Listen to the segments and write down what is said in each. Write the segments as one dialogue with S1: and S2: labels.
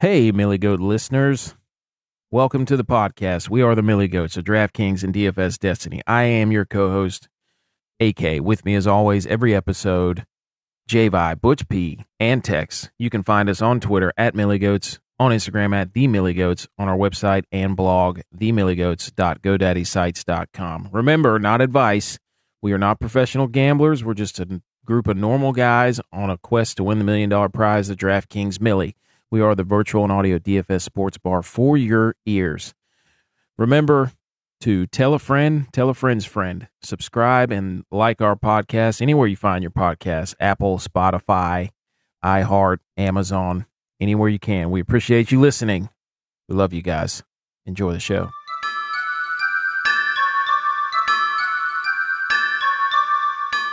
S1: Hey, Millie Goat listeners. Welcome to the podcast. We are the Millie Goats of DraftKings and DFS Destiny. I am your co host, AK. With me, as always, every episode, Javi, Butch P, and Tex. You can find us on Twitter at Millie Goats, on Instagram at The Millie Goats, on our website and blog, themillygoats.godaddysites.com. Remember, not advice. We are not professional gamblers. We're just a group of normal guys on a quest to win the million dollar prize, the DraftKings Millie. We are the virtual and audio DFS sports bar for your ears. Remember to tell a friend, tell a friend's friend, subscribe and like our podcast anywhere you find your podcast Apple, Spotify, iHeart, Amazon, anywhere you can. We appreciate you listening. We love you guys. Enjoy the show.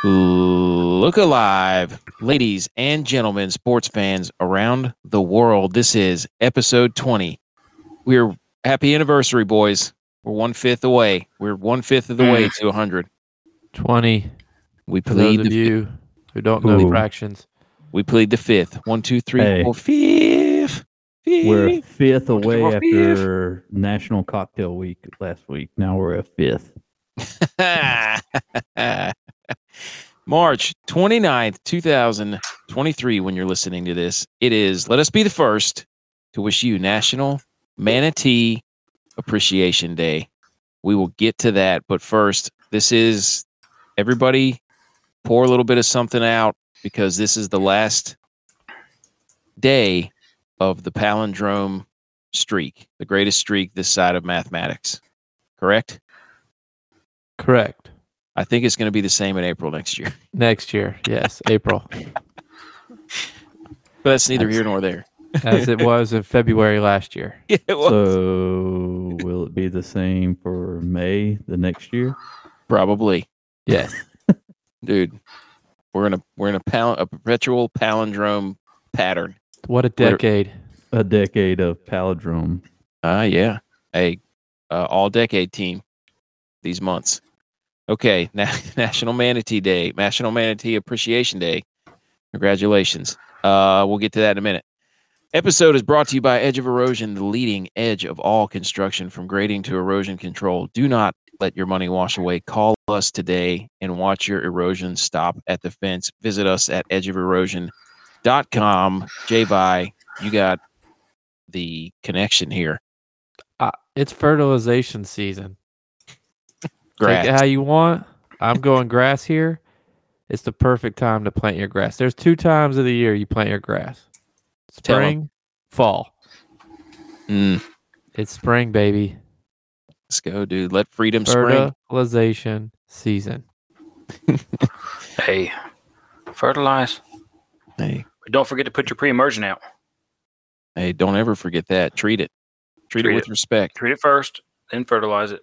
S1: Look alive, ladies and gentlemen, sports fans around the world. This is episode 20. We're happy anniversary, boys. We're one fifth away. We're one fifth of the way to 100.
S2: 20.
S1: We
S2: Mm. For those
S1: plead
S2: of
S1: the,
S2: you who don't know
S3: Ooh.
S2: fractions,
S1: we plead the fifth. One, two, three,
S3: Hey.
S1: four, fifth. Fifth.
S3: We're fifth away
S1: We're fifth.
S3: after National Cocktail Week last week. Now we're at fifth.
S1: March 29th, 2023, when you're listening to this, it is let us be the first to wish you National Manatee Appreciation Day. We will get to that, but first, this is everybody pour a little bit of something out because this is the last day of the palindrome streak, the greatest streak this side of mathematics. Correct?
S2: correct.
S1: I think it's going to be the same in April next year.
S2: Next year, yes, April,
S1: But that's neither here nor there.
S2: as it was in February last year.
S1: Yeah, well,
S3: So will it be the same for May the next year?
S1: probably,
S2: Yes.
S1: dude. We're in a we're in a pal- a perpetual palindrome pattern.
S2: What a
S1: We're-
S2: decade.
S3: A decade of palindrome.
S1: Ah, yeah, a uh, all decade team these months. Okay, na- National Manatee Day, National Manatee Appreciation Day. Congratulations. Uh, we'll get to that in a minute. Episode is brought to you by Edge of Erosion, the leading edge of all construction from grading to erosion control. Do not let your money wash away. Call us today and watch your erosion stop at the fence. Visit us at edgeoferosion.com. Jvi, you got the connection here.
S2: Uh, it's fertilization season.
S1: Grass.
S2: Take it how you want. I'm going grass here. It's the perfect time to plant your grass. There's two times of the year you plant your grass
S1: Tell 'em.
S2: spring, fall.
S1: Mm,
S2: It's spring, baby.
S1: let's go, dude. Let freedom spring.
S2: Fertilization season.
S4: Hey, fertilize.
S1: Hey,
S4: But don't forget to put your pre-emergent out.
S1: hey, don't ever forget that. Treat it. Treat, it
S4: Treat
S1: with
S4: it.
S1: respect.
S4: Treat it first, then fertilize it,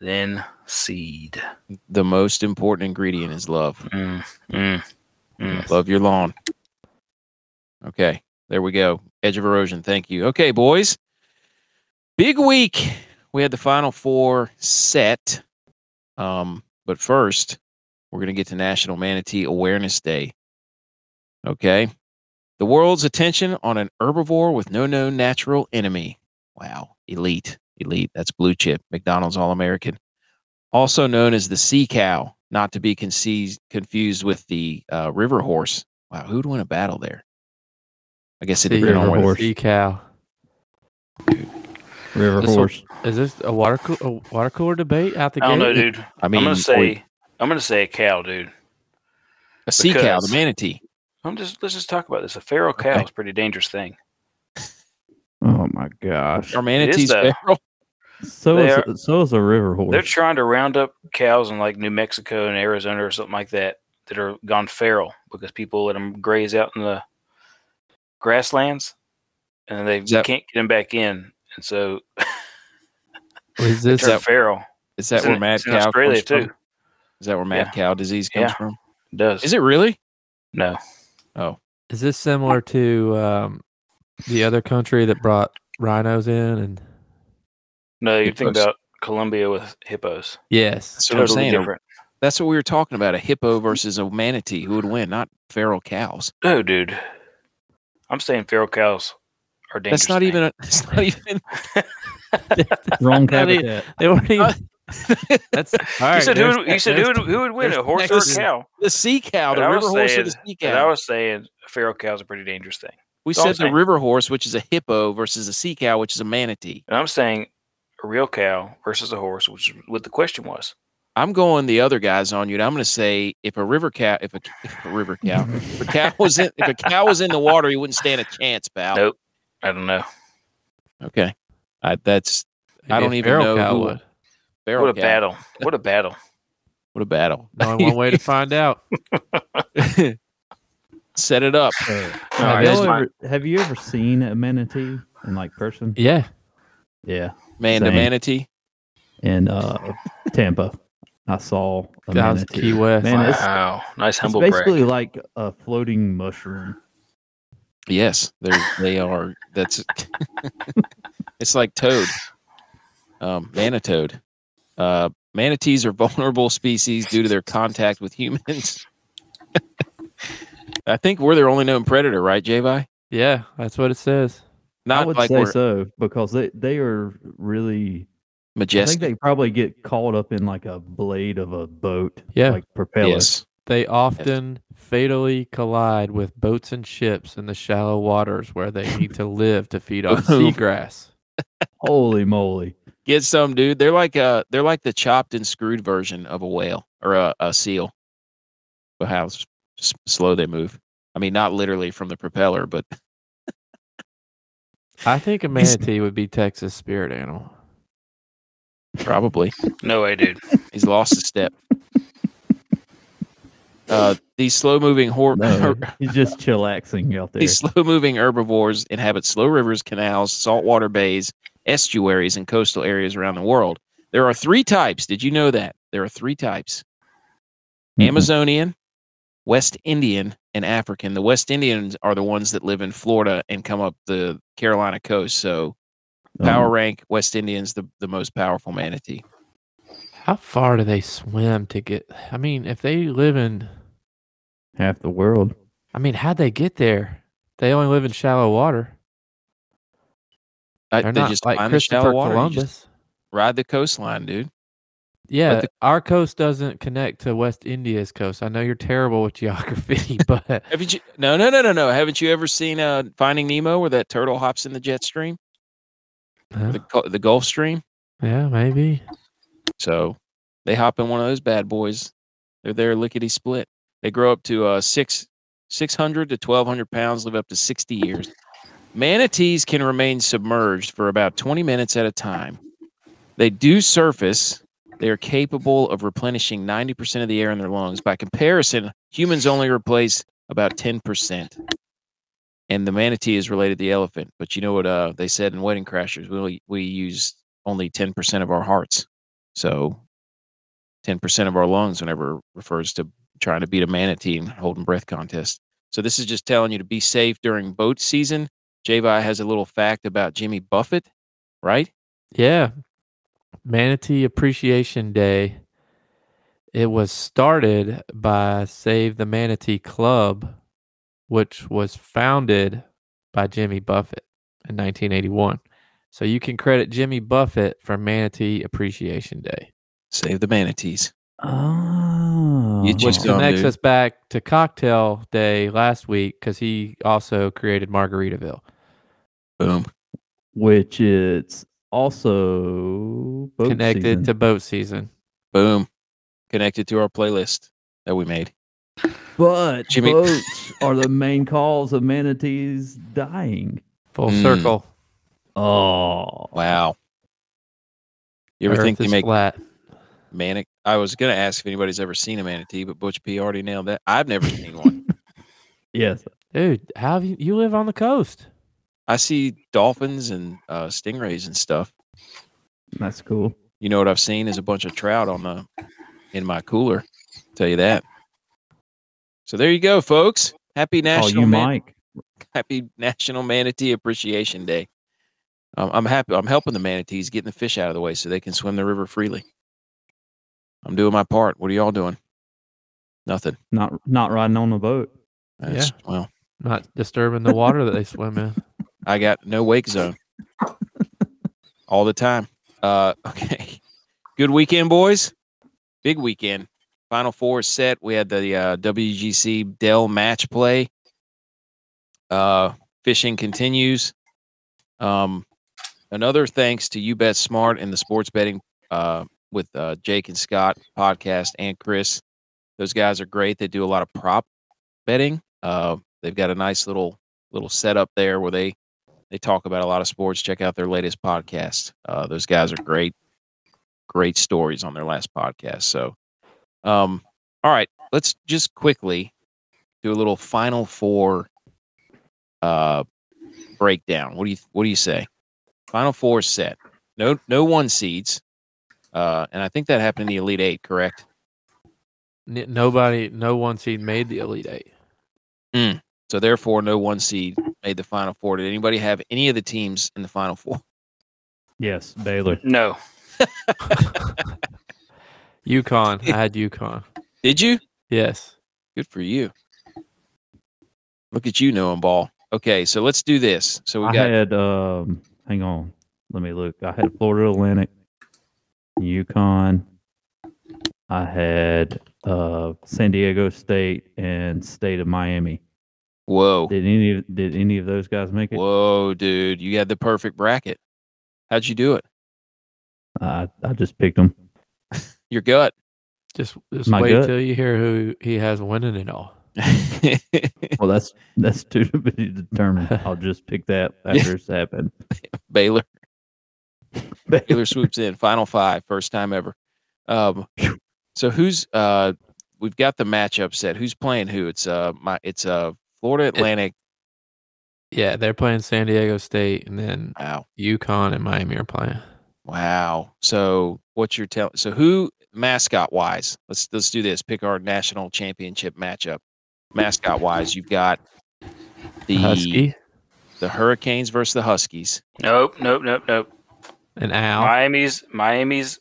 S4: then seed.
S1: The most important ingredient is love.
S4: Mm, mm, mm.
S1: Love your lawn. Okay, there we go. Edge of erosion. Thank you. Okay, boys. Big week. We had the final four set. Um, but first, we're going to get to National Manatee Awareness Day. Okay. The world's attention on an herbivore with no known natural enemy. Wow. Elite. Elite. That's blue chip. McDonald's All American. Also known as the sea cow, not to be conceived, confused with the uh, river horse. Wow. Who'd win a battle there? I guess it
S2: See,
S1: depended on
S3: river
S1: where.
S3: horse.
S2: see cow.
S3: River
S2: This will-
S3: horse.
S2: Is this a water coo- a water cooler debate out the
S4: I don't know,
S2: gate?
S4: dude.
S1: I mean,
S4: I'm gonna
S1: or
S4: say, I'm gonna say a cow, dude.
S1: a sea cow, the
S4: because-
S1: manatee.
S4: I'm just let's just talk about this. A feral cow
S1: Okay.
S4: is a pretty dangerous thing.
S3: Oh my gosh.
S1: Are manatees
S4: though.
S1: feral?
S3: So
S4: They
S3: is so is a river
S4: They're
S3: horse.
S4: trying to round up cows in like New Mexico and Arizona or something like that that are gone feral because people let them graze out in the grasslands, and they
S1: Is that-
S4: can't get them back in, and so
S2: Is
S4: they
S2: this
S4: turn feral.
S1: Is that
S4: It's
S1: where
S4: in-
S1: mad
S4: it's in
S1: cow
S4: Australia
S1: comes
S4: too?
S1: from? Is that where mad
S4: Yeah.
S1: cow disease comes
S4: Yeah.
S1: from?
S4: It does
S1: Is it really?
S4: no?
S2: Is this similar to um, the other country that brought rhinos in? And
S4: No, you think
S1: Hippos.
S4: about Colombia with hippos.
S2: yes,
S1: That's what I'm
S4: Totally
S1: saying.
S4: different.
S1: That's what we were talking about: a hippo versus a manatee.
S4: Oh,
S1: Who would win? Not feral cows.
S4: No, dude. I'm saying feral cows are dangerous.
S1: That's not even. A, that's not even.
S3: Wrong
S2: That is-
S3: habitat.
S2: They weren't even. That's all
S4: You
S2: right.
S4: said
S2: there's-
S4: who? Would, you said who
S2: there's-
S4: would, who would win a
S1: there's
S4: horse or a
S1: Texas.
S4: cow?
S1: The sea cow, the
S4: But I
S1: river horse,
S4: was
S1: or
S4: saying-
S1: the sea
S4: And I
S1: cow.
S4: was saying a feral cow is a pretty dangerous thing.
S1: we
S4: that's all I'm
S1: said the
S4: saying.
S1: river horse, which is a hippo, versus a sea cow, which is a manatee.
S4: And I'm saying a real cow versus a horse, which is what the question was.
S1: I'm going the other guys on you, and I'm going to say if a river cow, if a, if a river cow, if a cow was in, if a cow was in the water, he wouldn't stand a chance, pal.
S4: Nope. I don't know.
S1: Okay, I, that's I
S2: maybe
S1: don't
S2: a
S1: even
S2: feral
S1: know
S2: cow
S1: who-
S2: would.
S1: feral
S4: What a
S1: cow.
S4: battle! What a battle!
S1: What a battle!
S2: Only one way to find out.
S1: Set it up.
S4: All
S3: have,
S4: right, that's
S3: y'all
S4: fine.
S3: ever, have you ever seen a manatee in like person?
S2: Yeah.
S3: Yeah,
S1: Man to
S3: Same.
S1: manatee.
S3: in uh, Tampa, I saw a
S2: That was
S3: manatee.
S2: Key West.
S3: Man, it's-
S4: wow, nice
S3: It's
S4: humble brag.
S3: basically like a floating mushroom.
S1: Yes, they're, they are. That's it's like toad, um, manitoad. Uh, manatees are vulnerable species due to their contact with humans. I think we're their only known predator, right, Javi?
S2: Yeah, that's what it says.
S1: Not
S3: I would
S1: like
S3: say
S1: we're
S3: so because they, they are really. I think
S1: majestic.
S3: they probably get caught up in like a blade of a boat,
S2: Yeah.
S3: like propeller.
S1: yes,
S2: They often fatally collide with boats and ships in the shallow waters where they need to live to feed on
S1: Boom.
S2: seagrass.
S3: Holy moly!
S1: get some, dude. They're like uh, they're like the chopped and screwed version of a whale or a, a seal. But how s- s- slow they move. I mean, not literally from the propeller, but
S2: I think a
S1: He's-
S2: manatee would be Texas spirit animal.
S1: probably.
S4: No way, dude.
S1: He's lost a step. Uh, these slow-moving hor-
S3: No, he's just chillaxing out there.
S1: these slow-moving herbivores inhabit slow rivers, canals, saltwater bays, estuaries, and coastal areas around the world. There are three types. Did you know that there are three types?
S2: Mm-hmm.
S3: Mhm.
S1: Amazonian, West Indian, and African. The West Indians are the ones that live in Florida and come up the Carolina coast. So
S3: Um,
S1: power rank West Indians the, the most powerful manatee.
S2: How far do they swim to get? I mean, if they live in,
S3: half the world.
S2: I mean, how'd they get there? They only live in shallow water.
S1: I,
S2: They're
S1: they
S2: not
S1: just
S2: like
S1: find the
S2: Christopher
S1: shallow water. You
S2: Columbus.
S1: just ride the coastline, dude.
S2: yeah,
S1: the-
S2: our coast doesn't connect to West India's coast. I know you're terrible with geography, but
S1: Haven't you? No, no, no, no, no. Haven't you ever seen uh, Finding Nemo, where that turtle hops in the jet stream,
S2: Huh?
S1: the Gu- the Gulf Stream?
S2: yeah, maybe.
S1: So they hop in one of those bad boys. They're there lickety split. They grow up to uh, six six hundred to twelve hundred pounds, live up to sixty years. Manatees can remain submerged for about twenty minutes at a time. They do surface. They are capable of replenishing ninety percent of the air in their lungs. By comparison, humans only replace about ten percent. And the manatee is related to the elephant, but you know what uh, they said in Wedding Crashers? We only- we use only ten percent of our hearts. So 10% of our lungs whenever it refers to trying to beat a manatee and holding breath contest. So this is just telling you to be safe during boat season. Javi has a little fact about Jimmy Buffett, right?
S2: Yeah. Manatee Appreciation Day. It was started by Save the Manatee Club, which was founded by Jimmy Buffett in 1981. So you can credit Jimmy Buffett for Manatee Appreciation Day,
S1: Save the manatees.
S3: Oh,
S1: just
S2: which
S1: Dumb,
S2: connects
S1: dude.
S2: us back to Cocktail Day last week because he also created Margaritaville.
S1: Boom.
S3: which it's also boat
S2: connected
S3: season.
S2: to boat season.
S1: Boom. Connected to our playlist that we made.
S3: But
S1: Jimmy-
S3: boats are the main cause of manatees dying.
S2: Full
S1: Mm.
S2: circle.
S3: Oh,
S1: Wow. You ever
S2: Earth
S1: think they
S2: is
S1: make
S2: flat?
S1: manic? I was going to ask if anybody's ever seen a manatee, but Butch P already nailed that. I've never seen one.
S3: yes.
S2: Dude, how have you, you live on the coast?
S1: I see dolphins and uh, stingrays and stuff.
S3: That's cool. Oh,
S1: You know what I've seen is a bunch of trout on the in my cooler. Tell you that. So there you go, folks. Happy
S3: Call
S1: National
S3: you
S1: Man-
S3: Mike.
S1: Happy National Manatee Appreciation Day. Um, I'm happy. I'm helping the manatees getting the fish out of the way so they can swim the river freely. I'm doing my part. What are y'all doing? Nothing.
S3: Not not riding on a boat.
S1: That's- Well,
S2: Not disturbing the water that they swim in.
S1: I got no wake zone all the time. Uh, okay. Good weekend, boys. Big weekend. Final four is set. We had the uh, WGC Dell match play. Uh, fishing continues. Um, another thanks to You Bet Smart and the sports betting uh, with uh, Jake and Scott podcast and Chris. Those guys are great. They do a lot of prop betting. Uh, they've got a nice little little setup there where they they talk about a lot of sports. Check out their latest podcast. Uh, those guys are great, great stories on their last podcast. So, um, all right, let's just quickly do a little Final Four uh, breakdown. What do you What do you say? Final Four set. No, no one seeds, uh, and I think that happened in the Elite Eight. Correct.
S2: N- nobody, no one seed made the Elite Eight.
S1: So therefore, no one seed made the Final Four. Did anybody have any of the teams in the Final Four?
S3: Yes, Baylor.
S4: No.
S2: UConn, I had UConn.
S1: Did you?
S2: Yes.
S1: Good for you. Look at you knowing ball. Okay, so let's do this. So we
S3: I
S1: got
S3: had um hang on. Let me look. I had Florida Atlantic, Yukon. I had uh San Diego State and State of Miami.
S1: whoa,
S3: Did any of did any of those guys make it?
S1: whoa, dude! You had the perfect bracket. How'd you do it?
S3: I I just picked them.
S1: Your gut.
S2: Just, just
S3: My
S2: wait
S3: gut.
S2: till you hear who he has winning it all.
S3: Well, that's that's to be determined. I'll just pick that after it's happened.
S1: Baylor. Baylor swoops in. Final five, first time ever. Um, so who's uh, we've got the matchup set. Who's playing who? It's uh, my it's uh, Florida Atlantic.
S2: Yeah, they're playing San Diego State, and then
S1: Wow.
S2: UConn and Miami are playing.
S1: Wow. So what's your tell? So who mascot wise? Let's let's do this. Pick our national championship matchup. Mascot wise, you've got the
S2: The Husky
S1: the Hurricanes versus the Huskies.
S4: Nope. Nope. Nope. Nope.
S2: and Al.
S4: Miami's Miami's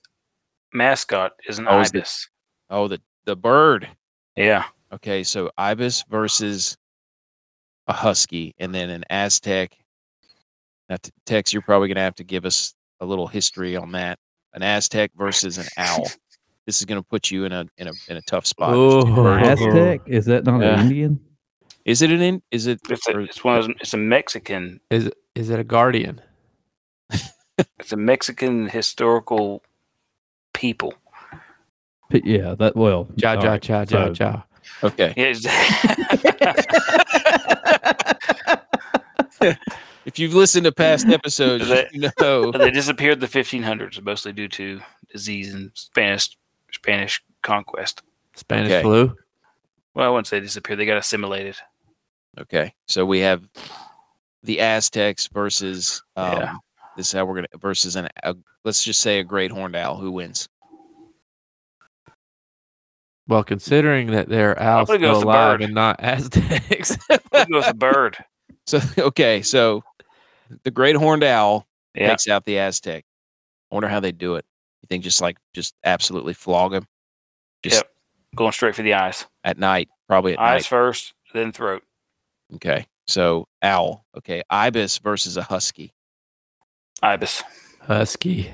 S4: mascot is an
S1: Oh, is it-
S4: ibis.
S1: Oh, the the bird.
S4: Yeah.
S1: Okay, so ibis versus a husky, and then an Aztec. Now, T- Tex, you're probably going to have to give us a little history on that. An Aztec versus an owl. This is going to put you in a in a in a tough spot.
S2: Oh,
S1: Bird.
S3: Aztec is that not
S1: Yeah.
S3: an Indian?
S1: Is it an in? Is it?
S4: It's, a,
S1: or-
S4: it's one of those, it's a Mexican
S2: is is it a Guardian?
S4: it's a Mexican historical people.
S3: P- yeah, that well.
S2: Ja
S3: all
S2: ja
S3: right,
S2: cha ja
S3: so-
S2: cha.
S1: Okay.
S4: Yeah, it's-
S1: If you've listened to past episodes,
S4: They-
S1: you know
S4: they disappeared in the 1500s, mostly due to disease and Spanish Spanish conquest.
S2: Spanish
S1: Okay.
S2: flu.
S4: Well, I wouldn't say disappeared; they got assimilated.
S1: Okay, so we have the Aztecs versus um,
S4: Yeah.
S1: this. Is how we're gonna versus an a, let's just say a great horned owl. Who wins?
S2: Well, considering that they're Al
S4: gonna go
S2: still
S4: with the
S2: alive
S4: bird.
S2: and not Aztecs.
S4: It was a bird.
S1: So okay, so the great horned owl
S4: Yeah.
S1: takes out the Aztec. I wonder how they do it. You think just like just absolutely flog him? Just
S4: Yep. Going straight for the eyes,
S1: at night, probably at
S4: eyes
S1: night.
S4: first, then throat.
S1: Okay, so owl. Okay, ibis versus a husky.
S4: Ibis.
S2: Husky.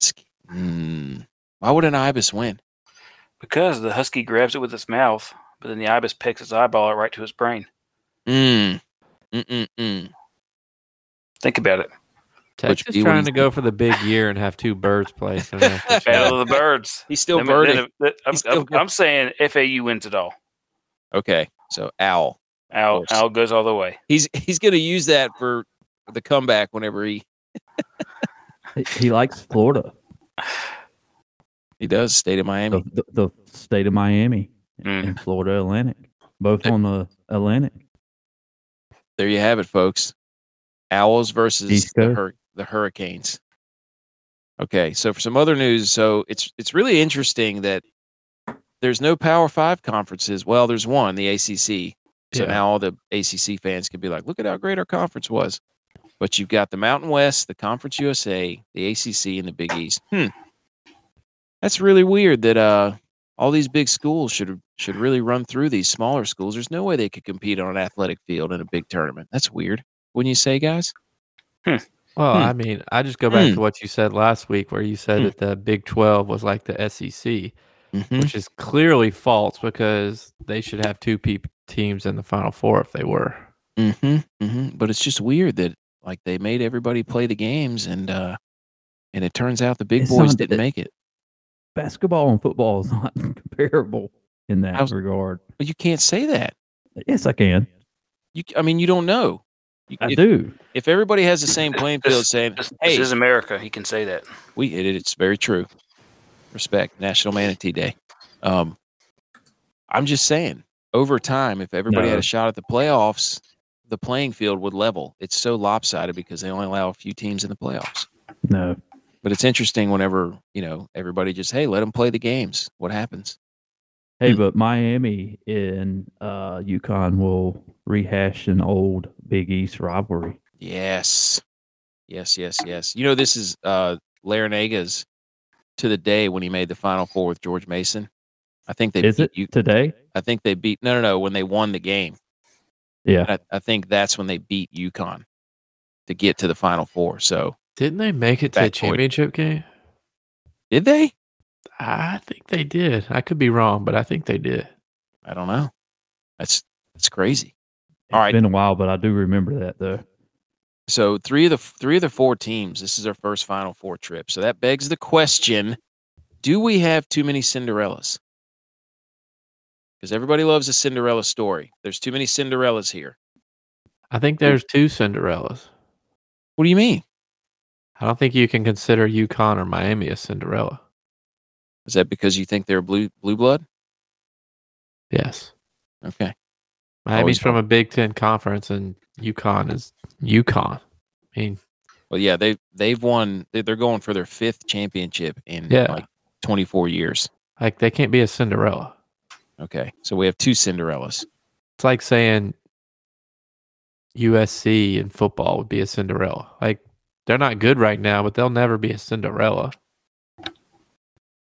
S1: Husky. Hmm. Why would an ibis win?
S4: Because the husky grabs it with its mouth, but then the ibis pecks its eyeball right to its brain.
S1: Mm. Mm-mm-mm.
S4: Think about it.
S2: Texas
S1: be what
S2: trying
S1: he's
S2: to go for the big year and have two birds play. so that's for sure.
S4: Battle of the birds.
S1: He's still
S4: Then- then-
S1: birding.
S4: then- I'm,
S1: He's still
S4: I'm-
S1: bird-
S4: I'm saying FAU wins it all.
S1: Okay, so owl.
S4: Al,
S1: course.
S4: Al goes all the way.
S1: He's he's gonna use that for the comeback whenever he
S3: He, he likes Florida,
S1: he does state in
S3: the,
S1: Miami.
S3: the, the state of Miami,
S4: Mm.
S3: and Florida Atlantic, both on the Atlantic.
S1: There you have it, folks. Owls versus
S3: East
S1: the,
S3: Coast.
S1: hur- the Hurricanes. Okay, so for some other news, so it's it's really interesting that there's no Power Five conferences. Well, there's one, the ACC. So
S2: Yeah.
S1: now all the ACC fans can be like, look at how great our conference was. But you've got the Mountain West, the Conference USA, the ACC, and the Big East. Hmm. That's really weird that uh, all these big schools should should really run through these smaller schools. There's no way they could compete on an athletic field in a big tournament. That's weird. wouldn't you say, guys?
S2: Well,
S1: Hmm.
S2: I mean, I just go back
S1: Hmm.
S2: to what you said last week, where you said
S1: Hmm.
S2: that the Big 12 was like the SEC,
S1: Mm-hmm.
S2: which is clearly false because they should have two pe- teams in the Final Four if they were.
S1: Mm-hmm. Mm-hmm. But it's just weird that like they made everybody play the games and uh and it turns out the big
S3: It's
S1: boys
S3: not
S1: didn't
S3: that-
S1: make it.
S3: Basketball and football is not comparable in that
S1: How's-
S3: regard.
S1: But you can't say that.
S3: Yes, I can.
S1: You c- I mean you don't know. You,
S3: I
S1: if,
S3: do.
S1: if everybody has the same
S4: This-
S1: playing field
S4: this-
S1: saying
S4: This,
S1: Hey.
S4: this is America. He can say that.
S1: we it, it's very true. Respect National Manatee Day. Um I'm just saying over time if everybody had
S3: No.
S1: a shot at the playoffs, the playing field would level. It's so lopsided because they only allow a few teams in the playoffs.
S3: No.
S1: But it's interesting whenever you know everybody just hey let them play the games. What happens?
S3: Hey,
S1: Hmm.
S3: but Miami and uh, UConn will rehash an old Big East rivalry.
S1: Yes, yes, yes, yes. You know this is uh Larinaga's to the day when he made the Final Four with George Mason. I think they
S3: Is
S1: beat
S3: it
S1: you.
S3: today?
S1: I think they beat no no no when they won the game.
S3: Yeah.
S1: I, I think that's when they beat UConn to get to the Final Four. So
S2: Didn't they make it to the
S1: Back point.
S2: championship game?
S1: did they?
S2: I think they did. I could be wrong, but I think they did.
S1: I don't know. That's that's crazy.
S3: It's
S1: All right.
S3: been a while, but I do remember that though.
S1: So three of the three of the four teams. This is their first Final Four trip. So that begs the question: Do we have too many Cinderellas? Because everybody loves a Cinderella story. There's too many Cinderellas here.
S2: I think there's two Cinderellas.
S1: What do you mean?
S2: I don't think you can consider UConn or Miami a Cinderella.
S1: Is that because you think they're blue blue blood?
S2: Yes.
S1: Okay.
S2: Miami's
S1: Always
S2: from a Big Ten conference, and UConn is UConn. I mean,
S1: Well, yeah they they've won. they- They're going for their fifth championship in
S2: Yeah.
S1: like 24 years.
S2: like they can't be a Cinderella.
S1: Okay. So we have two Cinderellas.
S2: It's like saying USC in football would be a Cinderella. Like they're not good right now, but they'll never be a Cinderella.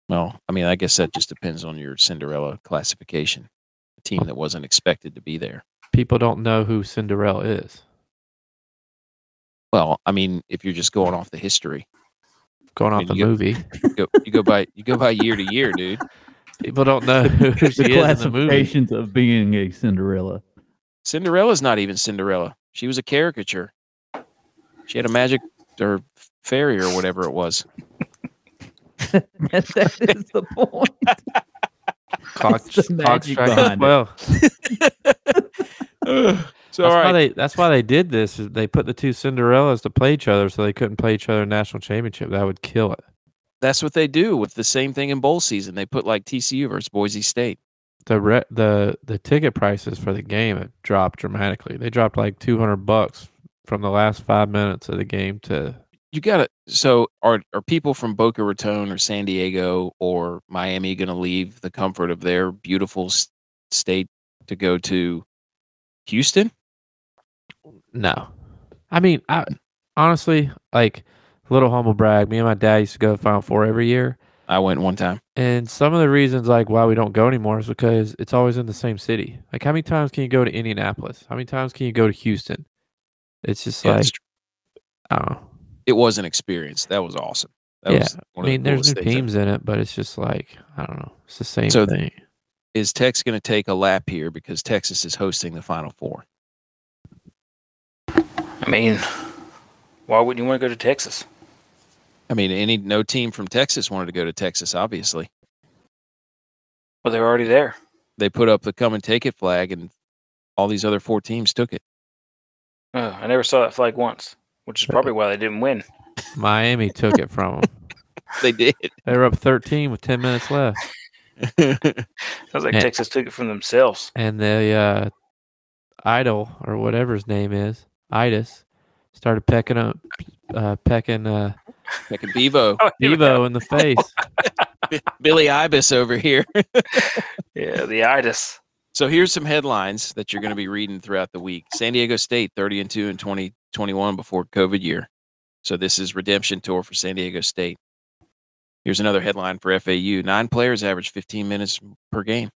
S1: Well, I mean, I guess that just depends on your Cinderella classification. A team that wasn't expected to be there.
S2: People don't know who Cinderella is.
S1: Well, I mean, if you're just going off the history,
S2: Going off
S1: mean,
S2: the
S1: you-
S2: movie,
S1: you go, you go by you go by year to year, dude.
S2: people don't know who she
S3: the
S2: is in the movie.
S3: classifications of being a Cinderella.
S1: Cinderella's not even Cinderella. She was a caricature. She had a magic or fairy or whatever it was.
S3: that is the point.
S2: Clock,
S3: It's the
S2: clock
S3: magic
S2: strikes
S3: behind it.
S2: well.
S1: so
S2: that's
S1: all
S2: why
S1: right,
S2: they that's why they did this. is They put the two Cinderellas to play each other, so they couldn't play each other in national championship. That would kill it.
S1: that's what they do with the same thing in bowl season. They put like TCU versus Boise State.
S2: The re- the the ticket prices for the game have dropped dramatically. They dropped like two hundred bucks from the last five minutes of the game to
S1: You gotta. So are are people from Boca Raton or San Diego or Miami gonna leave the comfort of their beautiful s- state to go to Houston?
S2: no. I mean, I honestly like little humble brag. Me and my dad used to go to Final Four every year,
S1: I went one time.
S2: and some of the reasons like why we don't go anymore is because it's always in the same city. Like, how many times can you go to Indianapolis? How many times can you go to Houston? It's just
S1: Yeah,
S2: like
S1: it's
S2: Oh, I don't know.
S1: it was an experience. That was awesome. That
S2: Yeah,
S1: was
S2: I
S1: one of
S2: mean, there's
S1: coolest
S2: new
S1: things I've-
S2: teams in it, but it's just like I don't know. It's the same
S1: So-
S2: thing.
S1: Is Tex going to take a lap here because Texas is hosting the Final Four?
S4: I mean, why wouldn't you want to go to Texas?
S1: I mean, any no team from Texas wanted to go to Texas. Obviously,
S4: Well, they're already there.
S1: they put up the "Come and Take It" flag, and all these other four teams took it.
S4: Oh, I never saw that flag once, which is probably why they didn't win.
S2: Miami took it from them.
S1: They did.
S2: They were up 13 with 10 minutes left,
S4: Sounds like
S2: Yeah.
S4: Texas took it from themselves.
S2: and the uh, idol or whatever his name is, Itis, started pecking up, uh, pecking uh,
S1: like a Bevo,
S4: Oh, here we go.
S2: Devo in the face.
S1: Billy Ibis over here.
S4: Yeah, the itis.
S1: So here's some headlines that you're going to be reading throughout the week. San Diego State 30 and 2 in 2021 before COVID year. So this is redemption tour for San Diego State. Here's another headline for FAU. Nine players average 15 minutes per game.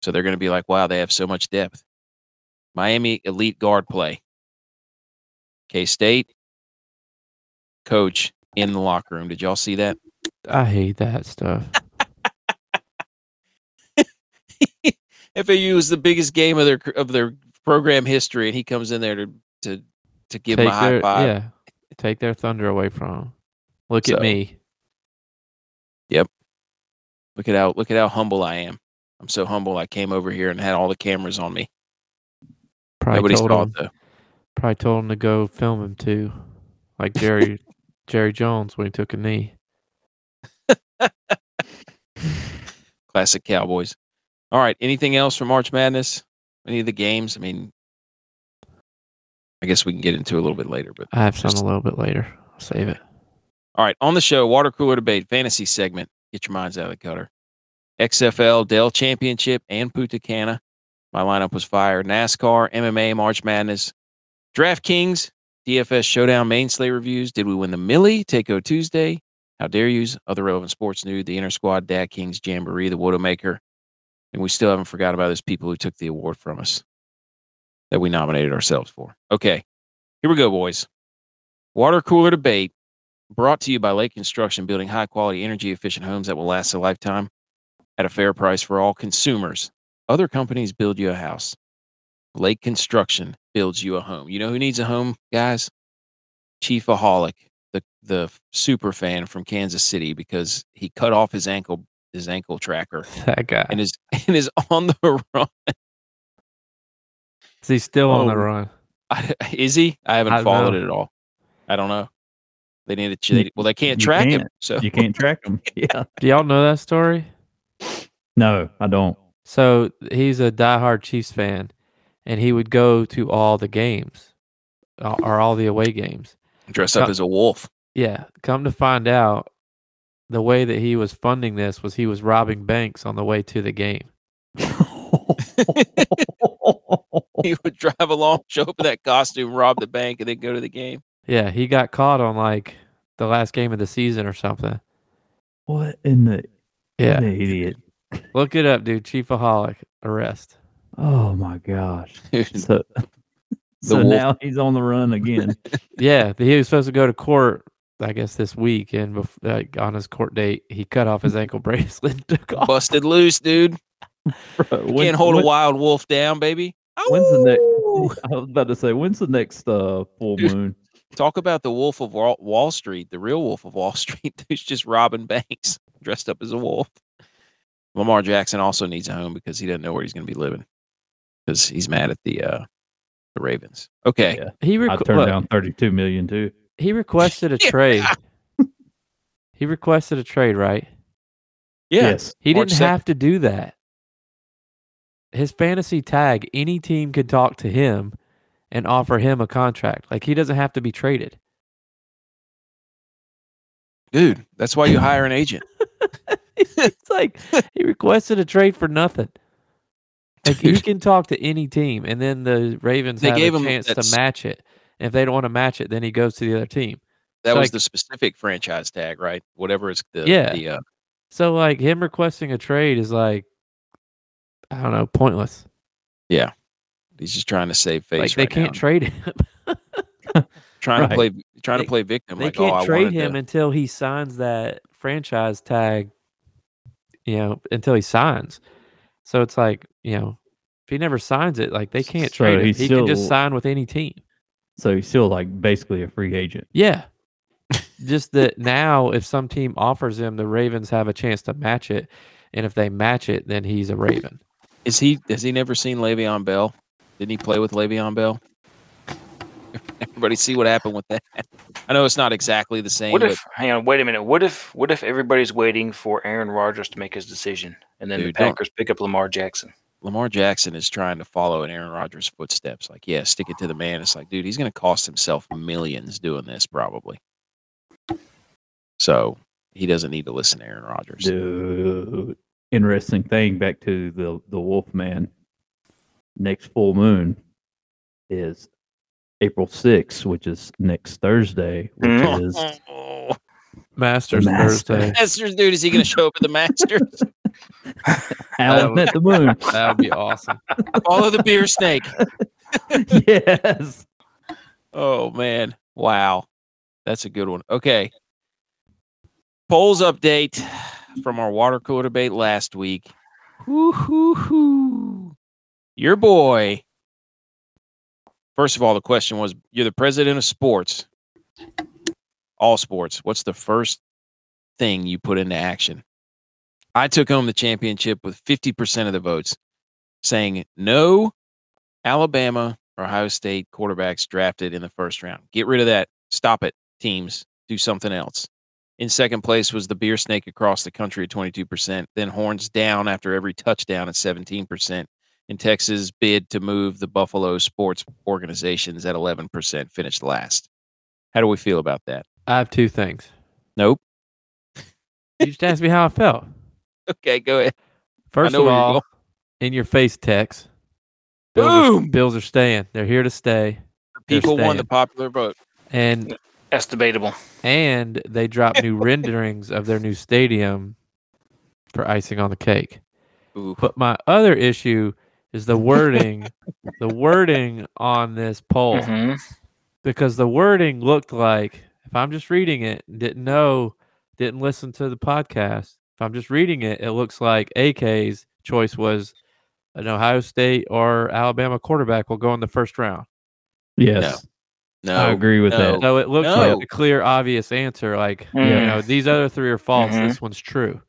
S1: So they're going to be like, wow, they have so much depth. Miami elite guard play. K State coach in the locker room. Did y'all see that?
S2: I hate that stuff.
S1: FAU was the biggest game of their of their program history, and he comes in there to to to give him a high
S2: their,
S1: five.
S2: Yeah, take their thunder away from 'em. Look
S1: So-
S2: at me.
S1: Look at how look at how humble I am. I'm so humble. I came over here and had all the cameras on me.
S2: Probably
S1: Nobody
S2: told
S1: saw it
S2: him-
S1: though.
S2: Probably told him to go film him too, like Jerry Jerry Jones when he took a knee.
S1: Classic Cowboys. All right. Anything else from March Madness? Any of the games? I mean, I guess we can get into a little bit later, but
S2: I have some
S1: Just-
S2: a little bit later. I'll save it.
S1: All right, on the show, water cooler debate, fantasy segment. Get your minds out of the gutter. XFL, Dell Championship, and Putacana. My lineup was fire. NASCAR, MMA, March Madness, DraftKings, DFS Showdown, Mainslay reviews. Did we win the Millie? Takeo Tuesday. How dare yous? Other relevant sports news. The Inner Squad, Dad Kings, Jamboree, the Widowmaker, and we still haven't forgot about those people who took the award from us that we nominated ourselves for. Okay, here we go, boys. Water cooler debate brought to you by Lake Construction, building high quality, energy efficient homes that will last a lifetime at a fair price for all consumers. Other companies build you a house. Lake Construction builds you a home. You know who needs a home, guys? Chiefaholic, the the super fan from Kansas City, because he cut off his ankle his ankle tracker
S2: That guy.
S1: and is and is on the run.
S2: Is he still on the
S1: Oh,
S2: run?
S1: I, is he? I haven't
S2: I don't
S1: followed
S2: know.
S1: it at all. I don't know. They need to. ch-
S3: You-
S1: They, well, they can't
S3: you
S1: track him.
S3: can't.
S1: So
S3: You can't track them. Yeah.
S2: Do y'all know that story?
S3: No, I don't.
S2: So he's a diehard Chiefs fan, and he would go to all the games, uh, or all the away games.
S1: dress up
S2: Uh,
S1: as a wolf.
S2: Yeah. Come to find out, the way that he was funding this was he was robbing banks on the way to the game.
S1: he would drive along, show up in that costume, rob the bank, and then go to the game.
S2: Yeah, he got caught on like the last game of the season or something.
S3: what in the, yeah.
S2: Yeah.
S3: idiot?
S2: Look it up, dude. Chiefaholic arrest.
S3: Oh my gosh.
S1: Dude,
S3: So, so
S1: wolf-
S3: now he's on the run again.
S2: Yeah, he was supposed to go to court. I guess this week, and bef- like on his court date, he cut off his ankle bracelet. and Took off.
S1: busted loose, dude.
S3: Bro,
S1: You
S3: when-
S1: can't hold
S3: when-
S1: a wild wolf down, baby.
S3: When's the next-
S1: Ow!
S3: I was about to say, when's the next uh, full
S1: Dude.
S3: moon?
S1: Talk about the wolf of Wall, Wall Street, the real wolf of Wall Street, who's just robbing banks, dressed up as a wolf. Lamar Jackson also needs a home because he doesn't know where he's going to be living because he's mad at the uh, the Ravens. Okay,
S3: Yeah.
S2: He
S3: I
S2: reco-
S3: turned
S2: look,
S3: down 32 million too.
S2: He requested a trade. he requested a trade, right?
S1: yeah,
S3: Yes.
S2: He
S1: March
S2: didn't
S1: 2nd.
S2: have to do that. His fantasy tag, any team could talk to him and offer him a contract. Like he doesn't have to be traded.
S1: dude, that's why you hire an agent.
S2: it's like he requested a trade for nothing. Like he
S1: Dude.
S2: can talk to any team, and then the Ravens
S1: They
S2: have
S1: gave
S2: a
S1: him
S2: chance
S1: that s-
S2: to match it. And if they don't want to match it, then he goes to the other team.
S1: That
S2: So,
S1: was
S2: like-
S1: the specific franchise tag, right? Whatever it's the
S2: Yeah.
S1: the, uh,
S2: So like him requesting a trade is like I don't know, pointless.
S1: He's just trying to save face.
S2: like they
S1: right now.
S2: can't trade him.
S1: trying to play
S3: right.
S1: trying
S2: They-
S1: to play victim.
S2: they
S1: like,
S2: can't
S1: oh, I
S2: trade
S1: wanted
S2: him
S1: To,
S2: until he signs that franchise tag. You know, until he signs. So it's like you know, if he never signs it, like they can't
S3: So
S2: trade him.
S3: he's
S2: He can just
S3: still-
S2: sign with any team.
S3: So he's still like basically a free agent.
S2: Yeah. Just that now, if some team offers him, the Ravens have a chance to match it, and if they match it, then he's a Raven.
S1: is he has he never seen Le'Veon Bell? Didn't he play with Le'Veon Bell? Everybody see what happened with that. I know it's not exactly the same,
S4: What
S1: but
S4: if? Hang on, wait a minute. What if? What if everybody's waiting for Aaron Rodgers to make his decision, and then the
S1: Dude, don't-
S4: Packers pick up Lamar Jackson?
S1: Lamar Jackson is trying to follow in Aaron Rodgers' footsteps. Like, yeah, stick it to the man. It's like, dude, he's going to cost himself millions doing this probably. So he doesn't need to listen to Aaron Rodgers.
S3: Dude. Interesting thing back to the the wolf man. Next full moon is April 6th, which is next Thursday, which
S2: Mm-hmm.
S4: Mm.
S3: is
S1: Oh,
S2: Masters
S3: Master.
S2: Thursday.
S1: Masters, dude, is he going to show up at the Masters?
S2: Oh.
S3: Alan at the moon.
S2: That would be awesome.
S1: Follow the beer snake.
S3: yes.
S1: Oh man. Wow. That's a good one. Okay. Polls update from our water cooler debate last week. Woo-hoo-hoo. Your boy. First of all, the question was you're the president of sports. All sports. What's the first thing you put into action? I took home the championship with 50% of the votes, saying no Alabama or Ohio State quarterbacks drafted in the first round. Get rid of that. Stop it, teams. Do something else. In second place was the beer snake across the country at 22%, then horns down after every touchdown at 17%, and Texas bid to move the Buffalo sports organizations at 11% finished last. How do we feel about that?
S2: I have two things.
S1: Nope.
S2: You just asked me how I felt.
S1: Okay, go ahead.
S2: First
S1: know
S2: of
S1: where you're
S2: all,
S1: going.
S2: in your face text. Bills Are,
S1: Boom!
S2: Bills are staying. They're here to stay. They're
S1: People won the
S2: staying.
S1: popular vote.
S2: And
S4: That's debatable.
S2: and they dropped new renderings of their new stadium for icing on the cake.
S1: Ooh.
S2: But my other issue is the wording, the wording on this poll
S1: Mm-hmm.
S4: Mhm.
S2: because the wording looked like if I'm just reading it, didn't know, didn't listen to the podcast. If I'm just reading it, it looks like AK's choice was an Ohio State or Alabama quarterback will go in the first round.
S3: Yes,
S1: No.
S3: I agree with
S1: no.
S3: that.
S2: So it looks
S1: No.
S2: like a clear, obvious answer. Like you
S4: Mm.
S2: know, these other three are false.
S1: Mm-hmm.
S4: Mhm.
S2: This one's true.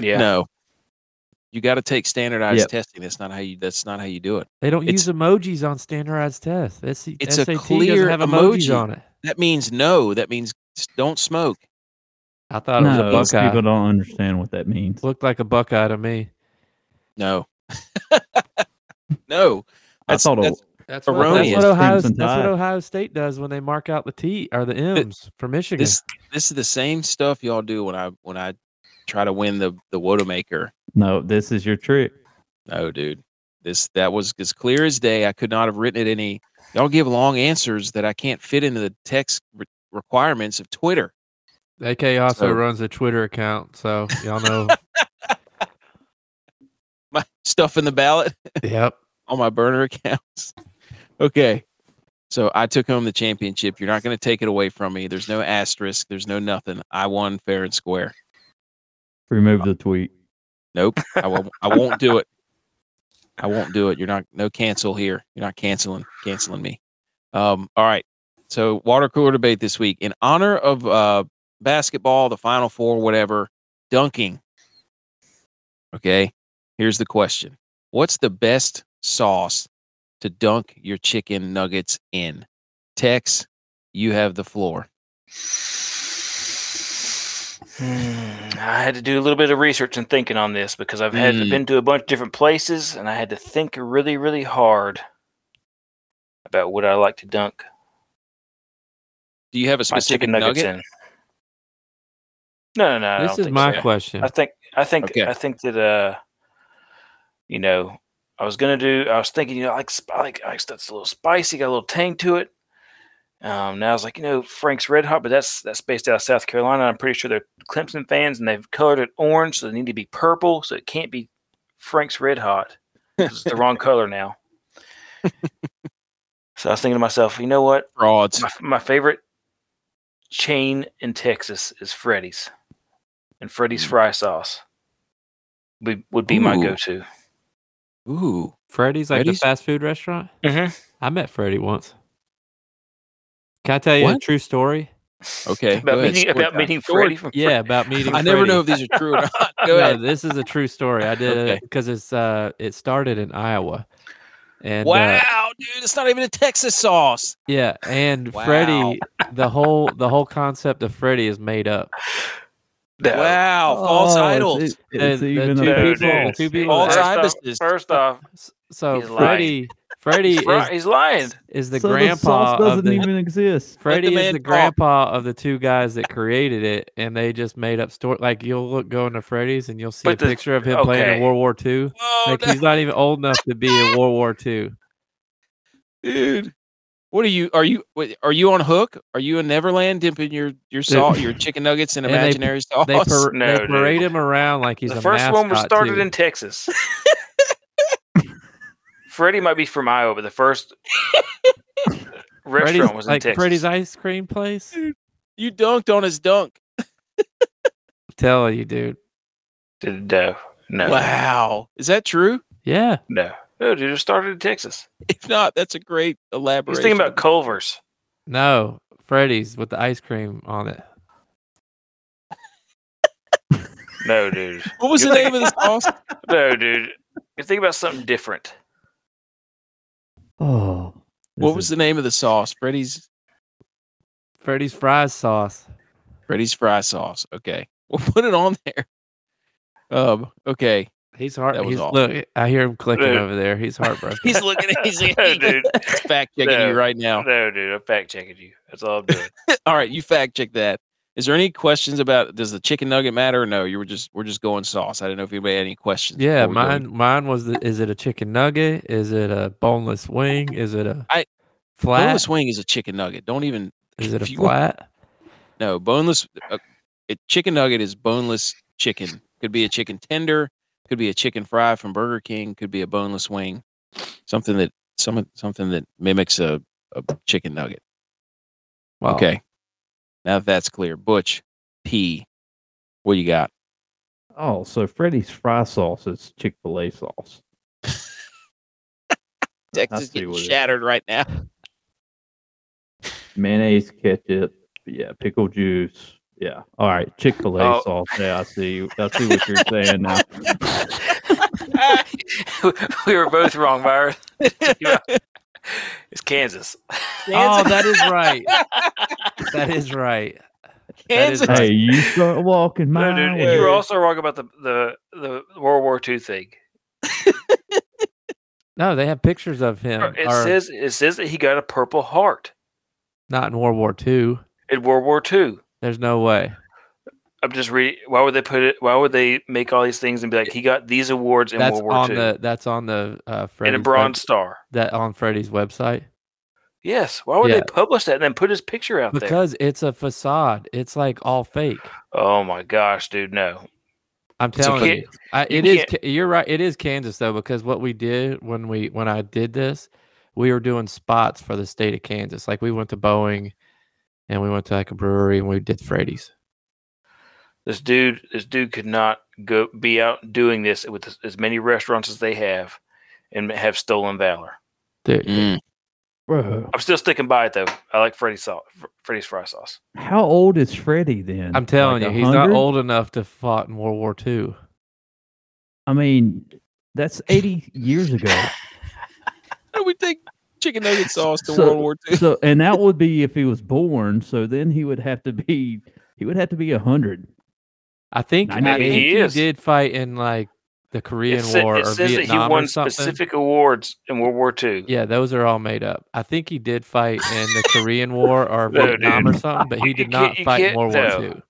S4: Yeah.
S1: No. You got to take standardized
S3: Yep.
S1: testing. That's not how you that's not how you do it.
S2: They don't
S1: It's-
S2: use emojis on standardized tests. That's
S1: It's a
S2: SAT
S1: clear
S2: doesn't have emojis
S1: emoji.
S2: on it.
S1: That means no. That means s- don't smoke.
S2: I thought it
S3: No,
S2: was a Buckeye.
S3: people don't understand what that means.
S2: Looked like a Buckeye to me.
S1: No. no.
S3: I
S1: That's,
S3: thought it,
S1: that's-
S2: That's
S1: what-
S2: what,
S1: Erroneous.
S2: Ohio,
S3: Crimson
S2: that's what
S3: Tide.
S2: Ohio State does when they mark out the T or the M's for Michigan.
S1: this this is the same stuff y'all do when I when I try to win the the Wodamaker.
S3: no, this is your trick.
S1: No, dude. This that was as clear as day. I could not have written it any. Y'all give long answers that I can't fit into the text re- requirements of Twitter.
S2: AK also
S1: so-
S2: runs a Twitter account, so y'all know.
S1: My stuff in the ballot.
S2: yep.
S1: on my burner accounts. okay. So I took home the championship. You're not going to take it away from me. There's no asterisk. There's no nothing. I won fair and square.
S3: Remove the tweet.
S1: Nope. I won't, I won't do it. I won't do it. You're not no cancel here. You're not canceling canceling me. Um, all right. So water cooler debate this week in honor of uh, basketball, the Final Four, whatever dunking. Okay. Here's the question: What's the best sauce to dunk your chicken nuggets in? Tex, you have the floor.
S4: Hmm, I had to do a little bit of research and thinking on this because I've had
S1: Mm.
S4: been to a bunch of different places and I had to think really, really hard about what I like to dunk
S1: Do you have a
S4: my
S1: specific
S4: chicken nuggets
S1: nugget?
S4: in. No, no, no. I
S2: This
S4: don't
S2: is
S4: think
S2: my
S4: so.
S2: question.
S4: I think I think
S1: Okay.
S4: I think that uh, you know, I was gonna do. I was thinking, you know, I like sp- I like, I like stuff that's a little spicy, got a little tang to it. Um, now I was like, you know, Frank's Red Hot, but that's that's based out of South Carolina. I'm pretty sure they're Clemson fans, and they've colored it orange, so they need to be purple, so it can't be Frank's Red Hot. 'cause It's the wrong color now. so I was thinking to myself, you know what?
S1: Frauds.
S4: My, my favorite chain in Texas is Freddy's, and Freddy's
S2: Mm.
S4: fry sauce would, would be my
S1: Ooh.
S4: go-to.
S1: Ooh.
S2: Freddy's like
S1: Freddy's?
S2: the fast food restaurant.
S4: Mhm.
S2: I met Freddy once. Can I tell you a
S1: What?
S2: true story?
S1: Okay.
S4: About
S1: go ahead,
S4: meeting
S1: story
S4: about
S1: time.
S4: meeting
S1: Story
S4: Freddy from
S2: Yeah, about meeting.
S1: I never
S2: Freddy.
S1: know if these are true or not. Go
S2: no,
S1: ahead.
S2: this is a true story. I did
S1: Okay.
S2: it because it's uh it started in Iowa. And uh,
S1: wow, dude, it's not even a Texas sauce.
S2: yeah, and
S1: Wow.
S2: Freddie the whole the whole concept of Freddie is made up.
S4: No.
S1: Wow, false
S3: Oh,
S1: idols,
S3: It's,
S2: There's
S3: it's even
S2: two
S3: a-
S4: No,
S2: people,
S4: dude.
S2: two people.
S1: False
S4: First
S2: that-
S1: idols.
S4: off,
S1: Ibis is-
S4: first off,
S2: s- so
S4: He's lying.
S2: Freddie Freddie
S4: he's, fry-
S2: is,
S4: he's lying.
S2: is the
S3: so
S2: grandpa
S3: sauce doesn't
S2: of the
S3: even exist.
S2: Freddie is
S1: man
S2: the
S1: talk.
S2: grandpa of the two guys that created it, and they just made up story. Like you'll look going to Freddy's and you'll see
S4: But
S2: a
S4: the-
S2: picture of him playing in
S4: okay. Oh,
S2: World War II.
S1: Whoa,
S2: Like he's not even old enough to be in World War II.
S1: dude. What are you? Are you? wait, Are you on hook? Are you in Neverland dipping your your salt, your chicken nuggets in
S2: And they-
S1: imaginary sauce?
S2: They, par-
S4: Oh, No,
S2: they
S4: dude.
S2: parade him around like he's
S4: the
S2: a
S4: first one was
S2: mascot,
S4: started
S2: too.
S4: in Texas. Freddie might be from Iowa, but the first restaurant
S2: Freddy's-
S4: was in
S2: like
S4: Texas.
S2: Freddy's ice cream place.
S1: You dunked on his dunk.
S2: Tell you, dude.
S4: Did- no, no,
S1: Wow. Is that true?
S2: Yeah,
S4: no. No, dude, it started in Texas.
S1: If not, that's a great elaboration.
S4: He's thinking about Culver's.
S2: no, Freddy's with the ice cream on it.
S4: No, dude.
S1: what was the name of the sauce?
S4: No, dude. You're thinking about something different.
S3: Oh,
S1: What was the name of the sauce? Freddy's
S2: Freddy's fries sauce.
S1: Freddy's fry sauce. Okay. We'll put it on there. Um, okay.
S2: He's heart.
S1: That was
S2: He's,
S1: awesome.
S2: look, I hear him clicking
S4: Dude.
S2: over there. He's heartbroken.
S1: He's looking at he's,
S4: No, dude.
S1: he's fact checking
S4: No.
S1: you right now.
S4: No, dude. I'm fact checking you. That's all I'm doing.
S1: All right, you fact check that. Is there any questions about does the chicken nugget matter or no? You were just we're just going sauce. I didn't know if anybody had any questions.
S2: yeah,
S1: before we go.
S2: mine. Mine was. The, is it a chicken nugget? Is it a boneless wing? Is it a
S1: I-
S2: flat?
S1: Boneless wing is a chicken nugget. Don't even
S2: is it a
S1: if you want-
S2: flat?
S1: no boneless. Uh, it, chicken nugget is boneless chicken. Could be a chicken tender. Could be a chicken fry from Burger King. Could be a boneless wing. Something that some something that mimics a, a chicken nugget.
S2: Wow.
S1: Okay. Now that that's clear, Butch P, what you got?
S3: Oh, so Freddy's fry sauce is Chick Fil A sauce.
S1: Texas
S3: see
S1: getting
S3: what it is.
S1: shattered right now.
S3: Mayonnaise, ketchup, yeah, pickle juice, yeah. All right, Chick Fil A
S4: Oh.
S3: sauce. Yeah, I see. I see what you're saying now.
S4: we were both wrong, Myra. It's Kansas.
S2: Oh, that is right. that is right.
S1: Kansas.
S2: that is-
S3: Hey, you start walking my
S4: No, dude. And
S3: way.
S4: you were also wrong about the, the, the World War II thing.
S2: No, they have pictures of him.
S4: Bro, It
S2: or-
S4: says it says that he got a Purple Heart
S2: not in World War II.
S4: in World War II.
S2: There's no way.
S4: I'm just reading. Why would they put it? Why would they make all these things and be like he got these awards in
S2: that's
S4: World War
S2: on
S4: II
S2: the that's on the uh,
S4: and
S2: Freddy's
S4: a
S2: web-
S4: Bronze Star?
S2: that on Freddy's website
S4: Yes. Why would
S2: Yeah.
S4: they publish that and then put his picture out there?
S2: because it's a facade. It's like all fake.
S4: Oh my gosh, dude! No,
S2: I'm
S1: a
S2: telling
S1: ca-
S2: you, I,
S4: you
S2: it is. Ca- You're right. It is Kansas though, because what we did when we when I did this, we were doing spots for the state of Kansas. Like we went to Boeing, and we went to like a brewery, and we did Freddy's.
S4: this dude, this dude could not go be out doing this with as- as many restaurants as they have, and have stolen valor.
S2: Dude,
S1: Mm.
S3: Bro,
S4: I'm still sticking by it though. I like Freddy's sauce, Freddy's fry sauce.
S3: how old is Freddy then?
S2: I'm telling
S3: Like
S2: you, he's not
S3: 100?
S2: old enough to fought in World War II.
S3: I mean, that's 80 years ago.
S1: How do we take chicken nugget sauce to
S3: So-
S1: World War II?
S3: so, and that would be if he was born. So then he would have to be, he would have to be 100.
S2: I think I
S3: Ninety
S2: think
S3: eight.
S2: he,
S4: He is.
S2: did fight in like the Korean
S4: it sa-
S2: War
S4: it
S2: or
S4: says that
S2: Vietnam
S4: he won
S2: or something.
S4: specific awards in World War II.
S2: Yeah, those are all made up. I think he did fight in the Korean War or
S4: No,
S2: Vietnam or
S4: dude.
S2: something, but he
S4: You
S2: did
S4: can't-
S2: not
S4: you
S2: fight in
S4: can't-
S2: World
S4: no.
S2: War II.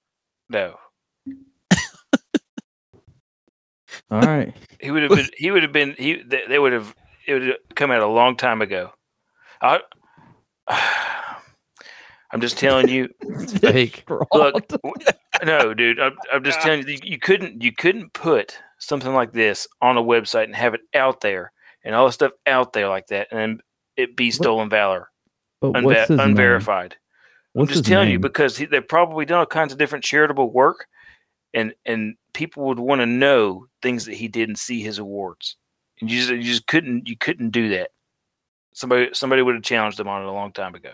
S4: No,
S3: All right.
S4: he would have been. He would have been. He they, they would have. It would have come out a long time ago. I, I'm just telling you.
S2: Fake.
S4: Look, no, dude. I'm, I'm just telling you. You couldn't. You couldn't put something like this on a website and have it out there and all the stuff out there like that, and then it be stolen valor,
S3: But
S4: unve-
S3: what's his name?
S4: unverified.
S3: What's
S4: I'm just
S3: his
S4: telling you
S3: name?
S4: because he, they've probably done all kinds of different charitable work, and and people would want to know things that he did and see his awards, and you just you just couldn't you couldn't do that. Somebody somebody would have challenged them on it a long time ago.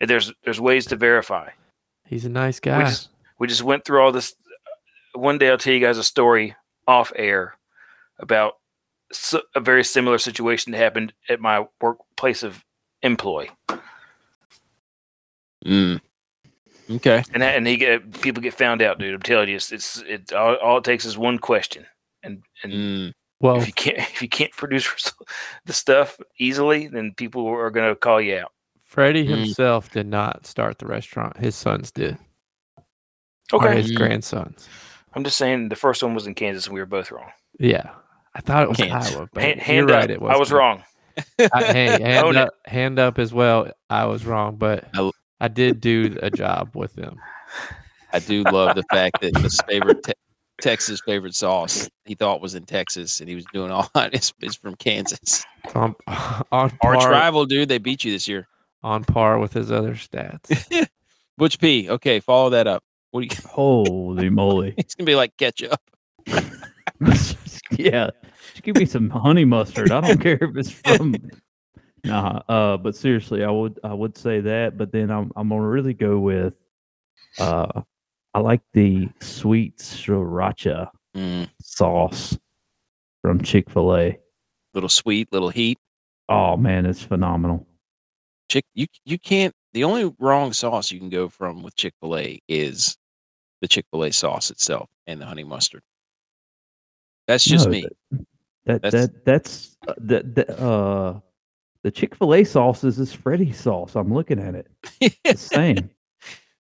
S4: And there's there's ways to verify.
S2: He's a nice
S4: We
S2: guy.
S4: just we just went through all this. One day I'll tell you guys a story off air about s- a very similar situation that happened at my workplace of employ,
S1: Mm. Okay.
S4: and that- and he get people get found out, dude. I'm telling you, it's it's it, all, all it takes is one question, and and
S1: Mm.
S2: Well,
S4: if you can't if you can't produce res- the stuff easily, then people are going to call you out.
S2: Freddie
S1: Mm.
S2: himself did not start the restaurant. His sons did. Or
S4: Okay,
S2: his
S1: Mm.
S2: grandsons.
S4: I'm just saying the first one was in Kansas, and we were both wrong.
S2: Yeah. I thought it was
S1: Can't.
S2: Iowa, but
S4: Han-
S2: you're
S4: hand up,
S2: right. It was.
S4: I was wrong.
S2: I, hey, hand
S4: Own it.
S2: up, hand up as well. I was wrong, but
S1: I l-
S2: I did do a job with them.
S1: I do love the fact that his favorite te- Texas favorite sauce he thought was in Texas and he was doing all is, is from Kansas.
S2: On, on
S1: Arch
S2: par-
S1: rival, dude. They beat you this year.
S2: on par with his other stats.
S1: Butch P. Okay, follow that up. What do you?
S3: Holy moly!
S1: It's gonna be like ketchup.
S3: yeah, just give me some honey mustard. I don't care if it's from. Nah, uh, but seriously, I would I would say that, but then I'm I'm gonna really go with, uh, I like the sweet sriracha
S1: Mm,
S3: sauce from Chick Fil A.
S1: little sweet, little heat.
S3: Oh man, it's phenomenal.
S1: Chick, you you can't. The only wrong sauce you can go from with Chick Fil A is the Chick Fil A sauce itself and the honey mustard. That's just
S3: No,
S1: me.
S3: That
S1: That's-
S3: that that's uh, that, that uh, the Chick Fil A sauce is this Freddy sauce. I'm looking at it. It's the same.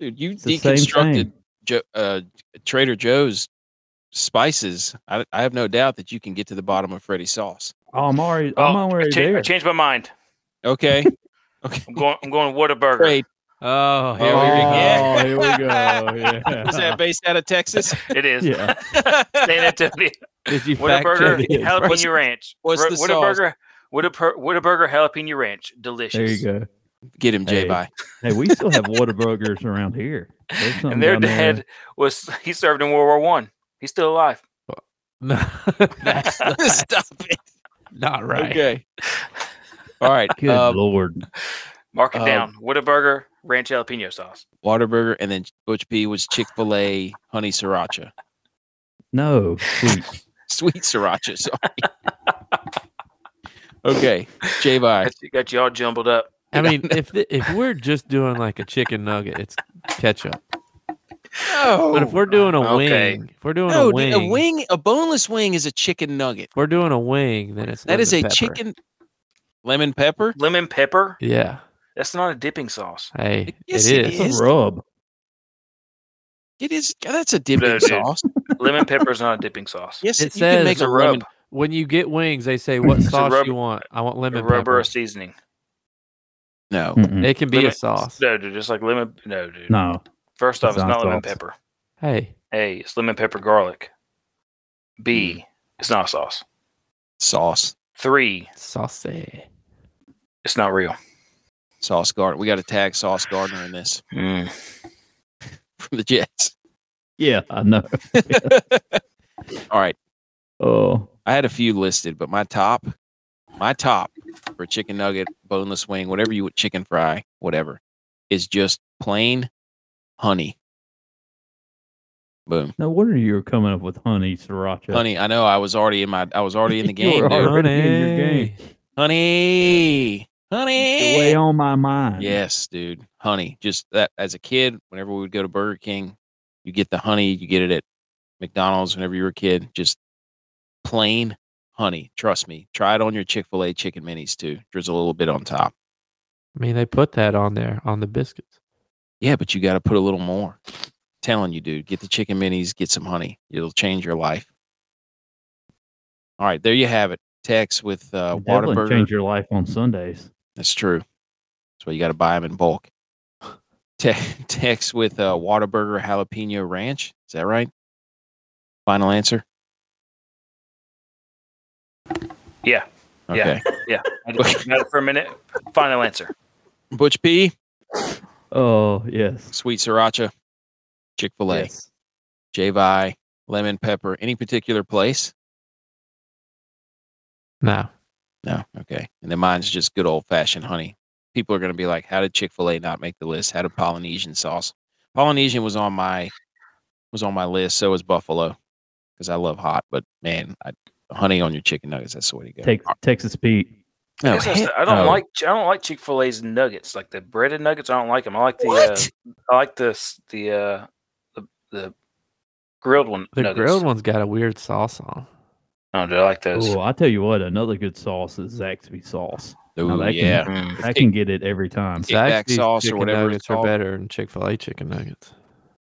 S1: Dude, you
S3: It's the same
S1: deconstructed
S3: thing.
S1: jo- uh, Trader Joe's spices. I, I have no doubt that you can get to the bottom of Freddy's sauce.
S3: Oh, I'm already
S4: Oh,
S3: I'm
S4: I,
S3: already
S4: cha- I
S3: there.
S4: changed my mind.
S1: Okay.
S4: I'm going. I'm going Whataburger.
S1: Great.
S2: Oh,
S1: here we go.
S2: Oh, here we go. Yeah.
S1: Is that based out of Texas?
S4: It is
S3: Yeah.
S4: San Antonio.
S2: Did you fact
S4: Whataburger
S2: check?
S1: it is.
S4: jalapeno ranch.
S1: What's
S4: Ro-
S1: the sauce?
S4: Whataburger, Whataburger, Whataburger jalapeno ranch. Delicious.
S3: There you go.
S1: Get him, J.
S3: Hey.
S1: By.
S3: Hey, we still have Whataburgers around here. There's something
S4: And their
S3: down there.
S4: dad was he served in World War One. He's still alive.
S2: Oh, No, that's not,
S1: Stop it.
S2: not right.
S1: Okay. All right.
S3: Good
S1: Um,
S3: lord.
S4: Mark it
S1: Um,
S4: down. Whataburger ranch jalapeno sauce.
S1: Waterburger and then Butch P was Chick fil A honey sriracha.
S3: No. Sweet.
S1: Sweet sriracha. Sorry. okay. J. By.
S4: Got you, got you all jumbled up.
S2: I mean, if the, if we're just doing like a chicken nugget, it's ketchup. But
S1: No.
S2: if we're doing a
S4: Okay.
S2: wing, if we're doing
S1: No,
S2: a
S1: Oh, dude,
S2: wing,
S1: a wing, a boneless wing is a chicken nugget.
S2: if we're doing a wing, then it's
S1: That is a
S2: lemon pepper.
S1: chicken lemon pepper.
S4: Lemon pepper.
S2: Yeah.
S4: That's not a dipping sauce.
S2: Hey,
S1: Yes,
S2: it
S1: it
S2: is.
S1: is.
S3: It's a rub.
S1: It is. That's a dipping
S4: dude.
S1: sauce.
S4: lemon pepper is not a dipping sauce.
S1: Yes,
S2: It
S1: you can
S2: says
S1: make
S4: it's a
S1: a lemon.
S4: rub,
S2: When you get wings, they say what
S4: a
S2: sauce
S4: rub-
S2: you want. I want
S4: a
S2: lemon
S4: rubber
S2: pepper.
S4: or seasoning.
S1: No,
S3: Mm-mm.
S2: It can be a
S4: Lemon-
S2: sauce.
S4: No, dude, just like lemon. No, dude.
S3: No.
S4: First off,
S3: It's
S4: it's
S3: not
S4: not lemon
S3: sauce.
S4: pepper.
S2: Hey,
S4: A, it's lemon pepper garlic.
S3: Hmm.
S4: B, it's not a sauce.
S1: sauce,
S4: Three,
S2: saucy.
S4: it's not real.
S1: sauce garden. We got to tag Sauce Gardner in this
S4: Mm.
S1: from the Jets.
S3: Yeah, I know.
S1: All right,
S3: Oh.
S1: I had a few listed, but my top, my top for chicken nugget, boneless wing, whatever you would, chicken fry, whatever, is just plain honey. Boom,
S3: No wonder you were coming up with honey sriracha.
S1: honey. I know I was already in my, I was already in the
S3: You were
S1: game, dude.
S3: already- in your
S2: Honey.
S1: honey,
S3: It's way
S1: honey.
S3: on my mind.
S1: Yes, dude. Honey. Just that as a kid, whenever we would go to Burger King, you get the honey, you get it at McDonald's whenever you were a kid. Just plain honey. Trust me. Try it on your Chick fil A chicken minis too. Drizzle a little bit on top.
S2: I mean, they put that on there on the biscuits.
S1: Yeah, but you got to put a little more. telling you, dude, get the chicken minis, get some honey. It'll change your life. All right, there you have it. Tex with uh,
S3: You definitely
S1: Whataburger.
S3: change your life on Sundays.
S1: That's true. That's why you got to buy them in bulk. Te- text with uh, Whataburger Jalapeno Ranch. Is that right? Final answer?
S4: Yeah.
S1: Okay.
S4: I just had it for a minute. Final answer.
S1: Butch P,
S3: Oh, yes.
S1: Sweet Sriracha, Chick fil A,
S3: Yes.
S1: J-Vi, Lemon Pepper. Any particular place?
S2: No.
S1: No. Okay. And then mine's just good old fashioned honey. People are going to be like, how did Chick fil A not make the list? How did Polynesian sauce? Polynesian was on my was on my list. So was Buffalo because I love hot. But man, I, honey on your chicken nuggets. That's the way to go.
S3: Tex- Texas Pete.
S1: No,
S4: I, guess that's
S1: heck
S4: the- I don't
S1: no.
S4: like I don't like Chick Fil A's nuggets like the breaded nuggets. I don't like them. I like the
S1: What?
S4: uh, I like the s- the uh, the, the grilled one.
S2: The
S4: nuggets.
S2: grilled one's got a weird sauce on.
S4: Oh, dude, I like those.
S3: Oh, I tell you what, another good sauce is Zaxby sauce.
S1: Ooh,
S3: that can-
S1: yeah.
S4: Mm.
S3: I can get it every time.
S1: Kick back
S2: Zaxby's
S1: sauce or
S2: chicken
S1: whatever it's
S2: nuggets are
S1: called.
S2: better than Chick Fil A chicken nuggets.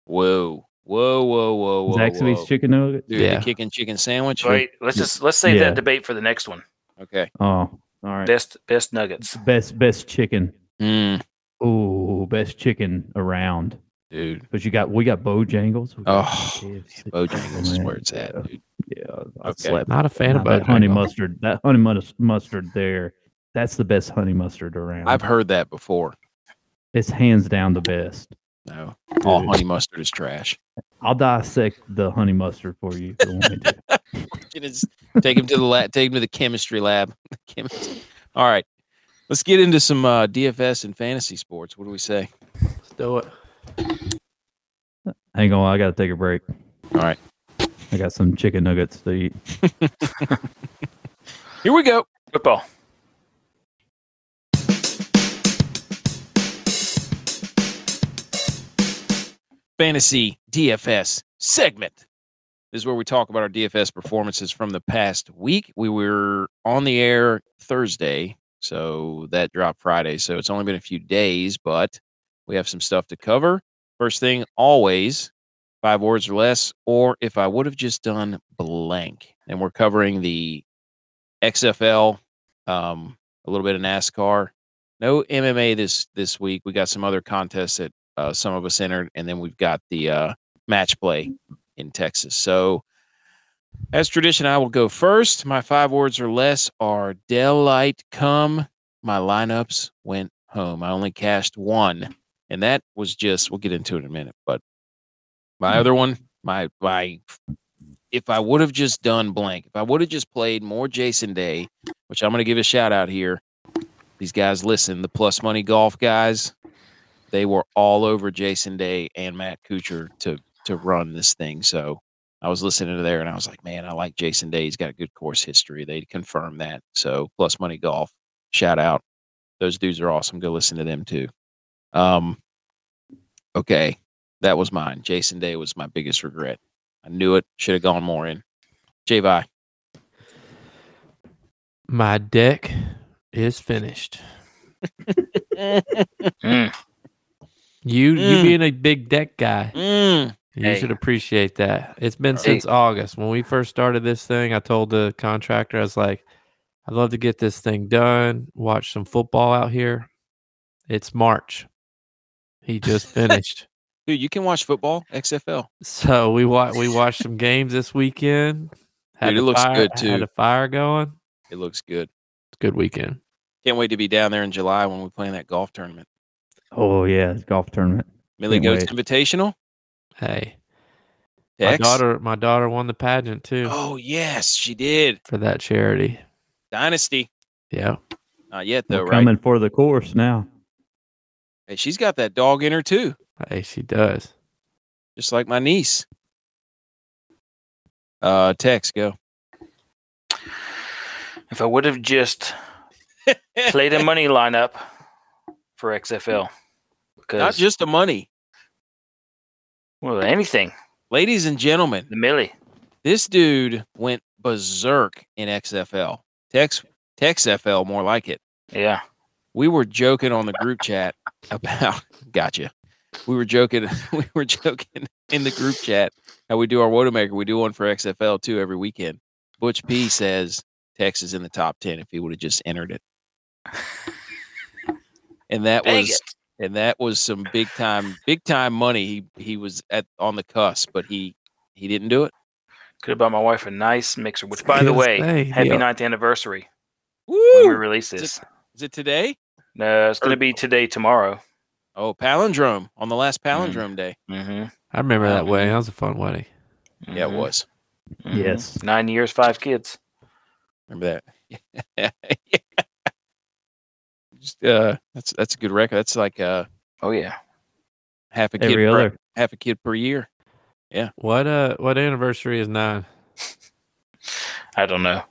S1: Whoa. Whoa, whoa, whoa, whoa.
S3: Zaxby's
S1: whoa.
S3: chicken nuggets.
S1: Dude,
S2: Yeah.
S1: the kicking chicken sandwich.
S4: Wait, let's just let's save
S3: Yeah.
S4: that debate for the next one.
S1: Okay.
S3: Oh, all right.
S4: Best best nuggets.
S3: Best best chicken.
S1: Mm,
S3: Oh, best chicken around.
S1: dude.
S3: Because you got we got Bojangles. We got
S1: Oh,
S3: KFC.
S1: Bojangles is
S3: man,
S1: where it's at,
S3: yeah.
S1: dude.
S3: Yeah, I
S1: Okay.
S3: slept.
S2: Not a fan
S3: Nah,
S2: of
S3: that honey
S2: Bojangles.
S3: mustard. That honey mus- mustard there That's the best honey mustard around.
S1: I've heard that before.
S3: it's hands down the best.
S1: No, all
S3: Dude.
S1: honey mustard is trash.
S3: I'll dissect the honey mustard for you. If you want me to.
S1: It is- take him to the lab. Take him to the chemistry lab. Chemist- All right, let's get into some uh, DFS and fantasy sports. What do we say?
S2: Let's do it.
S3: Hang on, I gotta take a break.
S1: All right,
S3: I got some chicken nuggets to eat.
S1: here we go.
S4: Football.
S1: Fantasy DFS segment. This is where we talk about our DFS performances from the past week. We were on the air Thursday, so that dropped Friday. So it's only been a few days, but we have some stuff to cover. First thing, always five words or less, or if I would have just done blank. And we're covering the XFL, um, a little bit of NASCAR. No MMA this this week. We got some other contests that uh, some of us entered, and then we've got the uh, match play in Texas. So, as tradition, I will go first. My five words or less are Dell Light come. My lineups went home. I only cashed one, and that was just. We'll get into it in a minute, but my other one, my my. If I would have just done blank, if I would have just played more Jason Day, which I'm going to give a shout out here. These guys, listen, the plus money golf guys, they were all over Jason Day and Matt Kuchar to to run this thing. So I was listening to there and I was like, man, I like Jason Day. He's got a good course history. They confirmed that. So plus money golf, shout out. Those dudes are awesome. Go listen to them too. Um, okay. That was mine. Jason Day was my biggest regret. I knew it. Should have gone more in. Javi.
S2: My deck is finished.
S4: Mm.
S2: You
S1: Mm.
S2: you being a big deck guy,
S1: Mm.
S2: you
S4: Hey.
S2: should appreciate that. It's been
S1: Hey.
S2: since August when we first started this thing. I told the contractor, I was like, I'd love to get this thing done. Watch some football out here. It's March. He just finished.
S1: Dude, you can watch football, XFL.
S2: So we watched we watched some games this weekend.
S1: Dude,
S2: the
S1: it looks
S2: fire-
S1: good,
S2: Had
S1: too.
S2: a fire going.
S1: It looks good.
S2: It's a good weekend.
S1: Can't wait to be down there in July when we play in that golf tournament.
S3: Oh yeah, it's golf tournament.
S1: Millie
S3: Can't
S1: Goats
S3: wait.
S1: Invitational.
S2: Hey,
S1: Tex.
S2: my daughter my daughter won the pageant too
S1: Oh yes, she did.
S2: for that charity.
S1: Dynasty.
S2: Yeah,
S1: Not yet
S3: We're
S1: though, right?
S3: coming for the course now.
S1: Hey, she's got that dog in her too,
S2: hey, she does.
S1: just like my niece. Uh, Tex, go.
S4: If I would have just played a money lineup for XFL,
S1: Not
S4: because
S1: just the money,
S4: well, anything,
S1: ladies and gentlemen.
S4: the millie.
S1: This dude went berserk in XFL. Tex TexFL, more like it.
S4: Yeah.
S1: we were joking on the group chat about gotcha. We were joking. We were joking in the group chat how we do our Wodamaker. We do one for XFL too every weekend. Butch P says Texas in the top ten if he would have just entered it. And that
S4: Dang
S1: was
S4: it.
S1: and that was some big time big time money. He he was at on the cusp, but he he didn't do it.
S4: Could have bought my wife a nice mixer, which, by the
S2: Yes,
S4: way,
S2: hey,
S4: happy
S2: yeah.
S4: ninth anniversary when we
S1: Woo!
S4: release
S1: Is it-
S4: this.
S1: Is it today?
S4: No, it's going
S1: or-
S4: to be today, tomorrow.
S1: Oh, palindrome on the last
S4: Mm.
S1: palindrome day.
S4: Mm-hmm.
S2: I remember that wedding. That was a fun wedding.
S1: Yeah, it was.
S4: mm-hmm,
S1: Mm-hmm.
S3: Yes.
S4: Nine years, five kids.
S1: Remember that? Just, uh, that's that's a good record. That's like uh,
S4: Oh, yeah.
S1: half a kid
S3: Every
S1: per,
S3: other
S1: half a kid per year.
S2: What uh what anniversary is nine?
S4: I don't know.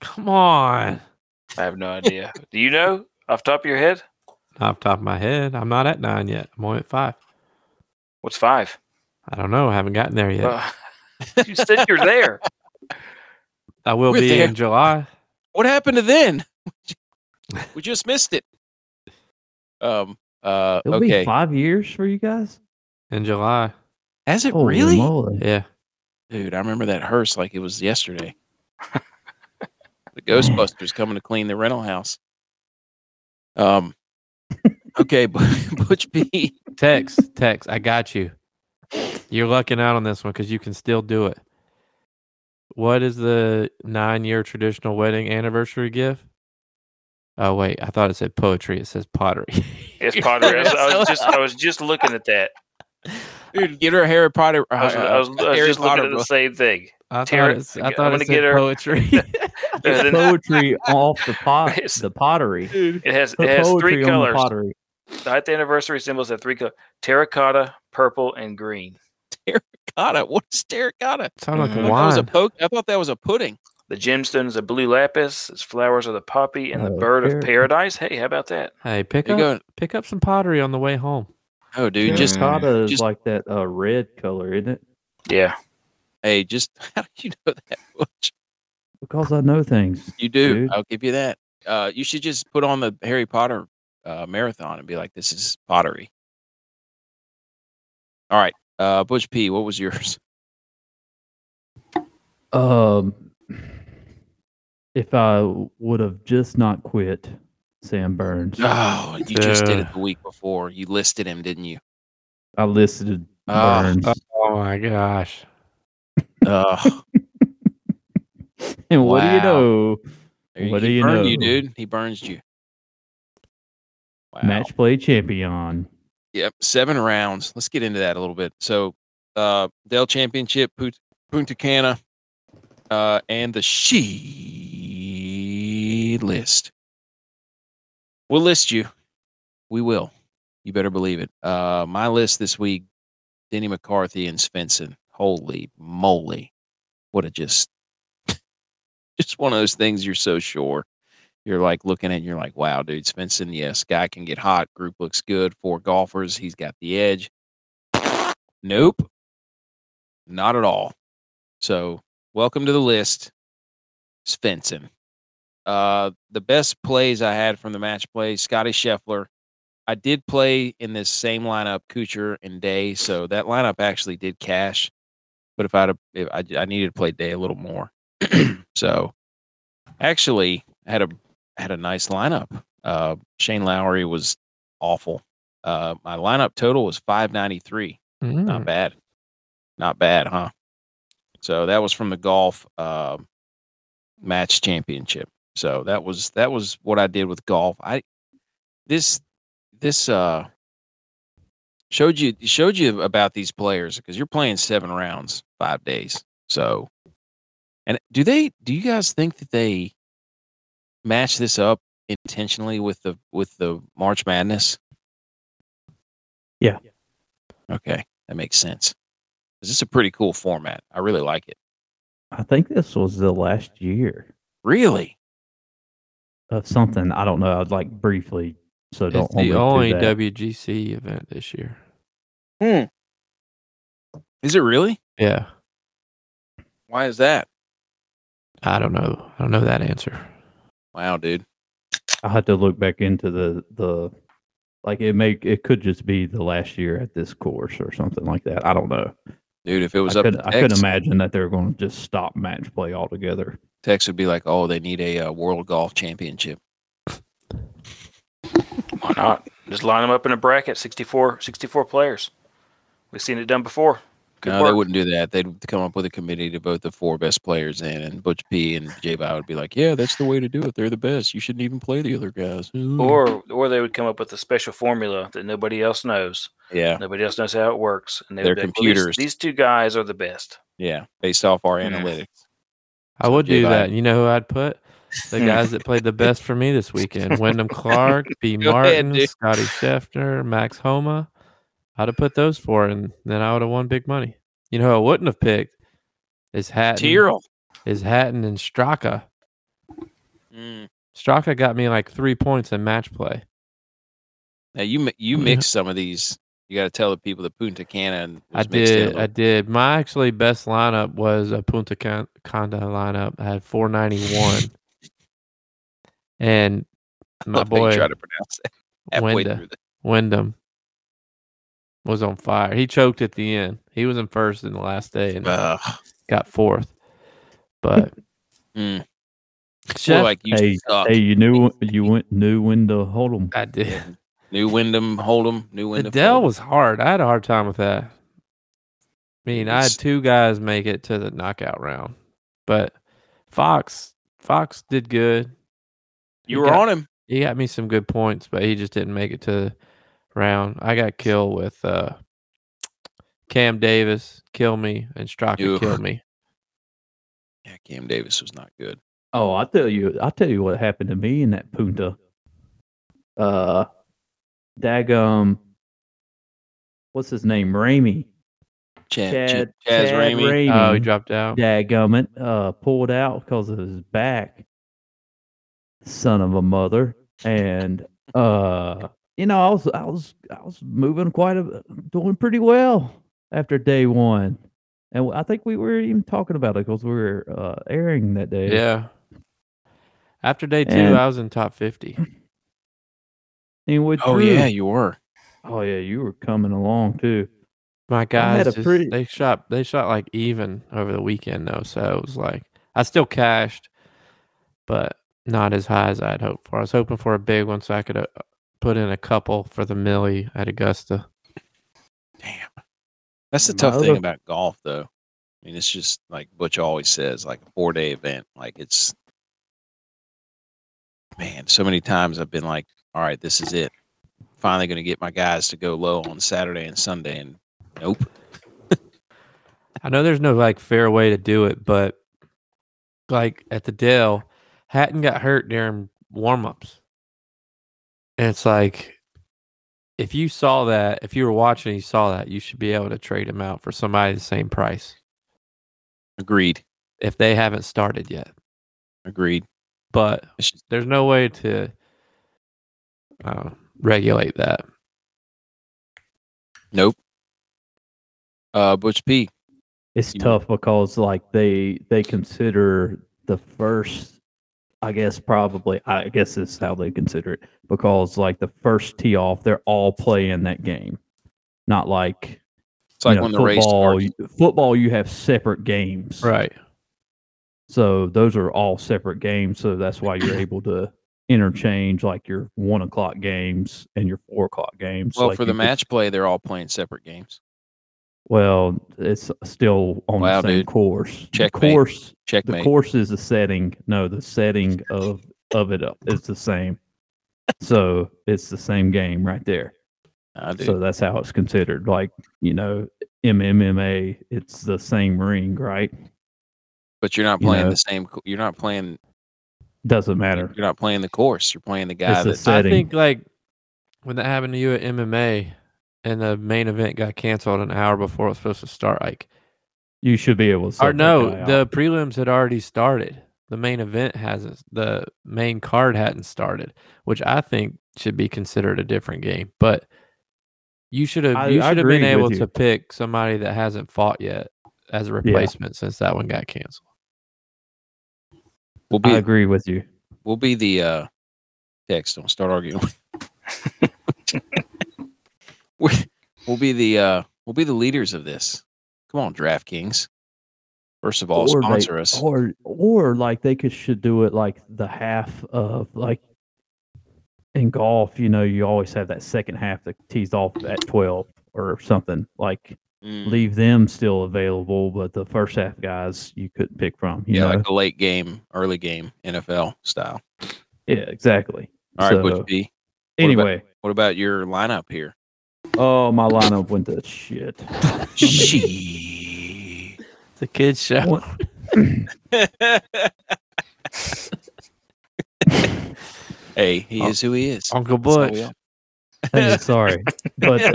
S2: Come on.
S4: I have no idea. Do you know off the top of your head?
S2: Off the top of my head, I'm not at nine yet. I'm only at five.
S4: What's five?
S2: I don't know. I haven't gotten there yet.
S4: Uh, you said you're there.
S2: I will
S1: we're
S2: be
S1: there.
S2: in July.
S1: What happened to then? we just missed it. Um. Uh.
S3: It'll be
S1: okay.
S3: five years for you guys.
S2: In July.
S1: Has it
S3: Holy
S1: really?
S3: moly.
S2: Yeah.
S1: Dude, I remember that hearse like it was yesterday. the Ghostbusters coming to clean the rental house. Um. Okay, Butch B.
S2: Tex, Tex, I got you. You're lucking out on this one because you can still do it. What is the nine year traditional wedding anniversary gift? Oh wait, I thought it said poetry. It says pottery.
S4: It's pottery. I was, I was just I was just looking at that.
S1: Dude, get her a Harry Potter.
S4: I was,
S1: uh,
S4: I was, I was
S1: Harry
S4: just looking
S1: Potter
S4: at the
S1: book.
S4: same thing.
S2: I
S4: Tear
S2: thought
S4: it.
S2: it, s- I
S4: I'm
S2: thought
S4: gonna
S2: it
S4: get
S2: said
S4: her-
S2: poetry.
S4: There's an-
S3: poetry off the pot,
S4: It's-
S3: the pottery.
S1: Dude,
S4: It has
S3: The
S4: it has
S3: poetry
S4: three
S3: on the
S4: colors.
S3: pottery.
S4: The height anniversary symbols have three colors: terracotta, purple, and green.
S1: terracotta. What is terracotta?
S2: Sound like
S4: Mhm.
S1: I
S2: a
S1: thought, that was a
S2: wine.
S1: po- I thought that was a pudding.
S4: The gemstone is a blue lapis. Its flowers are the poppy and the
S3: Oh,
S4: bird of
S3: very-
S4: paradise. Hey, how about that?
S2: Hey, pick
S1: There
S2: up
S1: you go.
S2: pick up some pottery on the way home.
S1: Oh, dude, just
S4: Mm.
S3: Terracotta is
S1: just-
S3: like that uh, red color, isn't it?
S4: Yeah,
S1: hey, just how do you know that much?
S3: Because I know things.
S1: You do.
S3: Dude.
S1: I'll give you that. Uh, you should just put on the Harry Potter uh, marathon and be like, "This is pottery." All right, uh, Bush P, what was yours?
S3: Um, if I would have just not quit, Sam Burns,
S1: Oh, you just did
S2: Uh,
S1: it the week before. You listed him, didn't you?
S3: I listed
S1: Ah,
S3: Burns
S2: Oh my gosh.
S1: Oh,
S3: And what do you
S1: Wow.
S3: know?
S1: there you-
S3: What do
S1: he
S3: you
S1: burned you,
S3: know?
S1: dude. He burns you. Wow.
S3: Match play champion.
S1: Yep, seven rounds. Let's get into that a little bit. So, uh, Dell Championship, Put- Punta Cana, uh, and the she list. We'll list you. We will. You better believe it. Uh, my list this week: Denny McCarthy and Svensson. Holy moly! What a just, just one of those things. You're so sure. You're like looking at. it, You're like, wow, dude, Svensson. Yes, guy can get hot. Group looks good. Four golfers. He's got the edge. Nope. Not at all. So, welcome to the list, Svensson. Uh, the best plays I had from the match play, Scotty Scheffler. I did play in this same lineup, Kucher and Day, so that lineup actually did cash. But if I'd have, if I, I needed to play Day a little more, so actually I had a had a nice lineup. Uh, Shane Lowry was awful. Uh, my lineup total was five ninety three. Not
S2: Mm.
S1: bad. Not bad, huh? So that was from the golf uh, match championship. So that was that was what I did with golf. I this this uh showed you showed you about these players because you're playing seven rounds, five days. So and do they do you guys think that they match this up intentionally with the with the March Madness?
S3: Yeah.
S1: Okay. That makes sense. 'Cause It's a pretty cool format. I really like it.
S3: I think this was the last year
S1: Really?
S3: of something. I don't know. I'd like briefly. So don't
S2: It's
S3: hold me
S2: the
S3: to
S2: only
S3: that.
S2: WGC event this year.
S1: Is it really?
S2: Yeah.
S1: Why is that?
S2: I don't know. I don't know that answer.
S1: Wow, dude.
S3: I had to look back into the the like it make it could just be the last year at this course or something like that. I don't know.
S1: Dude, if it was
S3: I
S1: up
S3: could
S1: to
S3: I could
S1: Tex,
S3: imagine that they're going to just stop match play altogether.
S1: Tex would be like, "Oh, they need a uh, World Golf Championship."
S4: why not? Just line them up in a bracket. 64, 64 players. We've seen it done before. Good
S1: no,
S4: work.
S1: they wouldn't do that. They'd come up with a committee to vote the four best players in, and Butch P and J Bow would be like, "Yeah, that's the way to do it. They're the best. You shouldn't even play the other guys." Ooh."
S4: Or or they would come up with a special formula that nobody else knows.
S1: yeah,
S4: Nobody else knows how it works. And they
S1: Their
S4: would be like, well, these-
S1: computers.
S4: these, two guys are the best.
S1: yeah, based off our
S4: Mm.
S1: analytics.
S2: I would
S1: Jay
S2: do
S1: Biden.
S2: that. You know who I'd put? The guys that played the best for me this weekend: Wyndham Clark, B.
S1: Go ahead,
S2: Martin,
S1: dude.
S2: Scotty Scheffner, Max Homa. I'd have put those four, and then I would have won big money. You know who I wouldn't have picked is Hatton,
S1: Tyrrell.
S2: is Hatton and Straka.
S1: Mm.
S2: Straka got me like three points in match play.
S1: Now you mi- you
S2: Yeah.
S1: mix some of these. You got to tell the people that Punta Cana and
S2: I
S1: was mixed in a
S2: did.
S1: little
S2: I did. My actually best lineup was a Punta Con- Conda lineup. I had 491. and my
S1: Love how you
S2: boy
S1: try to pronounce it halfway
S2: Wenda.
S1: through. The,
S2: Wyndham was on fire. He choked at the end. He was in first in the last day and
S1: Ugh.
S2: got fourth. But
S1: Mm. Well,
S2: Jeff,
S1: like you
S3: Hey,
S1: suck.
S3: Hey, you knew you went knew when to hold them.
S2: I did.
S1: Yeah. New Wyndham, Hold'em, New
S2: The
S1: Wyndham.
S2: Dell
S1: Hold'em.
S2: was hard. I had a hard time with that. I mean, I had
S1: Yes.
S2: two guys make it to the knockout round, but Fox Fox did good.
S1: you
S2: he
S1: were on
S2: got-
S1: him.
S2: He got me some good points, but he just didn't make it to the round. I got killed with uh, Cam Davis, kill me, and Straka
S1: Oof.
S2: kill me.
S1: Yeah, Cam Davis was not good.
S3: Oh, I tell you, I tell you what happened to me in that Punta. Uh, Dagum, what's his name? Ramey.
S1: Chad,
S3: Chad,
S1: Chad, Chaz
S3: Chad
S1: Ramey.
S2: Oh, he
S3: Ramey.
S2: dropped out.
S3: dadgummit, uh, pulled out because of his back. Son of a mother, and uh, you know, I was, I was, I was moving quite a, doing pretty well after day one, and I think we were even talking about it because we were uh, airing that day.
S2: Yeah. After day two,
S3: And-
S2: I was in top fifty.
S3: and with
S1: Oh
S3: Drew-
S1: yeah, you were.
S3: oh yeah, you were coming along too.
S2: My guys,
S3: a
S2: just-
S3: pretty-
S2: they shot they shot like even over the weekend though, so it was like I still cashed, but not as high as I'd hoped for. I was hoping for a big one so I could uh, put in a couple for the millie at Augusta.
S1: Damn. That's the
S3: My
S1: tough thing
S3: other-
S1: about golf, though. I mean, it's just like Butch always says, like a four day event. Like it's, man, so many times I've been like, all right, this is it. Finally going to get my guys to go low on Saturday and Sunday. And nope.
S2: I know there's no like fair way to do it, but like at the Dell, Hatton got hurt during warm ups. And it's like if you saw that, if you were watching, and you saw that, you should be able to trade him out for somebody the same price
S1: Agreed.
S2: if they haven't started yet.
S1: Agreed.
S2: But
S1: It's just,
S2: there's no way to uh, regulate that.
S1: nope. Uh, Butch P.
S3: It's
S1: You-
S3: tough because like they they consider the first I guess probably I guess this is how they consider it because like the first tee off they're all playing that game. Not like
S1: It's like
S3: you know,
S1: when the race
S3: football,
S1: starts.
S3: you, football you have separate games.
S2: Right.
S3: So those are all separate games. So that's why you're able to interchange like your one o'clock games and your four o'clock games.
S1: Well,
S3: Like,
S1: for the
S3: you could-
S1: match play, they're all playing separate games.
S3: Well, it's still on
S1: Wow,
S3: the same
S1: dude.
S3: course. The
S1: Checkmate.
S3: course the
S1: Checkmate.
S3: course is the setting. No, the setting of of it up is the same. So it's the same game right there.
S1: Nah, dude.
S3: So that's how it's considered. Like you know, MMMA, it's the same ring, right?
S1: but you're not
S3: you
S1: playing
S3: know.
S1: the same. co- You're not playing.
S3: Doesn't matter.
S1: You're not playing the course. You're playing the guy
S3: It's the
S1: that.
S3: setting.
S2: I think like when that happened to you at MMA and the main event got canceled an hour before it was supposed to start, like
S3: You should be able to.
S2: or
S3: sort that
S2: no,
S3: guy out.
S2: the prelims had already started. The main event hasn't the main card hadn't started, which I think should be considered a different game. But you should
S3: I-
S2: have you
S3: I
S2: should have
S3: agree
S2: been
S3: with
S2: able
S3: you.
S2: to pick somebody that hasn't fought yet as a replacement since that one got canceled.
S1: We'll
S3: I
S1: be
S3: agree with you.
S1: We'll be the uh text. Don't start arguing. We- we'll be the uh we'll be the leaders of this. Come on, DraftKings. First of all,
S3: Or they-
S1: sponsor us.
S3: Or or like they could should do it like the half of like in golf. You know, you always have that second half that tees off at twelve or something like.
S1: Mm,
S3: leave them still available, but the first half guys you couldn't pick from. You
S1: yeah,
S3: know?
S1: like the late game, early game, NFL style.
S3: yeah, exactly.
S1: All right, Butch
S3: So,
S1: B.
S3: anyway,
S1: What about your lineup here?
S3: oh my lineup went to shit.
S1: She.
S2: It's a kids show.
S3: What-
S1: hey, he
S2: Oh,
S1: is who he is.
S2: Uncle
S1: That's how
S2: Butch.
S1: we are.
S3: Hey, sorry, but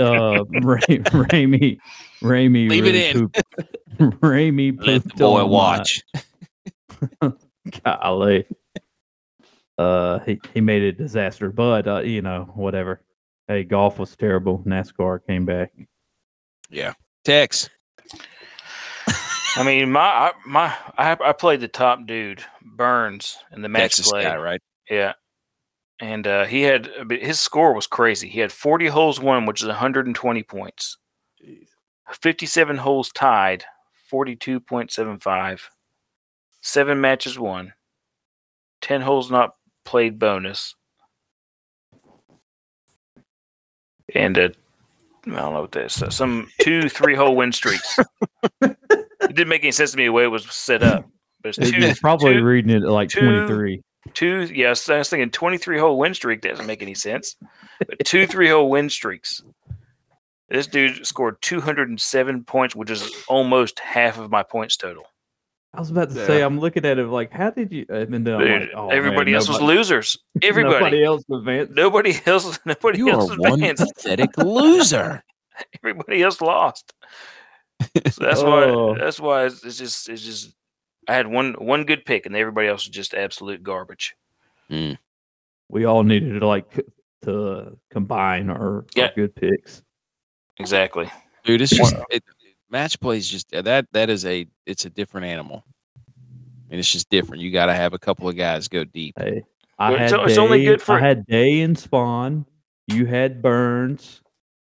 S3: uh, Ra- Raimi, Raimi,
S1: Leave it
S3: really
S1: in.
S3: pooped- Raimi,
S1: Let the
S3: pooped
S1: boy
S3: on my-
S1: watch.
S3: Golly. Uh, he, he made it a disaster, but uh, you know, whatever. Hey, golf was terrible. NASCAR came back.
S1: Tex.
S4: I mean, my I, my I, I played the top dude Burns in the match
S1: Texas
S4: play.
S1: guy, right?
S4: Yeah, and uh, he had a bit- his score was crazy. He had 40 holes won, which is 120 points. 57 holes tied, 42.75. Seven matches won. 10 holes not played bonus. And uh, I don't know what that is. Some two, three hole win streaks. it didn't make any sense to me the way it was set up. But it's
S3: It-
S4: two,
S3: You're probably
S4: two-
S3: reading it at like
S4: two-
S3: 23.
S4: Two, yes, I was thinking 23 hole win streak. That doesn't make any sense. But two three hole win streaks. This dude scored 207 points, which is almost half of my points total.
S3: I was about to say, I'm looking at it like, how did you? And then I'm
S4: Dude,
S3: like, oh, man,
S4: everybody else was
S3: nobody-
S4: losers. Everybody.
S3: Nobody else advanced.
S4: Nobody else. Nobody
S1: You
S4: else
S1: are one
S4: advanced.
S1: pathetic loser.
S4: Everybody else lost. So that's
S3: Oh.
S4: why. That's why it's, it's just. It's just. I had one one good pick, and everybody else was just absolute garbage.
S3: We all needed to like c- to combine our,
S4: Yeah.
S3: our good picks.
S4: Exactly.
S1: Dude, it's just it, match play is just that that is a it's a different animal. And it's just different. You got to have a couple of guys go deep.
S3: Hey, I
S4: Well,
S3: had
S4: it's o- it's only
S3: Day-
S4: good for-
S3: I had Day and Spawn. You had Burns.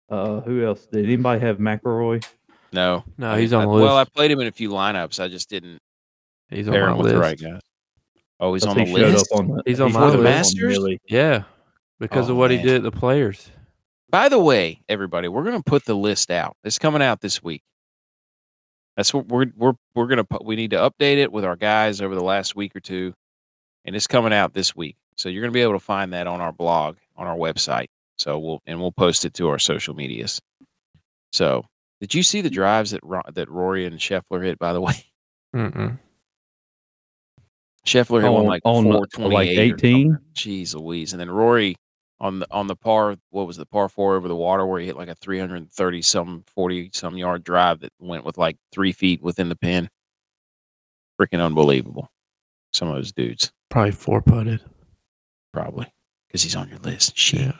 S3: Uh, who else? Did anybody have McElroy?
S1: No,
S2: No,
S1: I-
S2: he's on
S1: I-
S2: the list.
S1: Well, I played him in a few lineups. I just didn't
S2: he's on
S1: pair
S2: my
S1: him with
S2: list.
S1: the right guys. Oh, he's
S3: Because
S1: on the
S3: he showed
S1: list.
S3: Up on the,
S2: He's on
S3: he
S2: my
S3: showed up
S2: list.
S1: Masters?
S3: Millie.
S2: Yeah, because
S1: Oh,
S2: of what
S1: man.
S2: he did at the players.
S1: By the way, everybody, we're gonna put the list out. It's coming out this week. That's what we're we're we're gonna put. We need to update it with our guys over the last week or two, and it's coming out this week. So you're gonna be able to find that on our blog on our website. So we'll and we'll post it to our social medias. So did you see the drives that Ro- that Rory and Scheffler hit? By the way,
S2: Mm-mm.
S1: Scheffler hit one like
S3: Oh, on uh,
S1: four
S3: like
S1: twenty eight.
S3: 18.
S1: Jeez Louise. And then Rory on the on the par, what was the par four over the water where he hit like a 330 some 40 some yard drive that went with like three feet within the pin. Freaking unbelievable. Some of those dudes,
S2: Probably four putted.
S1: probably. Because he's on your list. Shit.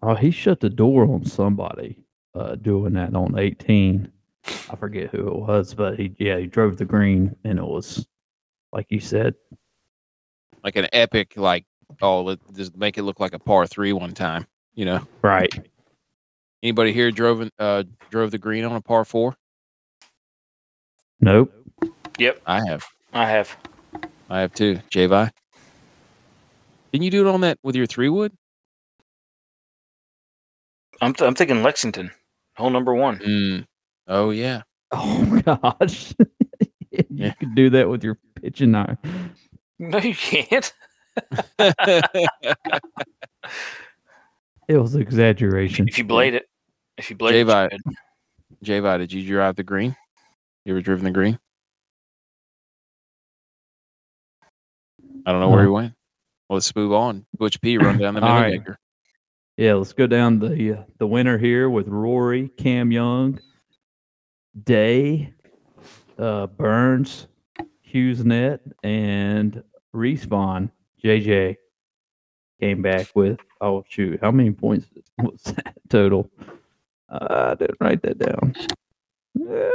S3: Oh, he shut the door on somebody uh, doing that on 18. I forget who it was, but he yeah he drove the green and it was like you said.
S1: Like an epic, like, oh, let just make it look like a par three one time. You know,
S3: Right.
S1: anybody here drove an- uh drove the green on a par four?
S3: Nope.
S1: I have.
S4: I have.
S1: I have too. Javi. Didn't you do it on that with your three wood?
S4: I'm. Th- I'm thinking Lexington, hole number one.
S1: Mm. Oh yeah.
S3: Oh gosh. you
S1: Yeah.
S3: could do that with your pitching iron.
S4: No, you can't.
S3: It was exaggeration.
S4: If you blade it. If you blade it.
S1: J-Vi.
S4: you could.
S1: Javi, did you drive the green? You ever driven the green? I don't know where he went. Well, let's move on. Butch P run down the
S3: All
S1: middle
S3: right.
S1: acre.
S3: Yeah, let's go down the uh, the winner here with Rory, Cam Young, Day, uh, Burns, HughesNet, and Respawn. JJ came back with oh shoot, how many points was that total? Uh, I didn't write that down. Uh,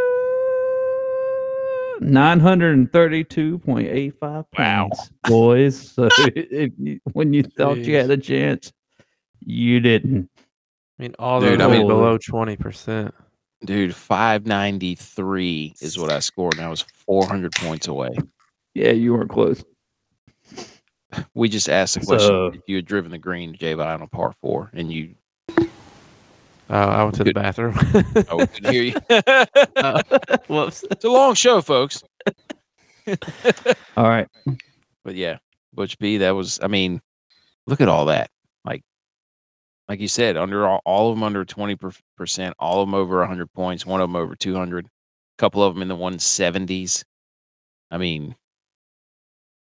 S3: Nine hundred and thirty-two point eight five
S1: Wow.
S3: points, boys. So if you, when you thought you
S2: Jeez.
S3: had a chance, you didn't.
S2: I mean, all
S1: Dude,
S2: those
S1: I
S2: I
S1: mean-
S2: below twenty percent.
S1: Dude, 593 is what I scored, and I was 400 points away.
S3: Yeah, you weren't close.
S1: We just asked the question
S3: So-
S1: if you had driven the green, Javi, on a par four, and you,
S2: Oh, I went to the
S1: Good.
S2: bathroom.
S1: I we couldn't oh, hear you.
S2: Whoops.
S1: It's a long show, folks.
S3: All right.
S1: But yeah, Butch B, that was, I mean, look at all that. Like, like you said, under all, all of them under 20%, all of them over 100 points, one of them over 200, a couple of them in the 170s. I mean,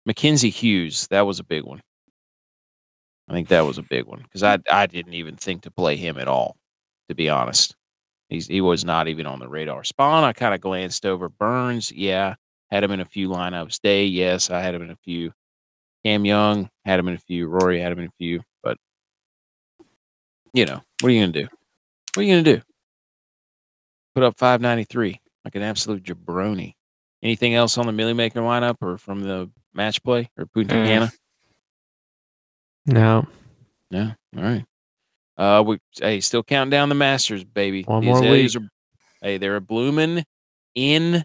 S1: Mackenzie Hughes, that was a big one. I think that was a big one because I, I didn't even think to play him at all, to be honest. He's, he was not even on the radar. Spawn, I kind of glanced over. Burns, yeah. Had him in a few lineups. Day, yes, I had him in a few. Cam Young had him in a few. Rory had him in a few. But you know, what are you gonna do? What are you gonna do? Put up five ninety three like an absolute jabroni. Anything else on the Millie Maker lineup or from the match play or Punta
S4: Mm.
S1: Cana?
S2: No,
S1: Yeah. All right. Uh, we hey, still counting down the Masters, baby.
S2: One
S1: These
S2: more
S1: A's are- hey, they're a blooming in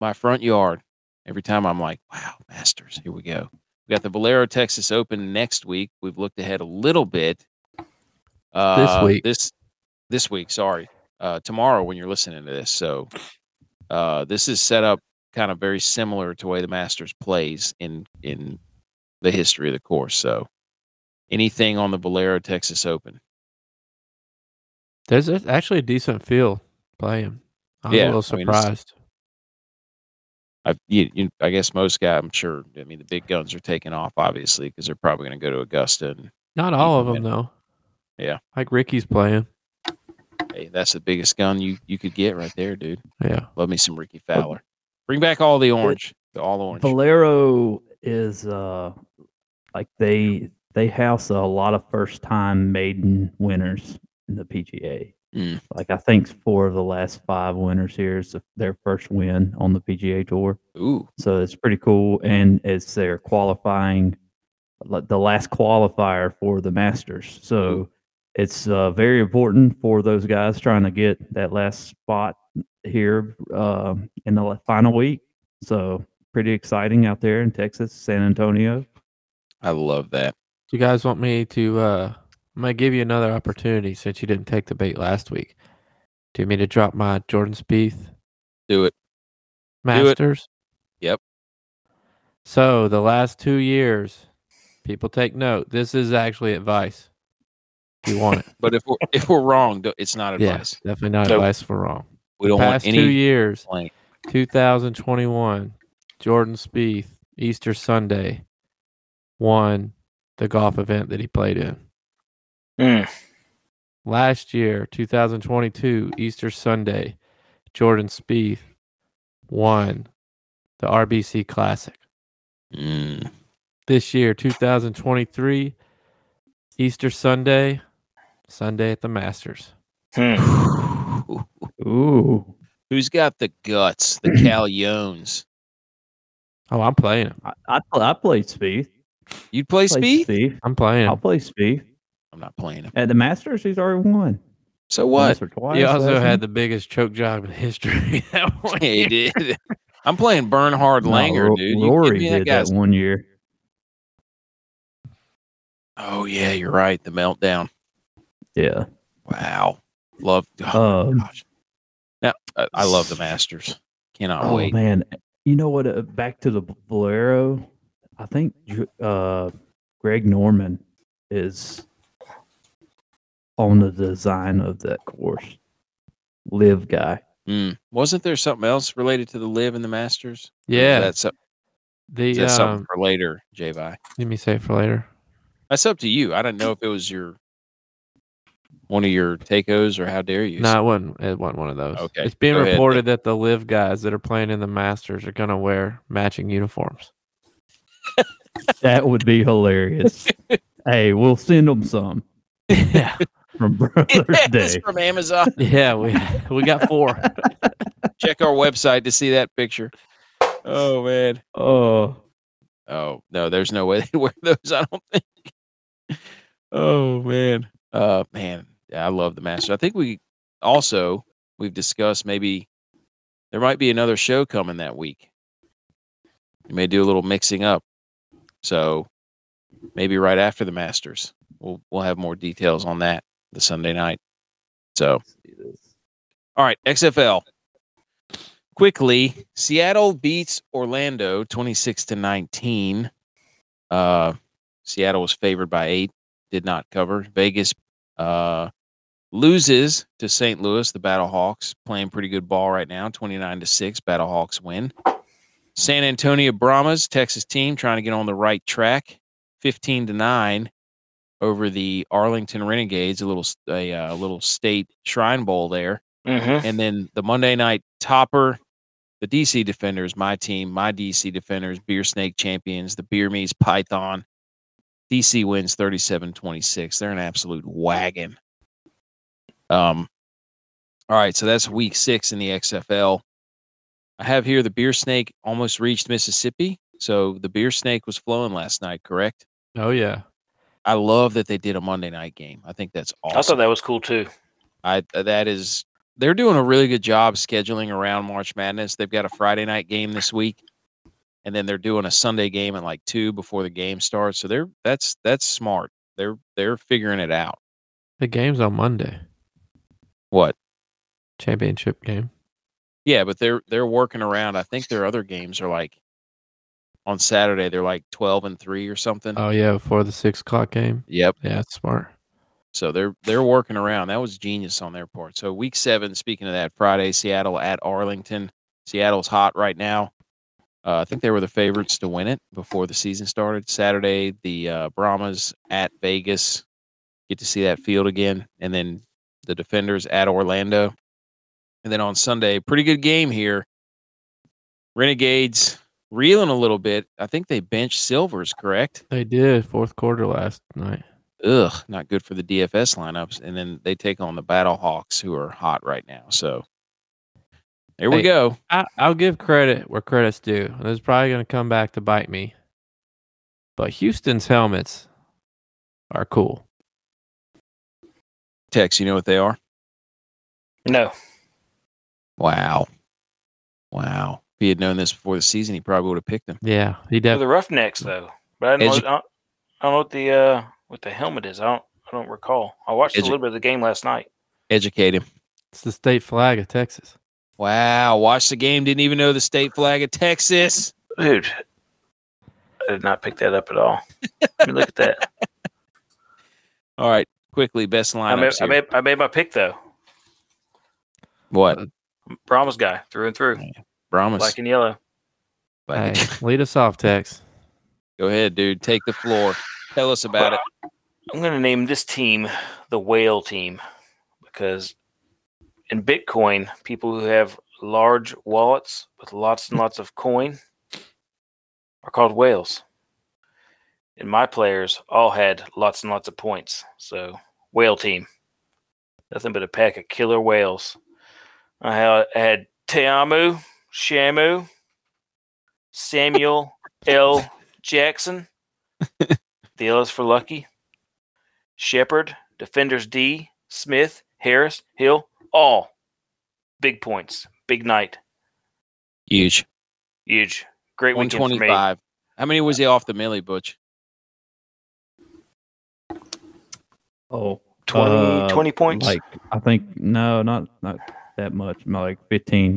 S1: my front yard. Every time I'm like, wow, Masters, here we go. We got the Valero Texas Open next week. We've looked ahead a little bit. Uh,
S2: week.
S1: This this week, sorry. Uh, tomorrow when you're listening to this. So uh, this is set up kind of very similar to the way the Masters plays in in the history of the course. So, anything on the Valero Texas Open?
S2: There's a- actually a decent field playing. I'm
S1: Yeah,
S2: a little
S1: I mean, it's-
S2: surprised.
S1: I, you, you, I guess most guys, I'm sure. I mean, the big guns are taking off obviously because they're probably going to go to Augusta, and
S2: Not all of
S1: even
S2: them though.
S1: Yeah.
S2: Like Ricky's playing.
S1: hey, that's the biggest gun you you could get right there, dude.
S2: Yeah.
S1: Love me some Ricky Fowler. Bring back all the orange, the all orange.
S3: Valero is uh like they they house a lot of first time maiden winners in the PGA.
S1: Mm.
S3: Like I think four of the last five winners here is their first win on the PGA tour.
S1: Ooh,
S3: So it's pretty cool and it's their qualifying like the last qualifier for the Masters. So it's uh, very important for those guys trying to get that last spot here uh, in the la- final week. So pretty exciting out there in Texas, San Antonio.
S1: I love that.
S2: Do you guys want me to uh I'm gonna give you another opportunity since you didn't take the bait last week. Do you want me to drop my Jordan Spieth
S1: Do it. it.
S2: Masters?
S1: Yep.
S2: So the last two years, people take note. This is actually advice. If you want it.
S1: But if we're if we're wrong, don't- it's not
S2: yes.
S1: advice.
S2: Definitely not
S1: So-
S2: advice for wrong.
S1: We don't
S2: Past
S1: want
S2: two
S1: any
S2: years,
S1: blame.
S2: 2021, Jordan Spieth, Easter Sunday, won the golf event that he played in.
S4: Mm.
S2: Last year, 2022, Easter Sunday, Jordan Spieth won the RBC Classic.
S1: Mm,
S2: This year, 2023, Easter Sunday, Sunday at the Masters.
S4: Hmm.
S3: Ooh,
S1: Mm. Who's got the guts? The Calyones.
S2: Oh, I'm playing him.
S3: I, I, pl- I played Spieth.
S1: You'd play
S3: Played
S1: speed?
S3: Spieth.
S2: I'm playing
S3: I'll
S2: him.
S3: play Spieth
S1: I'm not playing him.
S3: at the Masters. He's already won
S1: So
S3: once
S1: what?
S3: or twice.
S2: He also
S3: hasn't
S2: had the biggest choke job in history. that one
S1: He
S2: year.
S1: did. I'm playing Bernhard
S3: No,
S1: Langer,
S3: Ro-
S1: dude. You give
S3: Rory
S1: me
S3: did that
S1: guy's-
S3: one year.
S1: Oh yeah, you're right. The meltdown.
S3: Yeah.
S1: Wow. Love. Oh,
S3: Um,
S1: gosh. Now, I, I love the Masters. Cannot
S3: oh
S1: wait.
S3: man, you know what? Uh, back to the B- Bolero. I think Ju- uh, Greg Norman is on the design of that course. Live guy.
S1: Mm. Wasn't there something else related to the live and the Masters? Or is
S2: Yeah.
S1: that so-
S2: The,
S1: is that something
S2: um,
S1: for later, Javi?
S2: let me save for later.
S1: That's up to you. I don't know if it was your one of your takos or how dare you.
S2: No, it wasn't. It wasn't one of those.
S1: Okay,
S2: It's being
S1: go ahead.
S2: reported that the live guys that are playing in the Masters are gonna wear matching uniforms.
S3: That would be hilarious. hey, we'll send them some
S2: yeah,
S3: from Brother's
S1: Get this
S3: Day.
S1: from Amazon.
S2: yeah. We we got four.
S1: Check our website to see that picture. Oh man.
S3: Oh,
S1: Oh no, there's no way they wear those. I don't think. Oh man. Uh man, yeah, I love the Masters. I think we also we've discussed maybe there might be another show coming that week. We may do a little mixing up. So maybe right after the Masters, we'll we'll have more details on that the Sunday night. So all right, XFL. Quickly, Seattle beats Orlando 26 to 19. Uh, Seattle was favored by eight, did not cover. Vegas uh, loses to St. Louis, the Battle Hawks, playing pretty good ball right now, 29 to 6. Battle Hawks win. San Antonio Brahmas, Texas team, trying to get on the right track, 15 to 9 over the Arlington Renegades, a little s- a uh, little state Shrine Bowl there.
S4: Mm-hmm.
S1: And then the Monday night topper, the DC Defenders, my team, my DC Defenders, Beer Snake Champions, the Beer Me's Python. DC wins 37 26. They're an absolute wagon. Um, all right, so that's week six in the XFL. I have here the Beer Snake almost reached Mississippi. So the Beer Snake was flowing last night, correct?
S2: Oh yeah.
S1: I love that they did a Monday night game. I think that's awesome.
S4: I thought that was cool too.
S1: I uh, that is they're doing a really good job scheduling around March Madness. They've got a Friday night game this week, and then they're doing a Sunday game at like two before the game starts. So they're that's that's smart. They're they're figuring it out.
S2: The game's on Monday.
S1: What?
S2: Championship game.
S1: Yeah, but they're they're working around. I think their other games are like on Saturday. They're like twelve and three or something.
S2: Oh yeah, before the six o'clock game.
S1: Yep.
S2: Yeah, that's smart.
S1: So they're they're working around. That was genius on their part. So week seven. Speaking of that, Friday, Seattle at Arlington. Seattle's hot right now. Uh, I think they were the favorites to win it before the season started. Saturday, the uh, Brahmas at Vegas. Get to see that field again, and then the Defenders at Orlando, and then on Sunday, pretty good game here. Renegades reeling a little bit. I think they benched Silvers, correct?
S2: They did fourth quarter last night.
S1: ugh, not good for the DFS lineups. And then they take on the Battle Hawks, who are hot right now. So there we
S2: Hey.
S1: go.
S2: I, I'll give credit where credit's due. And it's probably going to come back to bite me. But Houston's helmets are cool.
S1: Tex, you know what they are?
S4: No.
S1: Wow. Wow. If he had known this before the season, he probably would have picked them.
S2: Yeah, he
S4: They're
S2: definitely.
S4: the Roughnecks though, but I don't know.
S1: Edu-
S4: I, don't, I don't know what the uh, what the helmet is. I don't. I don't recall. I watched
S1: Edu-
S4: a little bit of the game last night.
S1: Educate him.
S2: It's the state flag of Texas.
S1: Wow. Watch the game. Didn't even know the state flag of Texas.
S4: Dude, I did not pick that up at all. I mean, look at that.
S1: All right. Quickly, best
S4: I
S1: lineups.
S4: made, I
S1: here.
S4: made I made my pick though.
S1: what?
S4: Brahma's guy through and through,
S1: Brahmas.
S4: black and yellow.
S1: Black-
S2: Hey, lead us off, Tex.
S1: Go ahead, dude. Take the floor. Tell us about it.
S4: I'm going to name this team the whale team because in Bitcoin, people who have large wallets with lots and lots of coin are called whales. And my players all had lots and lots of points. So, whale team. Nothing but a pack of killer whales. I had, I had Teamu, Shamu, Samuel L. Jackson. The L is for lucky. Shepard, defenders D, Smith, Harris, Hill, all big points, big night,
S1: Huge.
S4: huge, great weekend for me.
S1: 125. How many was he off the millie, Butch?
S3: Oh,
S4: 20,
S3: uh,
S4: 20 points.
S3: Like I think no, not not that much. no, Like fifteen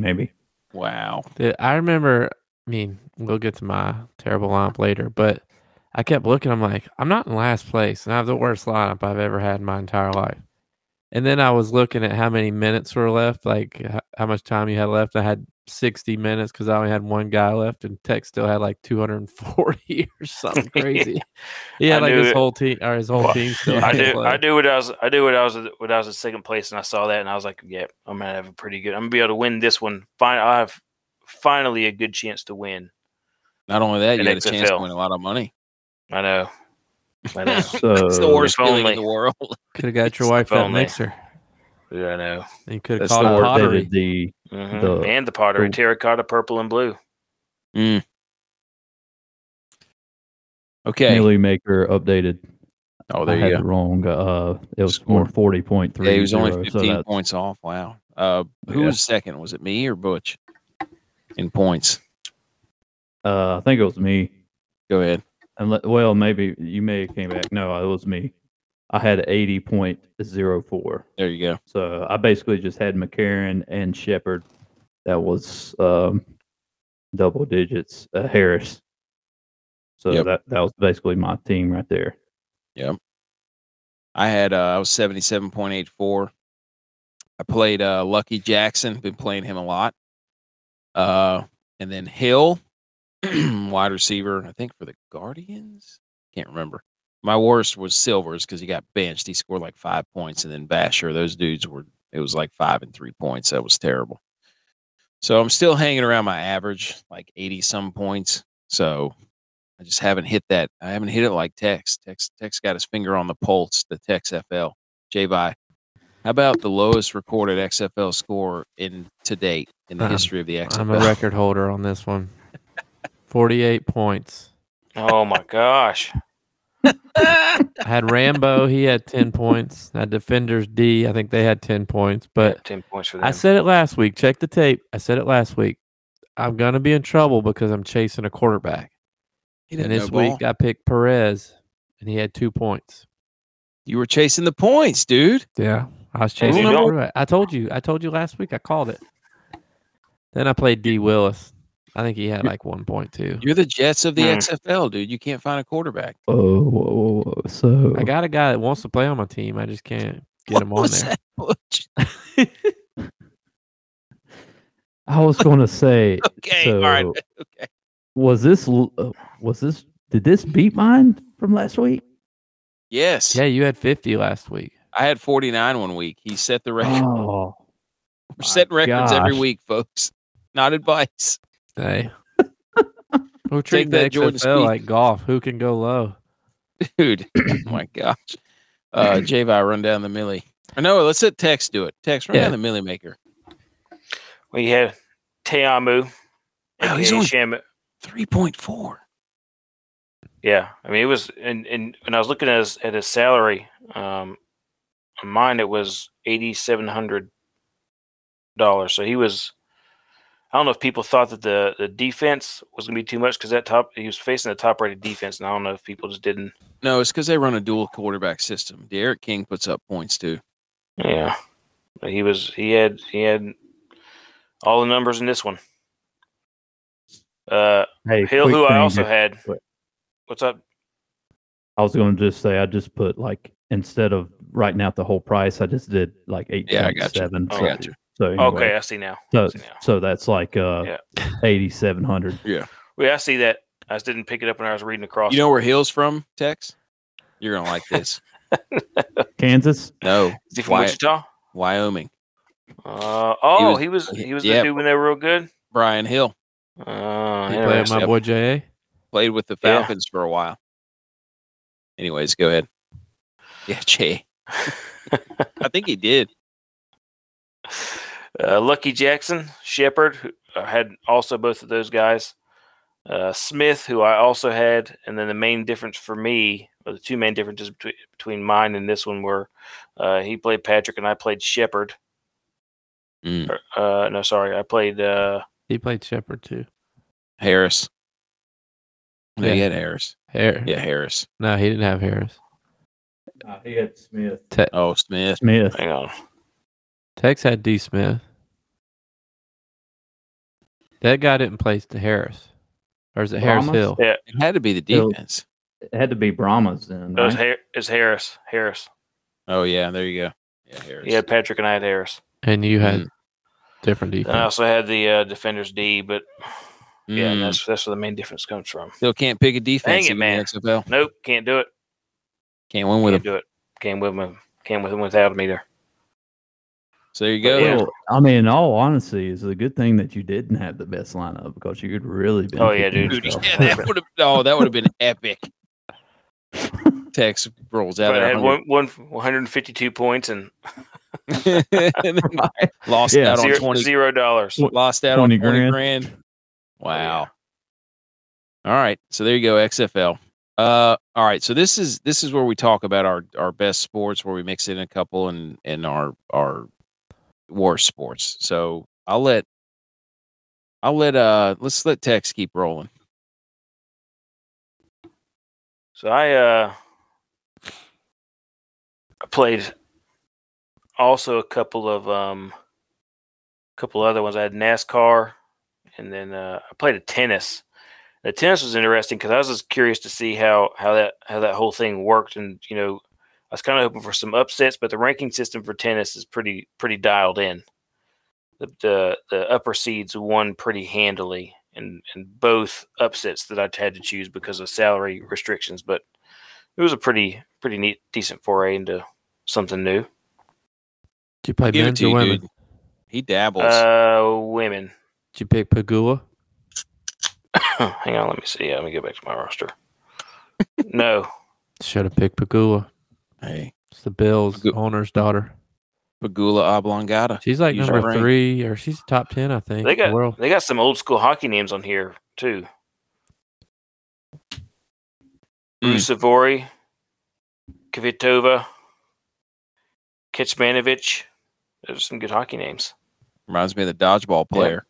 S3: maybe.
S1: Wow.
S2: Dude, I remember, I mean, we'll get to my terrible lineup later, but I kept looking. I'm like, I'm not in last place, and I have the worst lineup I've ever had in my entire life. And then I was looking at how many minutes were left, like h- how much time you had left. I had 60 minutes because I only had one guy left, and Tech still had like 240 or something
S4: Yeah.
S2: crazy. Yeah,
S4: I
S2: like
S4: knew
S2: his
S4: it.
S2: whole team or his whole
S4: Well,
S2: team still.
S4: I
S2: had
S4: do. I
S2: left.
S4: do what I was. I do what I was. What I was in second place, and I saw that, and I was like, "Yeah, I'm gonna have a pretty good. I'm gonna be able to win this one. Fine, I have finally a good chance to win.
S1: Not only that, you
S4: In
S1: had a chance to
S4: XFL.
S1: win a lot of money.
S4: I know. I know.
S3: So
S1: It's the worst
S4: If
S1: feeling in
S4: only.
S1: the world.
S2: Could have got your
S1: If
S2: wife that
S4: only.
S2: mixer,
S4: Yeah, I know.
S2: and you could have
S1: That's the
S2: called it
S1: word,
S2: pottery.
S3: David, the
S4: Mhm.
S3: The-
S4: and the pottery,
S3: the-
S4: terracotta, purple, and blue.
S1: Okay.
S3: Millie Maker updated.
S1: Oh,
S3: I
S1: there
S3: had
S1: you
S3: it
S1: go.
S3: wrong. Uh, it was
S1: Score.
S3: more forty point three.
S1: Yeah, he was only
S3: zero, so
S1: 15
S3: that's-
S1: points off. Wow. Uh, who
S3: Yeah.
S1: was second? Was it me or Butch in points?
S3: Uh, I think it was me.
S1: Go ahead.
S3: Unle- well, maybe you may have came back. No, it was me. I had eighty point zero four.
S1: There you go.
S3: So I basically just had McCarran and Shepard. That was um, double digits. Uh, Harris. So
S1: Yep.
S3: that that was basically my team right there.
S1: I had, uh, I was 77.84. I played uh, Lucky Jackson, been playing him a lot. Uh, and then Hill, wide receiver, I think for the Guardians. Can't remember. My worst was Silvers because he got benched. He scored like five points, and then Basher. Those dudes were. It was like five and three points. That was terrible. So I'm still hanging around my average, like eighty some points. So I just haven't hit that. I haven't hit it like Tex. Tex Tex got his finger on the pulse. The Tex FL. Jvi, how about the lowest recorded XFL score in to date in the
S2: Um,
S1: history of the XFL?
S2: I'm a record holder on this one. 48 points.
S4: Oh my gosh!
S2: I had Rambo. He had 10 points. I had Defenders D. I think they had 10 points. But
S4: ten points for that.
S2: I said it last week. Check the tape. I said it last week. I'm going to be in trouble because I'm chasing a quarterback.
S1: He
S2: And
S1: doesn't know
S2: this
S1: ball.
S2: week I picked Perez and he had two points.
S1: You were chasing the points, dude.
S2: Yeah. I was
S1: you
S4: And
S2: chasing a
S1: don't-
S2: quarterback. I told you. I told you last week. I called it. Then I played D. Willis. I think he had like 1.2.
S1: You're the Jets of the
S4: Hmm.
S1: XFL, dude. You can't find a quarterback.
S3: Oh, whoa, whoa, whoa. so
S2: I got a guy that wants to play on my team. I just can't get
S1: What
S2: him on
S1: was
S2: there.
S1: that, Butch?
S3: I was going to say.
S1: Okay,
S3: so,
S1: all right, okay.
S3: Was this? l- uh, Was this? Did this beat mine from last week?
S1: Yes.
S2: Yeah, you had 50 last week.
S1: I had 49 one week. He set the record.
S3: Oh,
S1: We're setting records every
S3: gosh.
S1: week, folks. Not advice.
S2: Hey. We're treating
S1: that,
S2: the
S1: Jordan
S2: XFL
S1: Spieth.
S2: like golf. Who can go low?
S1: Dude, oh my gosh. Uh Javi, run down the millie. Or no, let's let Tex do it. Tex, run
S2: Yeah.
S1: down the millie maker.
S4: We had Teamu.
S1: Oh, he's
S4: aka
S1: only-
S4: Shamu.
S1: 3.4.
S4: Yeah, I mean it was, and and when I was looking at his at his salary, um, on mine it was eighty seven hundred dollars. So he was, I don't know if people thought that the the defense was going to be too much because that top he was facing the top rated defense, and I don't know if people just didn't.
S1: No, it's because they run a dual quarterback system. Derek King puts up points too.
S4: Yeah, but he was he had he had all the numbers in this one. Uh,
S3: hey,
S4: Hill,
S3: quick
S4: who I
S3: thing
S4: also
S3: here.
S4: had.
S3: quick.
S4: What's up?
S3: I was going to just say I just put like instead of writing out the whole price, I just did like eight
S1: Yeah, I got you.
S4: I
S3: so,
S1: got you.
S3: so
S4: Okay,
S3: anyway,
S4: I see now. I
S3: So,
S4: see now.
S3: so that's like uh, eighty seven hundred.
S4: Well, yeah, I see that. I just didn't pick it up when I was reading across.
S1: You know where Hill's from, Tex? You're gonna like this.
S3: Kansas.
S1: no,
S4: Is he from
S1: Wyatt.
S4: Wichita?
S1: Wyoming.
S4: Uh, oh,
S1: was-
S4: he was he was,
S1: he-
S4: the
S1: yeah.
S4: dude when they were real good.
S1: Brian Hill
S4: Uh,
S2: You play with
S4: interesting.
S2: my
S1: Yep.
S2: boy J.A.?
S1: played with the
S4: Yeah.
S1: Falcons for a while. Anyways, go ahead. Yeah, Jay. I think he did.
S4: uh, Lucky Jackson, Shepard, who I had also both of those guys. Uh, Smith, who I also had, and then the main difference for me, or the two main differences between between mine and this one were, uh, he played Patrick and I played Shepard.
S1: Mm.
S4: Or, Uh, no, sorry, I played. Uh,
S2: He played Shepard too.
S1: Harris. No, he
S2: Yeah.
S1: had Harris.
S2: Harris.
S1: Yeah, Harris.
S2: No, he didn't have Harris.
S3: Uh, he had Smith.
S2: Te-
S1: Oh, Smith.
S3: Smith.
S4: hang on,
S2: Tex had D. Smith. That guy didn't play to Harris. Or is it Harris
S3: Brahmas?
S2: Hill?
S1: It had to be the
S3: Hill.
S1: defense.
S3: It had to be Brahmas then.
S4: no, it's,
S3: right?
S4: Har- it's Harris. Harris.
S1: Oh yeah, there you go. Yeah, Harris.
S4: He had Patrick and I had Harris.
S2: And you had
S1: Mm.
S2: different
S4: And I
S2: defense.
S4: also had the uh, defenders D, but yeah,
S1: Mm.
S4: and that's that's where the main difference comes from.
S1: Still can't pick a defense
S4: it,
S1: even
S4: man.
S1: in the XFL.
S4: Nope, can't do it.
S1: Can't win with
S4: Can't
S1: him.
S4: do it. Can't with him. Can't with him without him either.
S1: So there you go.
S4: Yeah.
S3: Well, I mean, in all honesty, it's a good thing that you didn't have the best lineup because you could really. Been
S4: Oh, yeah,
S3: kicking
S4: dude.
S1: Dude,
S3: yourself.
S1: yeah, that would have oh, that would have been epic. Tex rolls out
S4: but I
S1: at
S4: had
S1: 100.
S4: one, one 152 points and
S1: And then lost
S3: Yeah.
S1: out on
S4: zero-
S1: twenty
S4: zero Oh, dollars.
S1: lost out
S3: 20
S1: on 20
S3: grand.
S1: grand. Wow. All right. So there you go, XFL. Uh all right. So this is this is where we talk about our our best sports where we mix in a couple and and our our worst sports. So I'll let I'll let uh let's let Tex keep rolling.
S4: So I uh I played also a couple of um couple other ones. I had NASCAR and then uh, I played a tennis. The tennis was interesting because I was just curious to see how how that how that whole thing worked and you know I was kind of hoping for some upsets, but the ranking system for tennis is pretty pretty dialed in. The the, the upper seeds won pretty handily and and both upsets that I had to choose because of salary restrictions, but it was a pretty pretty neat decent foray into something new.
S2: Did you play
S1: Give it
S2: men's
S1: to
S2: or
S1: you,
S2: women?
S1: dude. He dabbles.
S4: Uh women.
S2: Did you pick Pagula?
S4: Hang on, let me see. Let me go back to my roster. no.
S2: Should have picked Pagula.
S1: hey.
S2: It's the Bills
S1: Pagu-
S2: owner's daughter.
S1: Pagula oblongata.
S2: She's like
S1: Use
S2: number
S1: your brain.
S2: three, or she's top ten, I think.
S4: They
S2: in the
S4: got
S2: world.
S4: they got some old school hockey names on here too.
S1: Hmm. Mm.
S4: Rusevori, Kvitova, Kecmanovic. Those are some good hockey names.
S1: Reminds me of the dodgeball
S3: Yeah.
S1: player.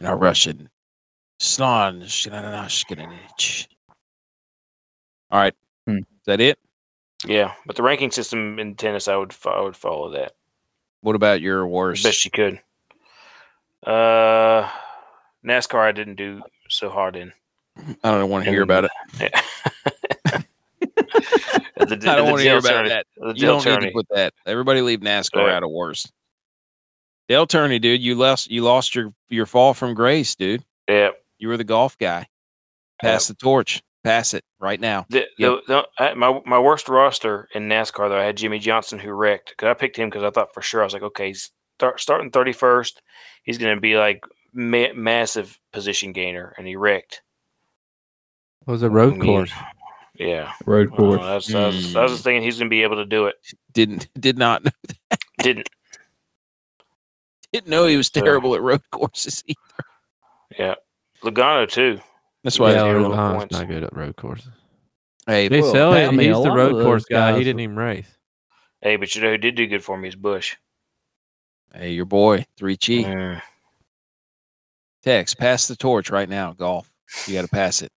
S1: In our Russian. Slan Shnanashkinanich. All right.
S3: Hmm.
S1: Is that it?
S4: Yeah, but the ranking system in tennis, I would fo- I would follow that
S1: What about your
S4: as
S1: worst?
S4: best you could. Uh, NASCAR, I didn't do so hard in.
S1: I don't want to hear about it.
S4: At the,
S1: I
S4: at
S1: don't
S4: the
S1: want to hear
S4: Dale
S1: about
S4: tourney-
S1: that.
S4: at The
S1: You
S4: Dale
S1: don't need to
S4: tourney.
S1: put that. Everybody leave NASCAR
S4: Right.
S1: out of worse. Dale Turney, dude, you lost you lost your your fall from grace, dude.
S4: Yep.
S1: You were the golf guy. Pass the torch. Pass it right now.
S4: The,
S1: Yep.
S4: the, the, I, my my worst roster in NASCAR though I had Jimmy Johnson who wrecked because I picked him because I thought for sure I was like okay he's start, starting thirty first he's going to be like ma- massive position gainer and he wrecked
S2: was a
S1: Mm,
S2: road
S4: Yeah.
S2: course.
S4: yeah
S3: Road
S4: Well,
S3: course.
S4: I, was, I, was, I was just thinking he's going to be able to do it
S1: Didn't did not
S4: didn't
S1: didn't know he was
S4: Yeah.
S1: terrible at road courses. either.
S4: yeah Logano too
S1: That's why.
S2: Yeah,
S4: zero
S2: Logano's
S4: points.
S2: not good at road courses.
S1: Hey,
S2: Chase
S3: well,
S2: Elliott,
S3: I mean, a
S2: he's the
S3: lot of
S2: road
S3: those
S2: course guy. He
S3: guys-
S2: didn't even race.
S4: hey but you know who did do good for me is Bush
S1: hey, your boy, three G.
S4: Mm.
S1: Text, pass the torch right now. Golf. You got to pass it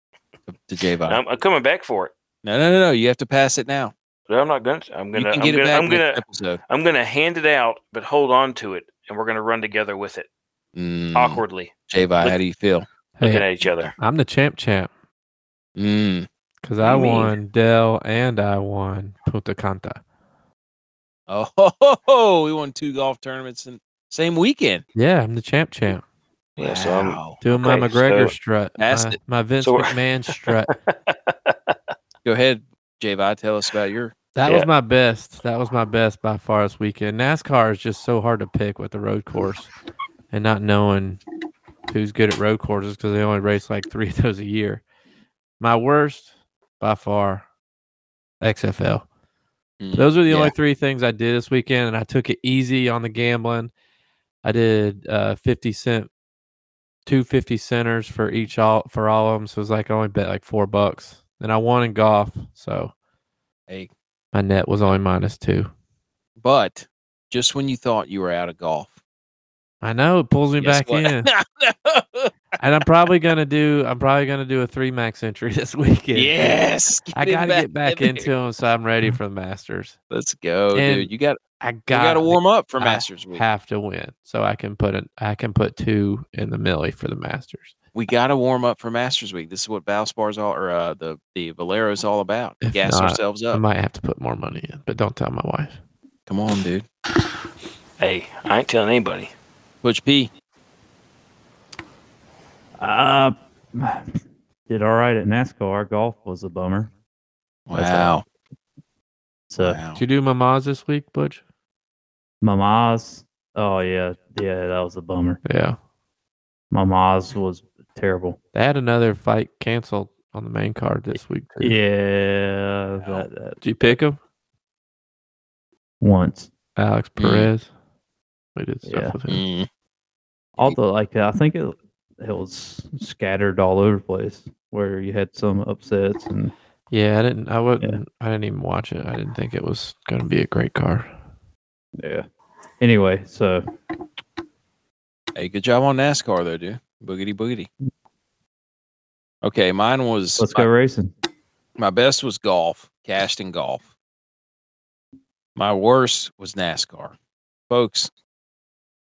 S1: to J Vine.
S4: I'm, I'm coming back for it
S1: No, no, no, no. You have to pass it now.
S4: but I'm not going to I'm going
S1: you
S4: to
S1: can
S4: I'm
S1: get it
S4: going to
S1: back
S4: I'm
S1: in the
S4: going to
S1: episode.
S4: I'm going to hand it out but hold on to it and we're going to run together with it
S1: Mm,
S4: awkwardly
S1: J Vi, how do you feel?
S4: looking
S2: Hey,
S4: at each other.
S2: I'm the champ champ
S1: Mm.
S2: because I
S4: You mean-
S2: won Dell and I won Punta Canta.
S1: Oh, ho, ho, ho, we won two golf tournaments in same weekend.
S2: Yeah, I'm the champ champ.
S4: Yeah, so I'm-
S1: Wow.
S2: Doing my
S4: Okay,
S2: McGregor
S4: so-
S2: strut,
S1: Asked
S2: my,
S1: it.
S2: my Vince
S4: So we're-
S2: McMahon strut.
S1: Go ahead, J Vi. Tell us about your.
S2: That
S4: Yeah.
S2: was my best. That was my best by far this weekend. NASCAR is just so hard to pick with the road course and not knowing who's good at road courses because they only race like three of those a year. My worst by far, XFL.
S1: Mm,
S2: Those are the
S1: yeah.
S2: only three things I did this weekend, and I took it easy on the gambling. I did uh, fifty cent, two fifty centers for each all for all of them. So it was like I only bet like four bucks, and I won in golf. So
S1: Hey.
S2: my net was only minus two.
S1: But just when you thought you were out of golf,
S2: I know it pulls me
S1: guess
S2: back
S1: what?
S2: in, and I'm probably gonna do. I'm probably gonna do a three max entry this weekend.
S1: yes,
S2: I
S1: it
S2: gotta get back
S1: in
S2: into
S1: there.
S2: them, so I'm ready for the Masters.
S1: Let's go,
S2: And
S1: dude. You got
S2: I
S1: you got
S2: got
S1: to warm up for
S2: I
S1: Masters week.
S2: have to win, so I can put an I can put two in the millie for the Masters.
S1: we got to warm up for Masters Week. This is what Valspar's all or uh, the the Valero's all about.
S2: If
S1: Gas
S2: not,
S1: ourselves
S2: I
S1: up.
S2: might have to put more money in, but don't tell my wife.
S1: Come on, dude.
S4: Hey, I ain't telling anybody.
S1: Butch P.
S3: Uh, did all right at NASCAR. Golf was a bummer.
S1: Wow.
S3: So
S1: wow.
S2: Did you do Mama's this week, Butch?
S3: Mama's. Oh yeah, yeah, that was a bummer.
S2: Yeah.
S3: Mama's was terrible.
S2: They had another fight canceled on the main card this week. Too.
S3: Yeah, that, that
S2: Did you pick him?
S3: once.
S2: Alex
S1: Mm.
S2: Perez. We did stuff
S3: Yeah.
S2: with him.
S1: Mm.
S3: Although, like, I think it it was scattered all over the place where you had some upsets and
S2: Yeah, I didn't I wouldn't I didn't even watch it. I didn't think it was gonna be a great card.
S3: yeah. Anyway, so
S1: Hey, good job on NASCAR though, dude. Boogity boogity. Okay, mine was
S3: let's
S1: my,
S3: go racing.
S1: my best was golf, cashed in golf. My worst was NASCAR. Folks,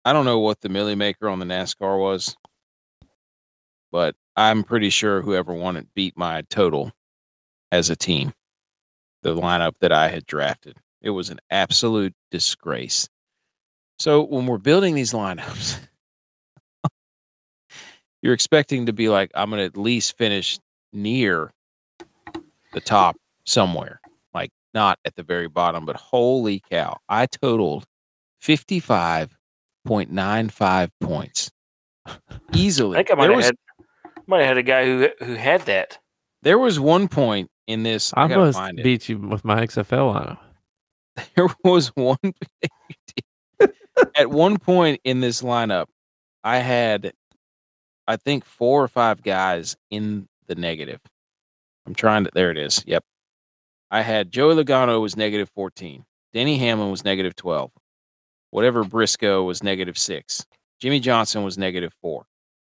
S1: I don't know what the millie maker on the NASCAR was, but I'm pretty sure whoever won it beat my total as a team. The lineup that I had drafted. It was an absolute disgrace. So when we're building these lineups, you're expecting to be like, I'm gonna at least finish near the top somewhere, like not at the very bottom, but holy cow, I totaled 55.95 points
S4: I
S1: easily.
S4: think I might
S1: There
S4: have
S1: was,
S4: had might have had a guy who who had that.
S1: there was one point in this, I,
S2: I,
S1: gotta
S2: must
S1: find it.
S2: beat you with my XFL lineup.
S1: there was one at one point in this lineup i had i think four or five guys in the negative i'm trying to there it is yep i had joey logano was negative 14 denny hamlin was negative 12 whatever briscoe was negative 6 jimmy johnson was negative 4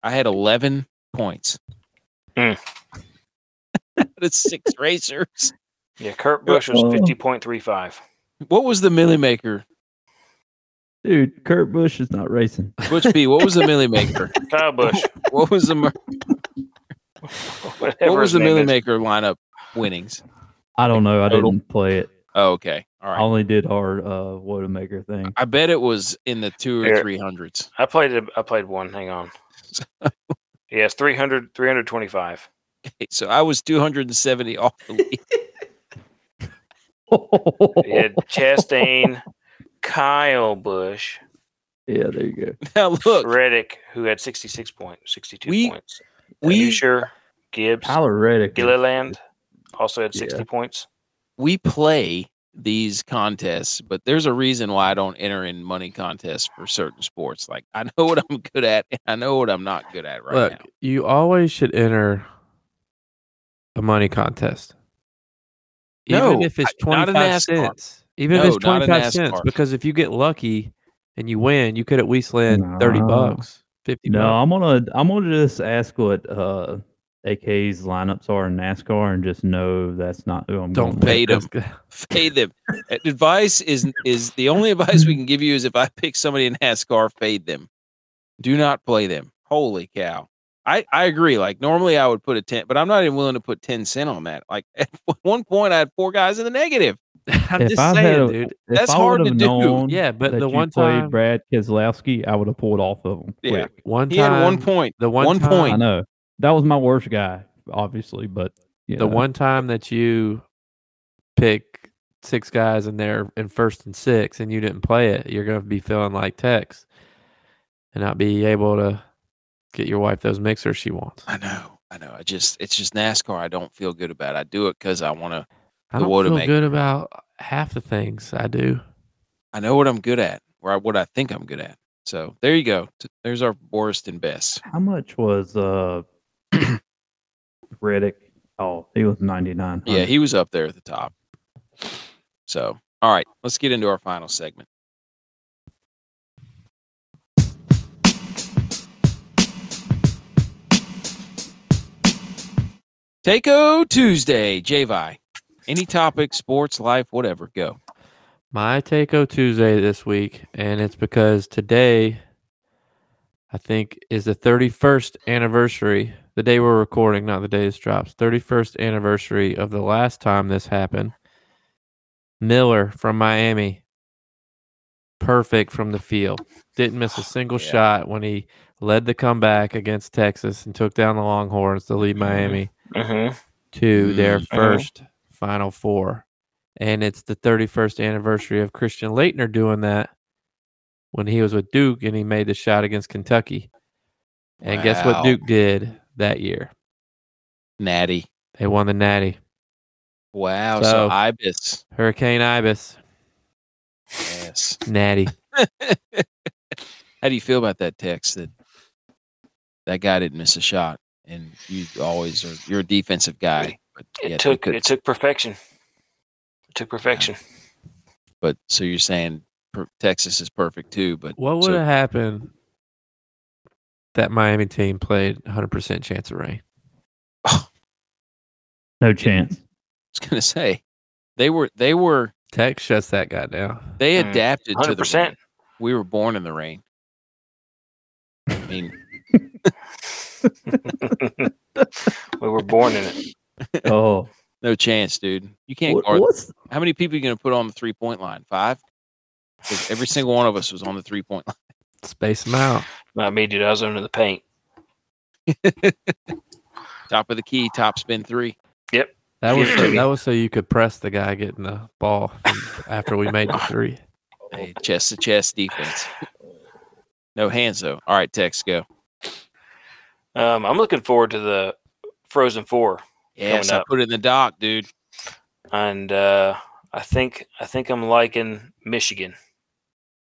S1: i had 11 points
S4: Mm.
S1: it's six racers uh,
S4: Yeah, Kurt Busch was
S3: Oh.
S4: fifty point three five.
S1: what was the millie maker
S3: Dude, Kurt Bush is not racing.
S1: Butch B, what was the Millie Maker?
S4: Kyle Bush.
S1: What was the mer-
S4: Whatever
S1: what was
S4: his
S1: the
S4: name
S1: Millie
S4: is.
S1: Maker lineup winnings?
S3: I don't know. I
S1: Total.
S3: didn't play it.
S1: Oh, okay. All
S3: I
S1: right.
S3: only did our uh, Wanamaker thing.
S1: I bet it was in the two or
S4: Here.
S1: three hundreds.
S4: I played it. I played one. Hang on. yes, 300, 325.
S1: So I was two hundred and seventy off the lead.
S4: It had Chastain, Kyle Bush,
S3: yeah, there you go.
S1: Now look,
S4: Reddick, who had 66 points, 62
S1: We-
S4: points.
S1: we-
S4: Usher, Gibbs,
S3: Tyler Reddick. is-
S4: Gilliland also had 60
S3: Yeah.
S4: points.
S1: we play these contests, but there's a reason why I don't enter in money contests for certain sports. Like I know what I'm good at, and I know what I'm not good at right
S2: Look,
S1: now.
S2: you always should enter a money contest. Even
S1: No,
S2: if it's
S1: I- not a
S2: 25
S1: NASCAR.
S2: cents. Even if
S1: No,
S2: it's
S1: not a
S2: 25 cents,
S1: NASCAR.
S2: because if you get lucky and you win, you could at least land 30
S3: No.
S2: bucks, 50
S3: No,
S2: bucks.
S3: I'm gonna I'm gonna just ask what uh, AK's lineups are in NASCAR and just know that's not who I'm.
S2: Don't
S3: going with.
S1: pay them. Fade them. advice is is the only advice we can give you is if I pick somebody in NASCAR, fade them. Do not play them. Holy cow. I, I agree. Like normally I would put a 10, but I'm not even willing to put 10 cent on that. Like at one point I had four guys in the negative.
S2: I'm
S3: If
S2: just
S3: I had
S2: saying,
S3: a-
S2: dude.
S3: If
S1: That's
S3: I
S1: hard to
S3: would've
S1: do.
S3: known
S2: Yeah, but
S3: that
S2: the
S3: you
S2: one
S3: played
S2: time,
S3: Brad Keselowski, I would have pulled off of him.
S1: Yeah.
S3: quick.
S2: one
S1: He had
S2: time,
S1: one point.
S2: the one,
S1: one
S2: time,
S1: point.
S3: I know that was my worst guy, obviously, but you
S2: the
S3: know.
S2: one time that you pick six guys in there in first and six and you didn't play it, you're going to be feeling like Tex and not be able to get your wife those mixers she wants.
S1: I know. I know. I just it's just NASCAR I don't feel good about. I do it because I want to
S2: I
S1: The
S2: don't
S1: water
S2: feel
S1: maker.
S2: good about half the things I do.
S1: I know what I'm good at or what I think I'm good at. So there you go. T- There's our worst and best.
S3: How much was uh Reddick? Oh, he was ninety nine.
S1: Yeah, he was up there at the top. So, all right, let's get into our final segment. Takeo Tuesday, Javi. Any topic, sports, life, whatever, go.
S2: My Takeo Tuesday this week, and it's because today, I think, is the 31st anniversary, the day we're recording, not the day this drops, 31st anniversary of the last time this happened. Miller from Miami, perfect from the field. Didn't miss a single
S1: Yeah.
S2: shot when he led the comeback against Texas and took down the Longhorns to lead
S1: Mhm.
S2: Miami.
S4: Mm-hmm.
S2: to their
S1: Mm.
S2: 1st Final Four. And it's the 31st anniversary of Christian Leitner doing that when he was with Duke and he made the shot against Kentucky. And guess
S1: Wow.
S2: what Duke did that year?
S1: Natty.
S2: They won the Natty.
S1: Wow. So,
S2: So-
S1: Ibis.
S2: Hurricane Ibis,
S1: Yes.
S2: Natty.
S1: How do you feel about that text that that guy didn't miss a shot? And you always are you're a defensive guy. But
S4: It
S1: yet they
S4: took
S1: couldn't
S4: it took perfection. It took perfection.
S1: But so you're saying per- Texas is perfect too, but
S2: What would
S1: so-
S2: have happened that Miami team played 100% chance of rain?
S3: no chance.
S1: I was gonna say they were they were
S2: Tech shuts that guy down.
S1: they
S4: Mm,
S1: adapted to the
S4: 100%.
S1: rain. We were born in the rain. I mean,
S4: we were born in it.
S3: Oh,
S1: no chance, dude. You can't
S3: what-
S1: guard.
S3: what's
S1: How many people are you gonna put on the three point line? Five. 'Cause every single one of us was on the three point line.
S2: Space him out.
S4: Not me, dude. I was under the paint.
S1: Top of the key, top spin three.
S2: That was
S4: Give it
S2: so,
S4: to me.
S2: that was so you could press the guy getting the ball from- after we made the three.
S1: Hey, chest to chest defense. No hands though. All right, Tex, go.
S4: Um, I'm looking forward to the Frozen Four,
S1: Yes, I
S4: up.
S1: put it in the dock, dude.
S4: and uh, I think I think I'm liking Michigan.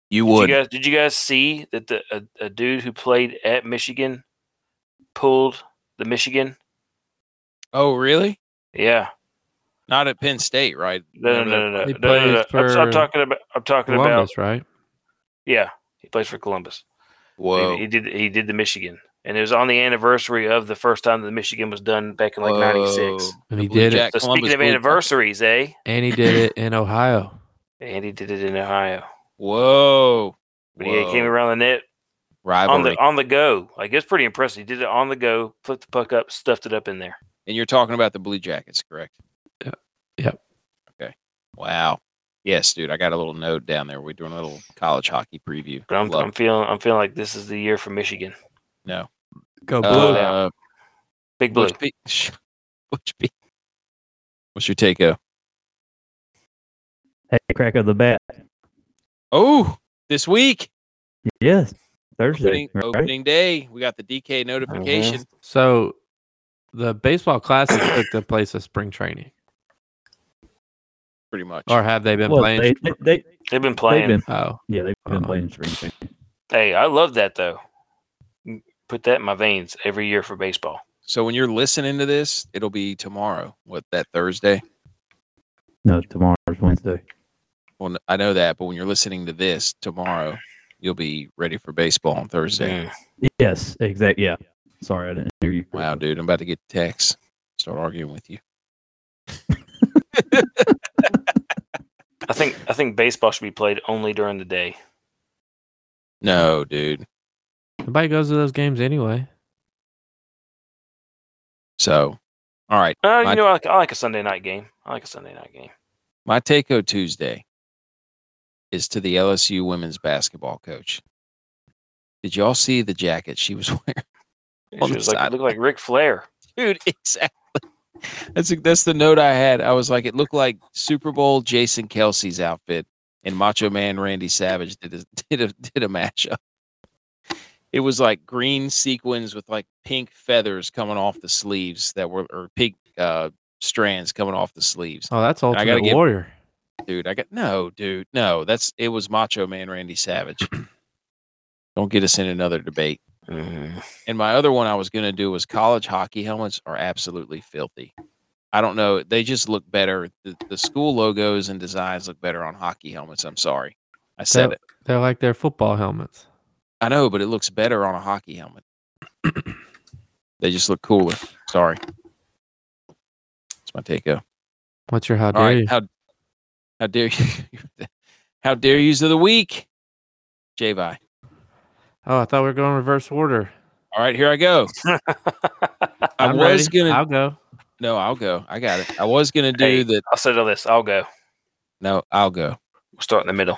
S1: You
S4: Did
S1: would.
S4: you guys did you guys see that the a, a dude who played at Michigan pulled the Michigan?
S1: oh, really?
S4: Yeah.
S1: Not at Penn State, right?
S4: No, no,
S1: Remember
S4: no,
S1: that-
S2: He
S4: no, no, no, no.
S2: plays
S4: I'm, I'm
S2: for
S4: talking about. I'm talking about.
S2: Columbus, right?
S4: Yeah, he plays for Columbus. He-
S1: Whoa.
S4: He, did. He did the Michigan, and it was on the anniversary of the first time that Michigan was done back in like '96.
S1: Whoa.
S2: And
S1: The
S2: he
S1: Blue
S2: did it.
S1: Jack-
S4: So
S1: Columbus
S4: speaking of
S1: Blue Jack-
S4: anniversaries, eh?
S2: And he did it in Ohio.
S4: And he did it in Ohio.
S1: Whoa.
S4: But yeah, he came
S1: Whoa.
S4: around the net on
S1: Rivalry.
S4: the on the go. Like it's pretty impressive. He did it on the go, flipped the puck up, stuffed it up in there.
S1: and you're talking about the Blue Jackets, correct?
S2: Yeah. Yep.
S1: Okay. Wow. Yes, dude. I got a little note down there. We're doing a little college hockey preview.
S4: But I'm,
S1: Love
S4: I'm
S1: it.
S4: feeling I'm feeling like this is the year for Michigan.
S2: Go
S4: Blue.
S2: blue.
S1: Uh,
S4: Big blue.
S1: Butch Pe- Butch Pe- What's your take? O?
S3: Hey, crack of the bat.
S1: Oh, this week
S3: Yes, Thursday.
S1: opening,
S3: right?
S1: opening day, we got the DK notification.
S2: So the baseball classic took the place of spring training,
S1: Pretty much.
S2: or have they been
S3: Well,
S2: playing?
S3: they, they, they,
S4: They've been
S3: they've
S4: playing.
S3: been,
S2: oh,
S3: yeah, they've been
S2: Uh-huh.
S3: playing spring training.
S4: Hey, I love that though. Mm, Put that in my veins every year for baseball.
S1: So when you're listening to this, it'll be tomorrow. What that Thursday?
S3: No, tomorrow's Wednesday.
S1: Well, n- I know that, but when you're listening to this tomorrow, you'll be ready for baseball on Thursday.
S4: Mm.
S3: Yes, exactly. Yeah. Sorry, I didn't hear you.
S1: Wow, dude, I'm about to get texts. Start arguing with you.
S4: I think I think baseball should be played only during the day.
S1: No, dude.
S2: nobody goes to those games anyway.
S1: So, all right.
S4: Uh,
S1: My-
S4: you know, I like, I like a Sunday night game. I like a Sunday night game.
S1: My Takeo Tuesday is to the LSU women's basketball coach. Did y'all see the jacket she was wearing?
S4: It
S1: On the
S4: was like,
S1: side.
S4: look like Ric Flair.
S1: Dude, exactly. That's that's the note I had. I was like, it looked like Super Bowl Jason Kelsey's outfit and Macho Man Randy Savage did a did a did a matchup. It was like green sequins with like pink feathers coming off the sleeves that were or pink uh, strands coming off the sleeves.
S2: Oh, that's
S1: gotta
S2: Ultimate
S1: give-
S2: Warrior.
S1: dude. I got no, dude. No, that's it was Macho Man Randy Savage. Don't get us in another debate. And my other one I was going to do was college hockey helmets are absolutely filthy. I don't know. They just look better. The, the school logos and designs look better on hockey helmets. I'm sorry. I said
S2: That-
S1: it.
S2: They're like their football helmets.
S1: I know, but it looks better on a hockey helmet. they just look cooler. Sorry. That's my take. How
S2: What's your how
S1: All
S2: dare
S1: right.
S2: you?
S1: How, how dare you? how dare yous of the week? Javi.
S2: Oh, I thought we were going reverse order.
S1: All right, here I go. I
S2: I'm
S1: was
S2: ready.
S1: gonna
S2: I'll go.
S1: no, I'll go. I got it. I was gonna do
S4: Hey.
S1: the
S4: I'll settle this. I'll go.
S1: no, I'll go.
S4: We'll start in the middle.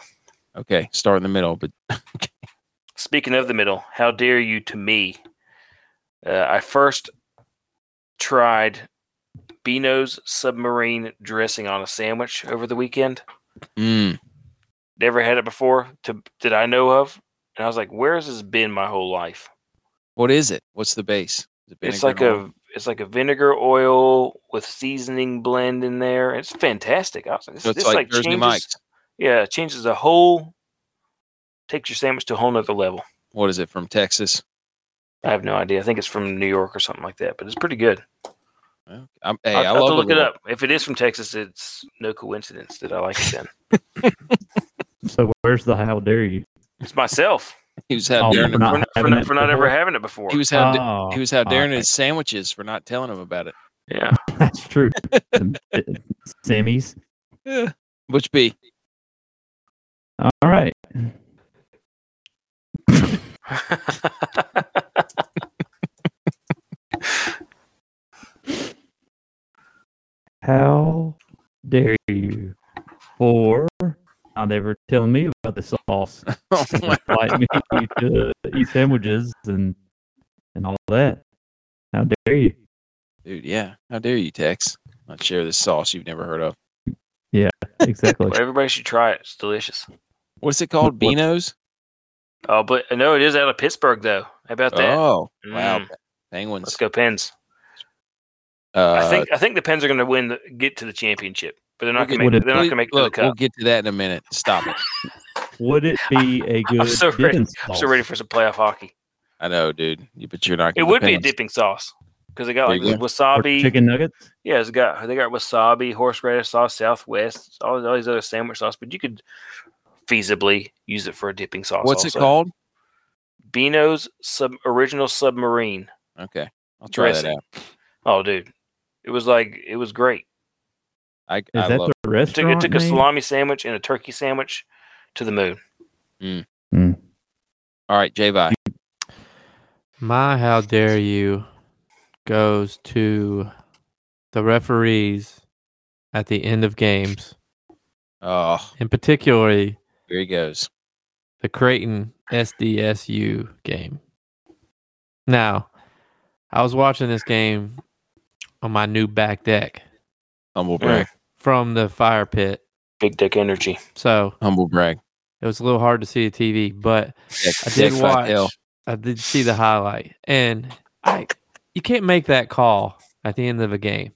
S1: Okay, start in the middle, but
S4: Speaking of the middle, how dare you to me? Uh, I first tried Beano's submarine dressing on a sandwich over the weekend.
S1: mm,
S4: Never had it before to, that I know of. And I was like, where has this been my whole life?
S1: what is it? What's the base? Is it
S4: it's
S1: vinegar
S4: like
S1: and oil?
S4: a it's like a vinegar oil with seasoning blend in there. It's fantastic. I was like, this,
S1: so it's
S4: this
S1: like,
S4: like,
S1: Jersey
S4: changes,
S1: Mike's.
S4: Yeah, it changes the whole takes your sandwich to a whole nother level.
S1: What is it from Texas?
S4: I have no idea. I think it's from New York or something like that, but it's pretty good.
S1: Well, I'm, hey,
S4: I'll,
S1: I
S4: I'll have
S1: love
S4: to look
S1: a
S4: it
S1: little-
S4: up. If it is from Texas, it's no coincidence that I like it. Then
S3: So where's the how dare you?
S4: it's myself
S1: He was how
S3: Oh,
S1: daring
S3: Not
S4: for, not, for,
S3: having
S4: not,
S3: it
S4: for not ever
S3: before?
S4: having it before.
S1: he was how da-
S3: Oh,
S1: he was how daring
S3: alright.
S1: his sandwiches for not telling him about it.
S4: yeah,
S3: That's true. The- the Semis.
S1: Yeah. Eh, Butch B.
S3: All right. How dare you? For not ever telling me about the sauce.
S1: Oh my-
S3: Invite me to eat sandwiches and and all that. How dare you?
S1: Dude, yeah. How dare you, Tex? Not share this sauce you've never heard of.
S3: Exactly.
S4: Well, everybody should try it. It's delicious.
S1: What's it called?
S3: What-
S1: Beano's?
S4: Oh, but no, it is out of Pittsburgh though. How about that?
S1: Oh, wow.
S4: Mm.
S1: Penguins.
S4: Let's go Pens.
S1: Uh,
S4: I think I think the Pens are going to win, the, get to the championship, but they're not
S1: We'll
S4: going to make.
S3: get-
S4: They're not
S1: Please-
S4: going to make it to the
S1: Look, we'll
S4: cup.
S1: get to that in a minute. Stop it.
S3: Would it be a good
S4: so ready-
S3: dipping
S4: I'm
S3: sauce?
S4: so ready for some playoff hockey.
S1: I know, dude. You but you're not.
S4: It
S1: getting
S4: would be a
S1: pants.
S4: dipping sauce because they got
S1: There
S4: like
S1: you
S4: the
S3: Or
S4: wasabi.
S3: chicken nuggets.
S4: Yeah, it's got they got wasabi, horseradish sauce, Southwest, all, all these other sandwich sauce, but you could feasibly use it for a dipping sauce.
S1: What's
S4: also.
S1: it called?
S4: Beano's sub original submarine.
S1: Okay, I'll try that
S4: Dressing.
S1: out.
S4: Oh, dude, it was like it was great.
S1: I,
S3: Is
S1: I
S3: that
S1: love.
S4: It
S3: the
S4: took, it
S3: restaurant?
S4: took a
S3: name?
S4: salami sandwich and a turkey sandwich to the moon.
S1: All right, Javi.
S2: My how dare you goes to the referees at the end of games,
S1: Oh,
S2: and particularly
S1: here he goes.
S2: the Creighton SDSU game. Now, I was watching this game on my new back deck
S1: Humble
S4: brag.
S1: brag.
S2: from the fire pit.
S4: Big dick energy.
S2: So
S1: Humble brag.
S2: it was a little hard to see the TV, but I did watch. I did see the highlight, and I you can't make that call at the end of a game.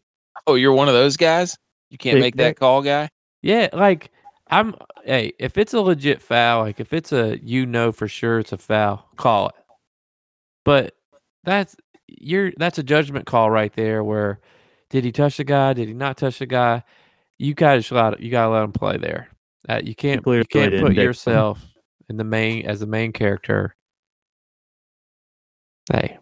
S1: Oh, you're one of those guys. You can't
S3: Big
S1: make that
S3: dick.
S1: call, guy.
S2: Yeah, like I'm. Hey, if it's a legit foul, like if it's a you know for sure it's a foul, call it. But that's you're that's a judgment call right there. Where did he touch the guy? Did he not touch the guy? You guys should let you gotta let him play there. Uh, you can't
S3: clearly
S2: you can't
S3: didn't
S2: put
S3: dick him.
S2: yourself in the main as the main character. Hey,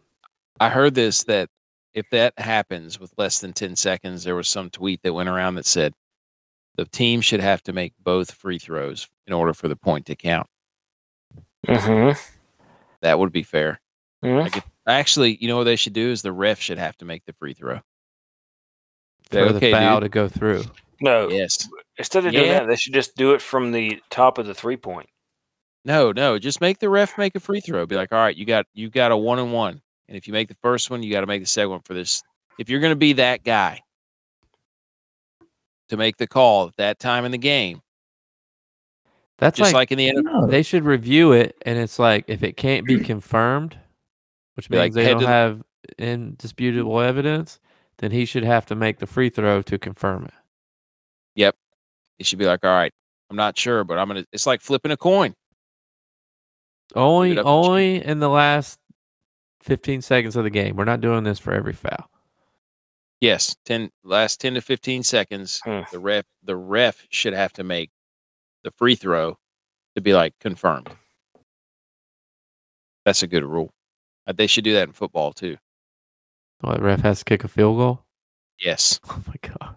S1: I heard this that if that happens with less than 10 seconds, there was some tweet that went around that said the team should have to make both free throws in order for the point to count.
S4: Mm-hmm.
S1: That would be fair.
S4: Mhm.
S1: I could- Actually, you know what they should do is the ref should have to make the free throw.
S2: for
S1: Okay,
S2: the foul
S1: dude.
S2: to go through.
S4: No,
S1: Yes.
S4: instead of doing
S1: Yeah.
S4: that, they should just do it from the top of the three point.
S1: No, no, just make the ref make a free throw. Be like, all right, you got you got a one and one, and if you make the first one, you got to make the second one for this. If you're going to be that guy to make the call at that time in the game,
S2: That's
S1: just like,
S2: like
S1: in the NFL,
S3: No.
S2: they should review it and it's like if it can't be confirmed which
S1: Be
S2: means
S1: like,
S2: they
S1: head
S2: don't
S1: to the-
S2: have indisputable evidence then he should have to make the free throw to confirm it
S1: it should be like, all right, I'm not sure, but I'm gonna. It's like flipping a coin.
S2: only
S1: up to Jimmy.
S2: only in the last 15 seconds of the game we're not doing this for every foul
S1: Yes, ten last ten to fifteen seconds,
S4: Hmm.
S1: the ref the ref should have to make the free throw to be like confirmed. That's a good rule. Uh, They should do that in football too.
S2: what ref has to kick a field goal
S1: Yes.
S2: oh my god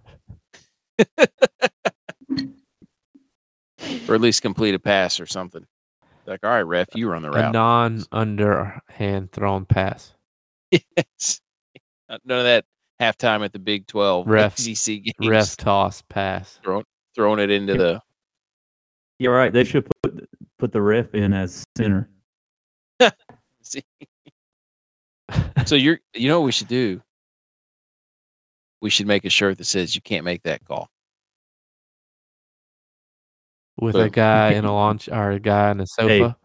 S1: or at least complete a pass or something. Like, all right, ref, you run the
S2: a
S1: route.
S2: non underhand thrown pass
S1: Yes. None of that halftime at the Big Twelve
S2: Ref-
S1: SEC games,
S2: ref toss pass
S1: throwing it into the.
S3: You're right. They should put put the ref in as center.
S1: So you're, you know, what we should do. We should make a shirt that says "You can't make that call."
S2: with
S1: Boom.
S2: a guy in a launch or a guy on a sofa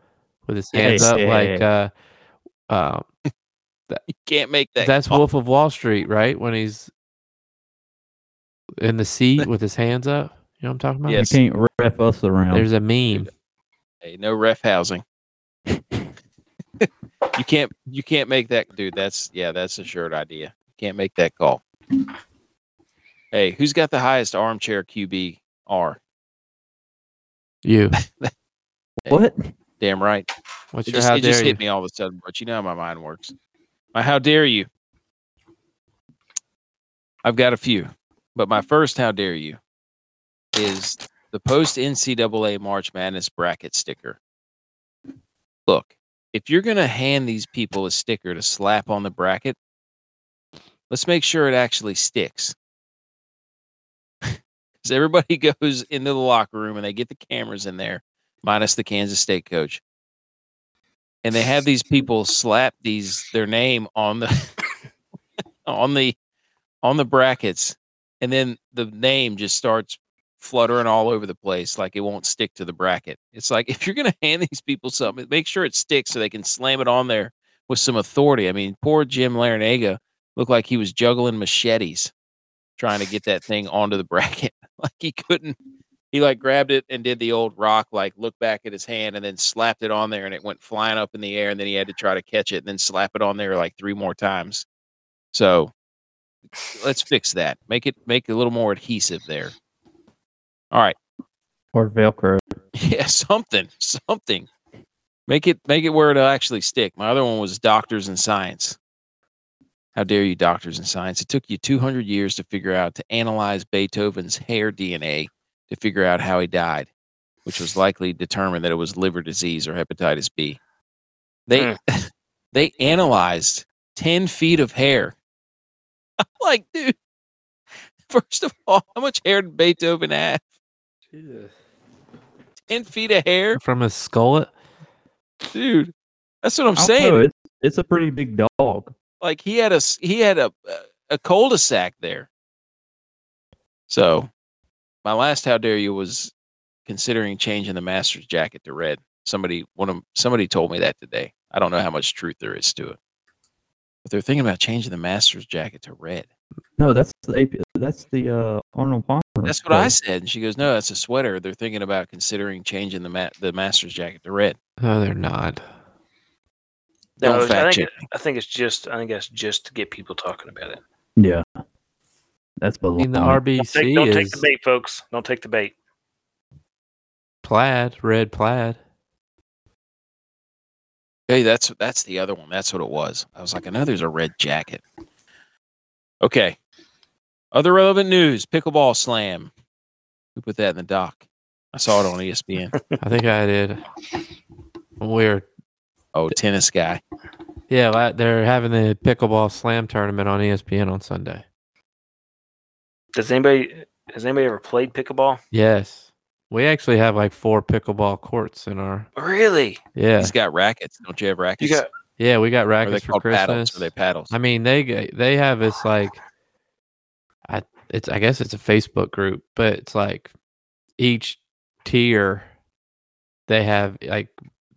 S2: with his
S3: Hey,
S2: hands up
S3: hey,
S2: like
S3: hey.
S2: uh uh,
S1: You can't make that.
S2: that's
S1: call.
S2: Wolf of Wall Street, right? When he's in the seat with his hands up. You know what I'm talking about?
S1: Yes.
S3: You can't ref us around.
S2: There's a meme.
S1: Hey, no ref housing. you can't. You can't make that, dude. That's yeah. That's a shirt idea. You can't make that call. Hey, who's got the highest armchair QB R?
S2: You.
S3: what?
S1: Damn right.
S2: What's
S1: It
S2: your
S1: just,
S2: how
S1: it just
S2: dare you?
S1: hit me all of a sudden, but you know how my mind works. My how dare you? I've got a few, but my first how dare you is the post NCAA March Madness bracket sticker. Look, if you're going to hand these people a sticker to slap on the bracket, let's make sure it actually sticks. Because everybody goes into the locker room and they get the cameras in there, minus the Kansas State coach and they have these people slap these their name on the on the on the brackets and then the name just starts fluttering all over the place like it won't stick to the bracket it's like if you're going to hand these people something make sure it sticks so they can slam it on there with some authority i mean poor jim larinaga looked like he was juggling machetes trying to get that thing onto the bracket like he couldn't he like grabbed it and did the old rock, like look back at his hand and then slapped it on there and it went flying up in the air. And then he had to try to catch it and then slap it on there like three more times. So let's fix that. Make it make it a little more adhesive there. All right.
S3: Or Velcro.
S1: Yeah, something, something. Make it make it where it'll actually stick. My other one was doctors and science. How dare you, doctors and science? It took you 200 years to figure out to analyze Beethoven's hair DNA to figure out how he died, which was likely determined that it was liver disease or hepatitis B. They they analyzed ten feet of hair. I'm like, dude, first of all, how much hair did Beethoven have?
S2: Jesus.
S1: Ten feet of hair,
S2: From his skullet?
S1: dude. That's what I'm
S3: I don't
S1: saying.
S3: know, it's, it's a pretty big dog.
S1: like he had a s- he had a a cul-de-sac there. So, my last how dare you was considering changing the master's jacket to red. Somebody one of somebody told me that today. I don't know how much truth there is to it, but they're thinking about changing the master's jacket to red.
S3: No, that's the AP, that's the uh, Arnold Palmer.
S1: That's what I
S3: play.
S1: said. And she goes, "No, that's a sweater." They're thinking about considering changing the ma- the master's jacket to red.
S2: No, they're not.
S4: No,
S1: Don't
S4: it's- I
S1: fact
S4: think
S1: check.
S4: it- I think it's just I think that's just to get people talking about it.
S3: Yeah, that's
S2: I
S3: baloney.
S2: mean, the
S4: Don't, take, don't
S2: RBC
S4: take the
S2: is
S4: bait, folks. Don't take the bait.
S2: plaid, red plaid.
S1: Hey, that's that's the other one. That's what it was. I was like, I know there's a red jacket. Okay. Other relevant news: pickleball slam. Who put that in the doc? I saw it on E ESPN.
S2: I think I did. We're
S1: Oh, tennis guy.
S2: yeah, la- they're having the pickleball slam tournament on E ESPN on Sunday.
S4: Does anybody has anybody ever played pickleball?
S2: Yes, we actually have like four pickleball courts in our.
S4: Really?
S2: Yeah,
S1: He's got rackets. Don't you have
S4: You
S1: rackets?
S4: got
S2: yeah, we got
S1: Are they
S2: rackets for
S1: called
S2: Christmas.
S1: paddles? Are they paddles?
S2: I mean, they g- they have this like, I it's I guess it's a Facebook group, but it's like each tier they have like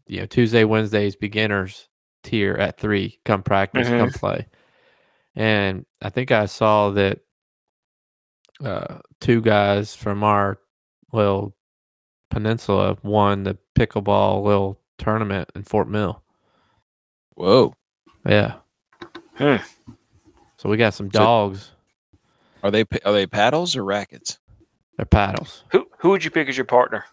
S2: you know Tuesday Wednesdays beginners tier at three come practice
S4: Mhm.
S2: come play, and I think I saw that uh, two guys from our little peninsula won the pickleball little tournament in Fort Mill.
S1: Whoa.
S2: Yeah.
S4: Hmm.
S2: So we got some
S1: So-
S2: dogs.
S1: Are they pa- are they paddles or rackets?
S2: They're paddles.
S4: who who would you pick as your partner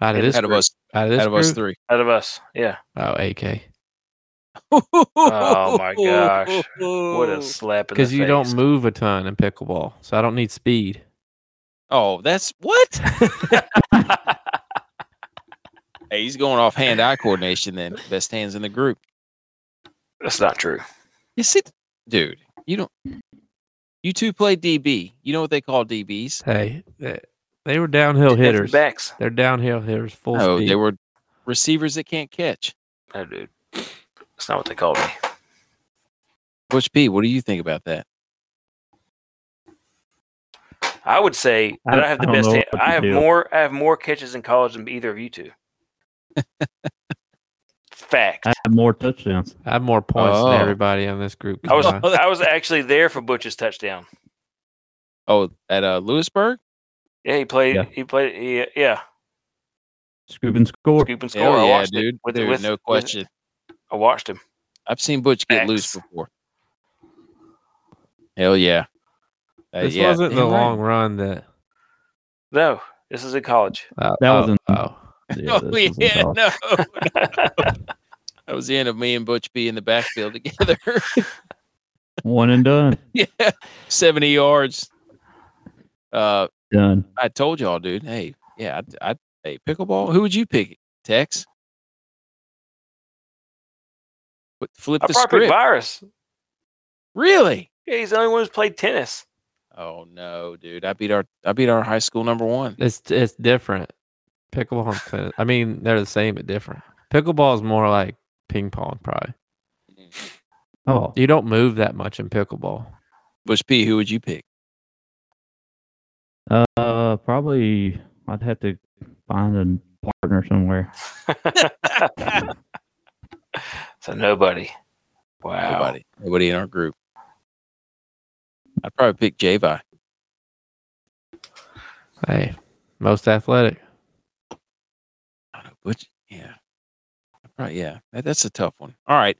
S2: Out of
S4: Yeah,
S2: this
S1: Out of
S2: group.
S1: us,
S2: Out of this
S1: out of us
S2: group?
S1: three.
S4: out of us? Yeah.
S2: Oh, AK.
S1: Oh
S4: my gosh. What a slap in the
S2: Because you don't
S4: face.
S2: move a ton in pickleball, so I don't need speed.
S1: Oh, that's what? hey, he's going off hand-eye coordination. Then best hands in the group.
S4: That's not true.
S1: Is it, dude? You don't. You two play DB. You know what they call DBs?
S2: Hey, they, they were downhill
S4: That's
S2: hitters.
S4: Backs.
S2: They're downhill hitters, full
S1: No,
S2: speed.
S1: they Oh, were receivers that can't catch.
S4: No, dude. That's not what they called me.
S1: Which P? What do you think about that?
S4: I would say
S3: I-
S4: that I have
S3: I
S4: the
S3: don't
S4: best.
S3: know
S4: Hand.
S3: what
S4: I
S3: to
S4: have
S3: do.
S4: more. I have more catches in college than either of you two. Fact.
S3: I
S4: I,
S3: have more touchdowns.
S2: I have more points
S1: Oh.
S2: than everybody on this group.
S4: was.
S2: combined.
S4: I was actually there for Butch's touchdown.
S1: Oh, at uh, Lewisburg.
S4: Yeah, he played.
S3: Yeah.
S4: He played. He, yeah,
S3: Scoop and score.
S4: scoop and score. I
S1: Oh yeah,
S4: watched it
S1: dude.
S4: with-
S1: dude
S4: with-
S1: no
S4: with-
S1: question.
S4: I watched him.
S1: I've seen Butch get loose
S4: Facts.
S1: before. Hell yeah. Uh,
S2: this
S1: yeah.
S2: wasn't the
S1: damn right.
S2: long run that.
S4: No, this is in college.
S2: Oh,
S3: That
S2: oh,
S3: wasn't-
S2: Oh.
S3: Yeah,
S1: Oh
S3: this
S1: yeah,
S3: is a dog.
S1: no. That was the end of me and Butch B in the backfield together.
S3: One and done.
S1: yeah, seventy yards. Uh,
S3: Done.
S1: I told y'all, dude. Hey, yeah, I, I hey pickleball. Who would you pick? Tex. But flip
S4: I
S1: the
S4: probably picked
S1: script.
S4: Virus.
S1: Really?
S4: Yeah, he's the only one who's played tennis.
S1: Oh no, dude! I beat our I beat our high school number one.
S2: It's it's different. Pickleball and tennis. I mean, they're the same but different. Pickleball is more like ping pong, probably.
S3: Oh,
S2: You don't move that much in pickleball.
S1: Bush P, who would you pick?
S3: uh, probably I'd have to find a partner somewhere.
S4: So nobody. Wow.
S1: Nobody. Nobody in our group. I'd probably pick Javi.
S2: Hey, most athletic.
S1: I don't know, Butch. Uh, Yeah. I Probably, yeah. That, that's a tough one. All right.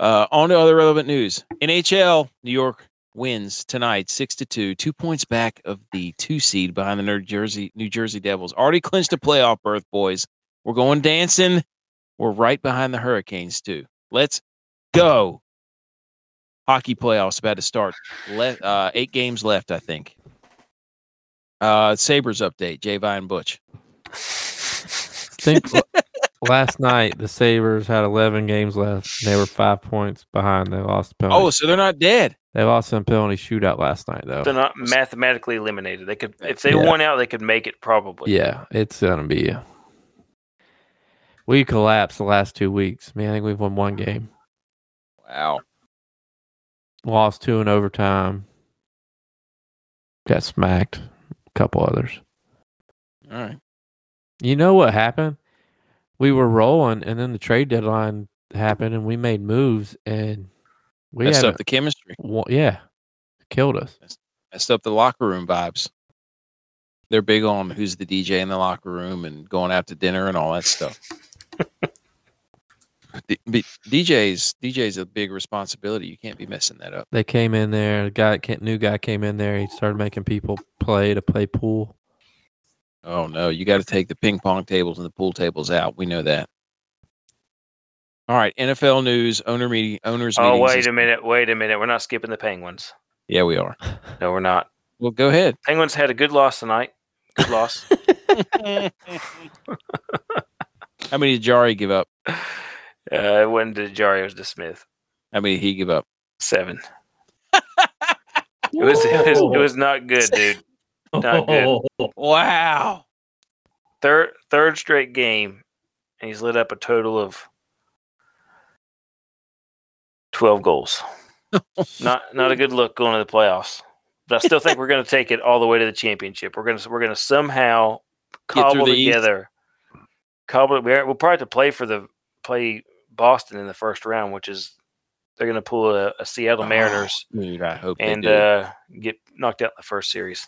S1: Uh, on to other relevant news. NHL, New York wins tonight, six to two, two points back of the two seed behind the New Jersey New Jersey Devils. Already clinched a playoff berth, boys. We're going dancing. We're right behind the Hurricanes too. Let's go. Hockey playoffs about to start. Le- uh, eight games left, I think. Uh, Sabers update. Jay Vi and Butch.
S2: Stink, last night the Sabres had 11 games left. They were five points behind. They lost the penalty.
S1: Oh, so they're not dead.
S2: they lost in penalty shootout last night though.
S4: They're not mathematically eliminated. They could, if they
S2: Yeah.
S4: won out, they could make it probably.
S2: Yeah, it's gonna be. We collapsed the last two weeks. Man, I think we've won one game,
S1: Wow.
S2: lost two in overtime, got smacked. A couple others.
S1: All right.
S2: You know what happened? We were rolling, and then the trade deadline happened, and we made moves, and we
S1: Messed
S2: had
S1: up the chemistry.
S2: yeah, killed us.
S1: Messed up the locker room vibes. They're big on who's the DJ in the locker room and going out to dinner and all that stuff. D- B- DJ's DJ's a big responsibility. You can't be messing that up.
S2: They came in there. The guy, ca- new guy, came in there. He started making people play to play pool.
S1: Oh no, you got to take the ping pong tables and the pool tables out. We know that. All right, NFL news, owner meeting, owners.
S4: Oh,
S1: meetings
S4: wait
S1: is-
S4: a minute. Wait a minute. We're not skipping the Penguins.
S1: Yeah, we are.
S4: No, we're not.
S1: Well, go ahead.
S4: Penguins had a good loss tonight. Good loss.
S1: How many did Jari give up?
S4: uh, it wasn't to Jari. It was to Smith.
S1: How many did he give up?
S4: Seven. It was, it was, it was not good, dude. Not good.
S1: Wow.
S4: Third, third straight game, and he's lit up a total of 12 goals. not not a good look going to the playoffs. But I still think we're going to take it all the way to the championship. We're going to we're going to somehow
S1: through
S4: cobble
S1: the East.
S4: together. Cobble. We're, we'll probably have to play for the play Boston in the first round, which is they're going to pull a, a Seattle Mariners
S1: Oh, dude, I hope
S4: and
S1: they do.
S4: uh, get knocked out in the first series.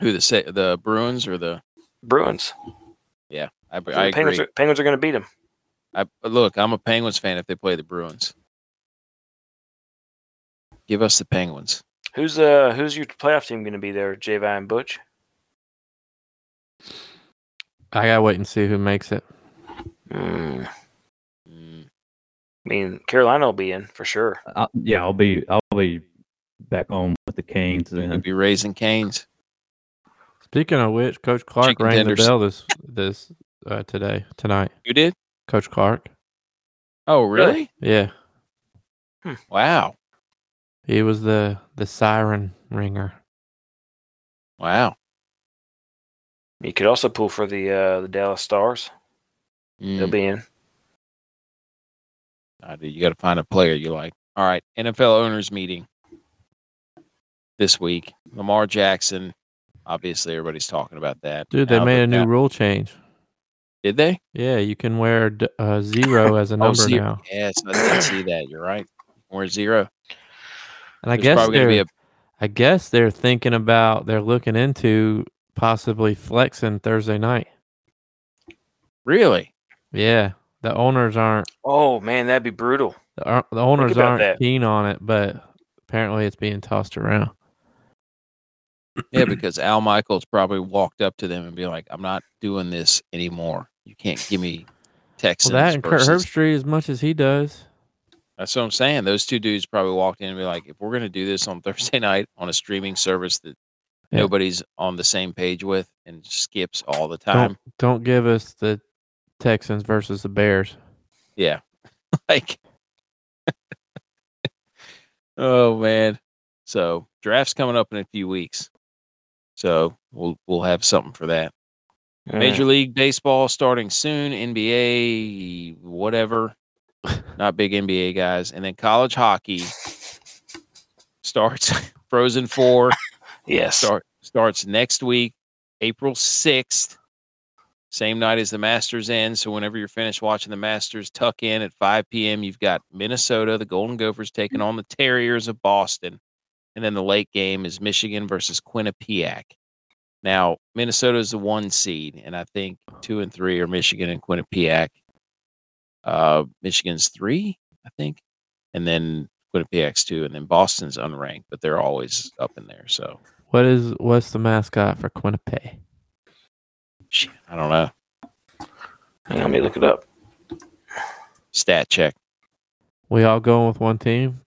S1: Who the sa- the Bruins or the?
S4: Bruins.
S1: I,
S4: The
S1: I
S4: Penguins,
S1: agree.
S4: are, Penguins are going to beat them.
S1: I, look, I'm a Penguins fan. If they play the Bruins, give us the Penguins.
S4: Who's uh who's your playoff team going to be there? Javi and Butch.
S2: I gotta wait and see who makes it.
S4: Mm. I
S1: Mm,
S4: mean, Carolina will be in for sure.
S3: I, yeah, I'll be I'll be back on with the Canes
S1: we'll
S3: then.
S1: be raising canes.
S2: Speaking of which, Coach Clark
S1: Chicken
S2: rang
S1: tenders.
S2: the bell this this uh, today tonight.
S1: You did?
S2: Coach Clark.
S1: Oh,
S4: Really?
S1: really?
S2: Yeah,
S1: Wow.
S2: he was the the siren ringer.
S1: Wow.
S4: You could also pull for the uh, the Dallas Stars. They'll
S1: Mm.
S4: be in.
S1: I do. You got to find a player you like. All right, NFL owners meeting this week. Lamar Jackson. Obviously, everybody's talking about that.
S2: Dude, they
S1: Now
S2: made
S1: that
S2: a new
S1: that-
S2: rule change.
S1: Did they?
S2: Yeah, you can wear d- uh,
S1: Oh,
S2: zero as a number
S1: zero.
S2: now,
S1: Yes, I didn't see that. You're right. We're zero.
S2: and I
S1: There's
S2: guess
S1: probably
S2: they're
S1: gonna be
S2: I guess they're thinking about they're looking into possibly flexing Thursday night.
S1: Really?
S2: Yeah, the owners aren't
S4: Oh man, that'd be brutal.
S2: the, ar- the owners
S4: about
S2: aren't
S4: that.
S2: keen on it, but apparently it's being tossed around.
S1: Yeah, because Al Michaels probably walked up to them and be like, "I'm not doing this anymore. You can't give me Texans."
S2: Well, that and Kurt
S1: versus-
S2: Herbstreit as much as he does.
S1: That's what I'm saying. Those two dudes probably walked in and be like, if we're going to do this on Thursday night on a streaming service that
S2: Yeah.
S1: nobody's on the same page with and skips all the time.
S2: Don't give us the Texans versus the Bears.
S1: Yeah. like, oh, man. So, draft's coming up in a few weeks. So, we'll, we'll have something for that. Major League Baseball starting soon, NBA, whatever. Not big NBA guys. And then college hockey starts Frozen Four.
S4: Yes.
S1: start starts next week, April 6th. Same night as the Masters end. So whenever you're finished watching the Masters, tuck in at 5 p.m. You've got Minnesota, the Golden Gophers taking on the Terriers of Boston. And then the late game is Michigan versus Quinnipiac. Now, Minnesota is the one seed, and I think two and three are Michigan and Quinnipiac. Uh, Michigan's three, I think. And then Quinnipiac's two, and then Boston's unranked, but they're always up in there. So
S2: What is what's the mascot for Quinnipiac?
S1: Shit, I don't know.
S4: Hang on, let me look it up.
S1: Stat check.
S2: We all going with one team.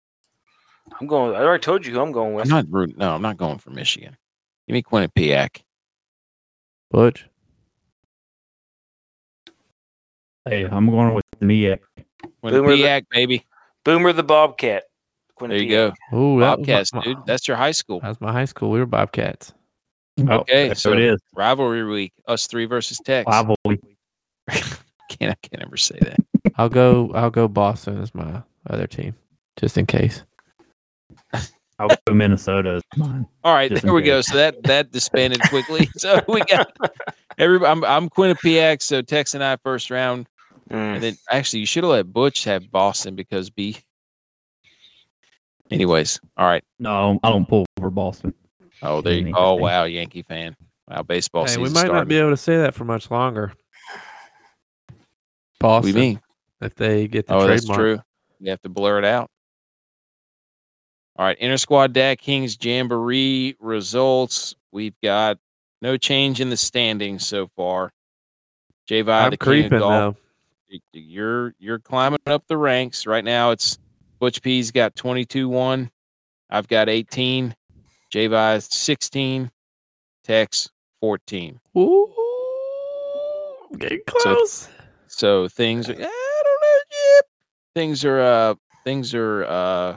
S4: I'm going. I already told you who I'm going
S1: I'm
S4: with.
S1: not rooting. No, I'm not going for Michigan. Give me Quinnipiac.
S2: Butch.
S3: Hey, I'm going with the NEAC.
S4: Boomer the-
S1: Quinnipiac, baby.
S4: Boomer the Bobcat.
S1: There you
S4: Quinnipiac.
S1: go.
S2: Oh, that was my-
S1: Bobcats,
S2: my- Uh,
S1: dude. That's your high school
S2: that was my high school. We were Bobcats.
S1: Okay,
S3: Oh, there
S1: so-
S3: it is.
S1: rivalry week. Us three versus Tex.
S3: Rivalry.
S1: Can't I can't ever say that.
S2: I'll go. I'll go Boston as my other team, just in case.
S3: I'll go Minnesota. as mine.
S1: All right,
S3: Just
S1: there we
S3: okay.
S1: go. So that that disbanded quickly. so we got everybody. I'm I'm Quinnipiac. So Tex and I first round,
S4: Mm.
S1: and then actually you should have let Butch have Boston because B. Anyways, all right.
S3: No, I don't, I don't pull for Boston.
S1: Oh, there. You,
S3: Yankee
S1: oh,
S3: fan.
S1: wow, Yankee fan. Wow, baseball
S2: Hey,
S1: season
S2: we might not
S1: started.
S2: be able to say that for much longer.
S1: What do
S2: Boston,
S1: you mean?
S2: if they get the
S1: Oh,
S2: trademark.
S1: that's true. You have to blur it out. All right, inter squad Dad Kings Jamboree results. We've got no change in the standings so far. J Vi,
S2: I'm
S1: the king of
S2: creeping
S1: golf,
S2: though.
S1: y- you're you're climbing up the ranks right now. It's Butch P's got 22-1. I've got 18. J Vi 16. Tex 14.
S2: Ooh, getting close.
S1: So things eh, I don't know. Jip. Things are uh things are uh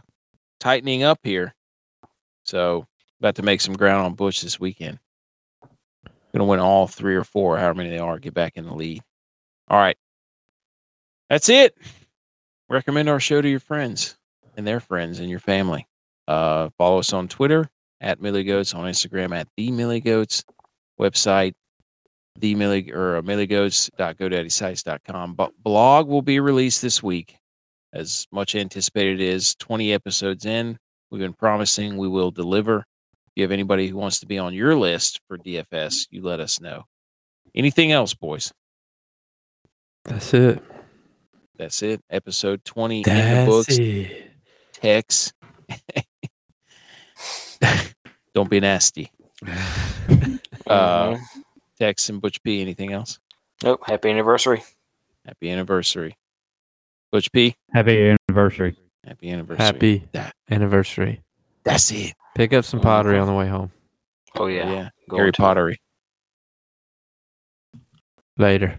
S1: tightening up here. So about to make some ground on Bush this weekend. Gonna win all three or four, however many they are, get back in the lead. All right. That's it. Recommend our show to your friends and their friends and your family. Uh follow us on Twitter at Milligoats, on Instagram at the Milligoats, website the Millie or uh, milliegoats.godaddysites.com. But blog will be released this week, as much anticipated it is. 20 episodes in. We've been promising we will deliver. If you have anybody who wants to be on your list for DFS, you let us know. Anything else, boys?
S2: That's it.
S1: That's it. Episode 20 in the
S2: That's
S1: books.
S2: it.
S1: Tex. Don't be nasty. Uh,
S4: Mhm.
S1: Tex and Butch P, anything else?
S4: nope. Happy anniversary.
S1: Happy anniversary. Butch P,
S3: Happy anniversary.
S1: happy anniversary.
S2: Happy
S1: That-
S2: anniversary.
S1: That's it.
S2: Pick up some pottery on the way home.
S4: Oh yeah.
S1: yeah.
S4: Go
S1: Harry
S4: to-
S1: Pottery.
S2: Later.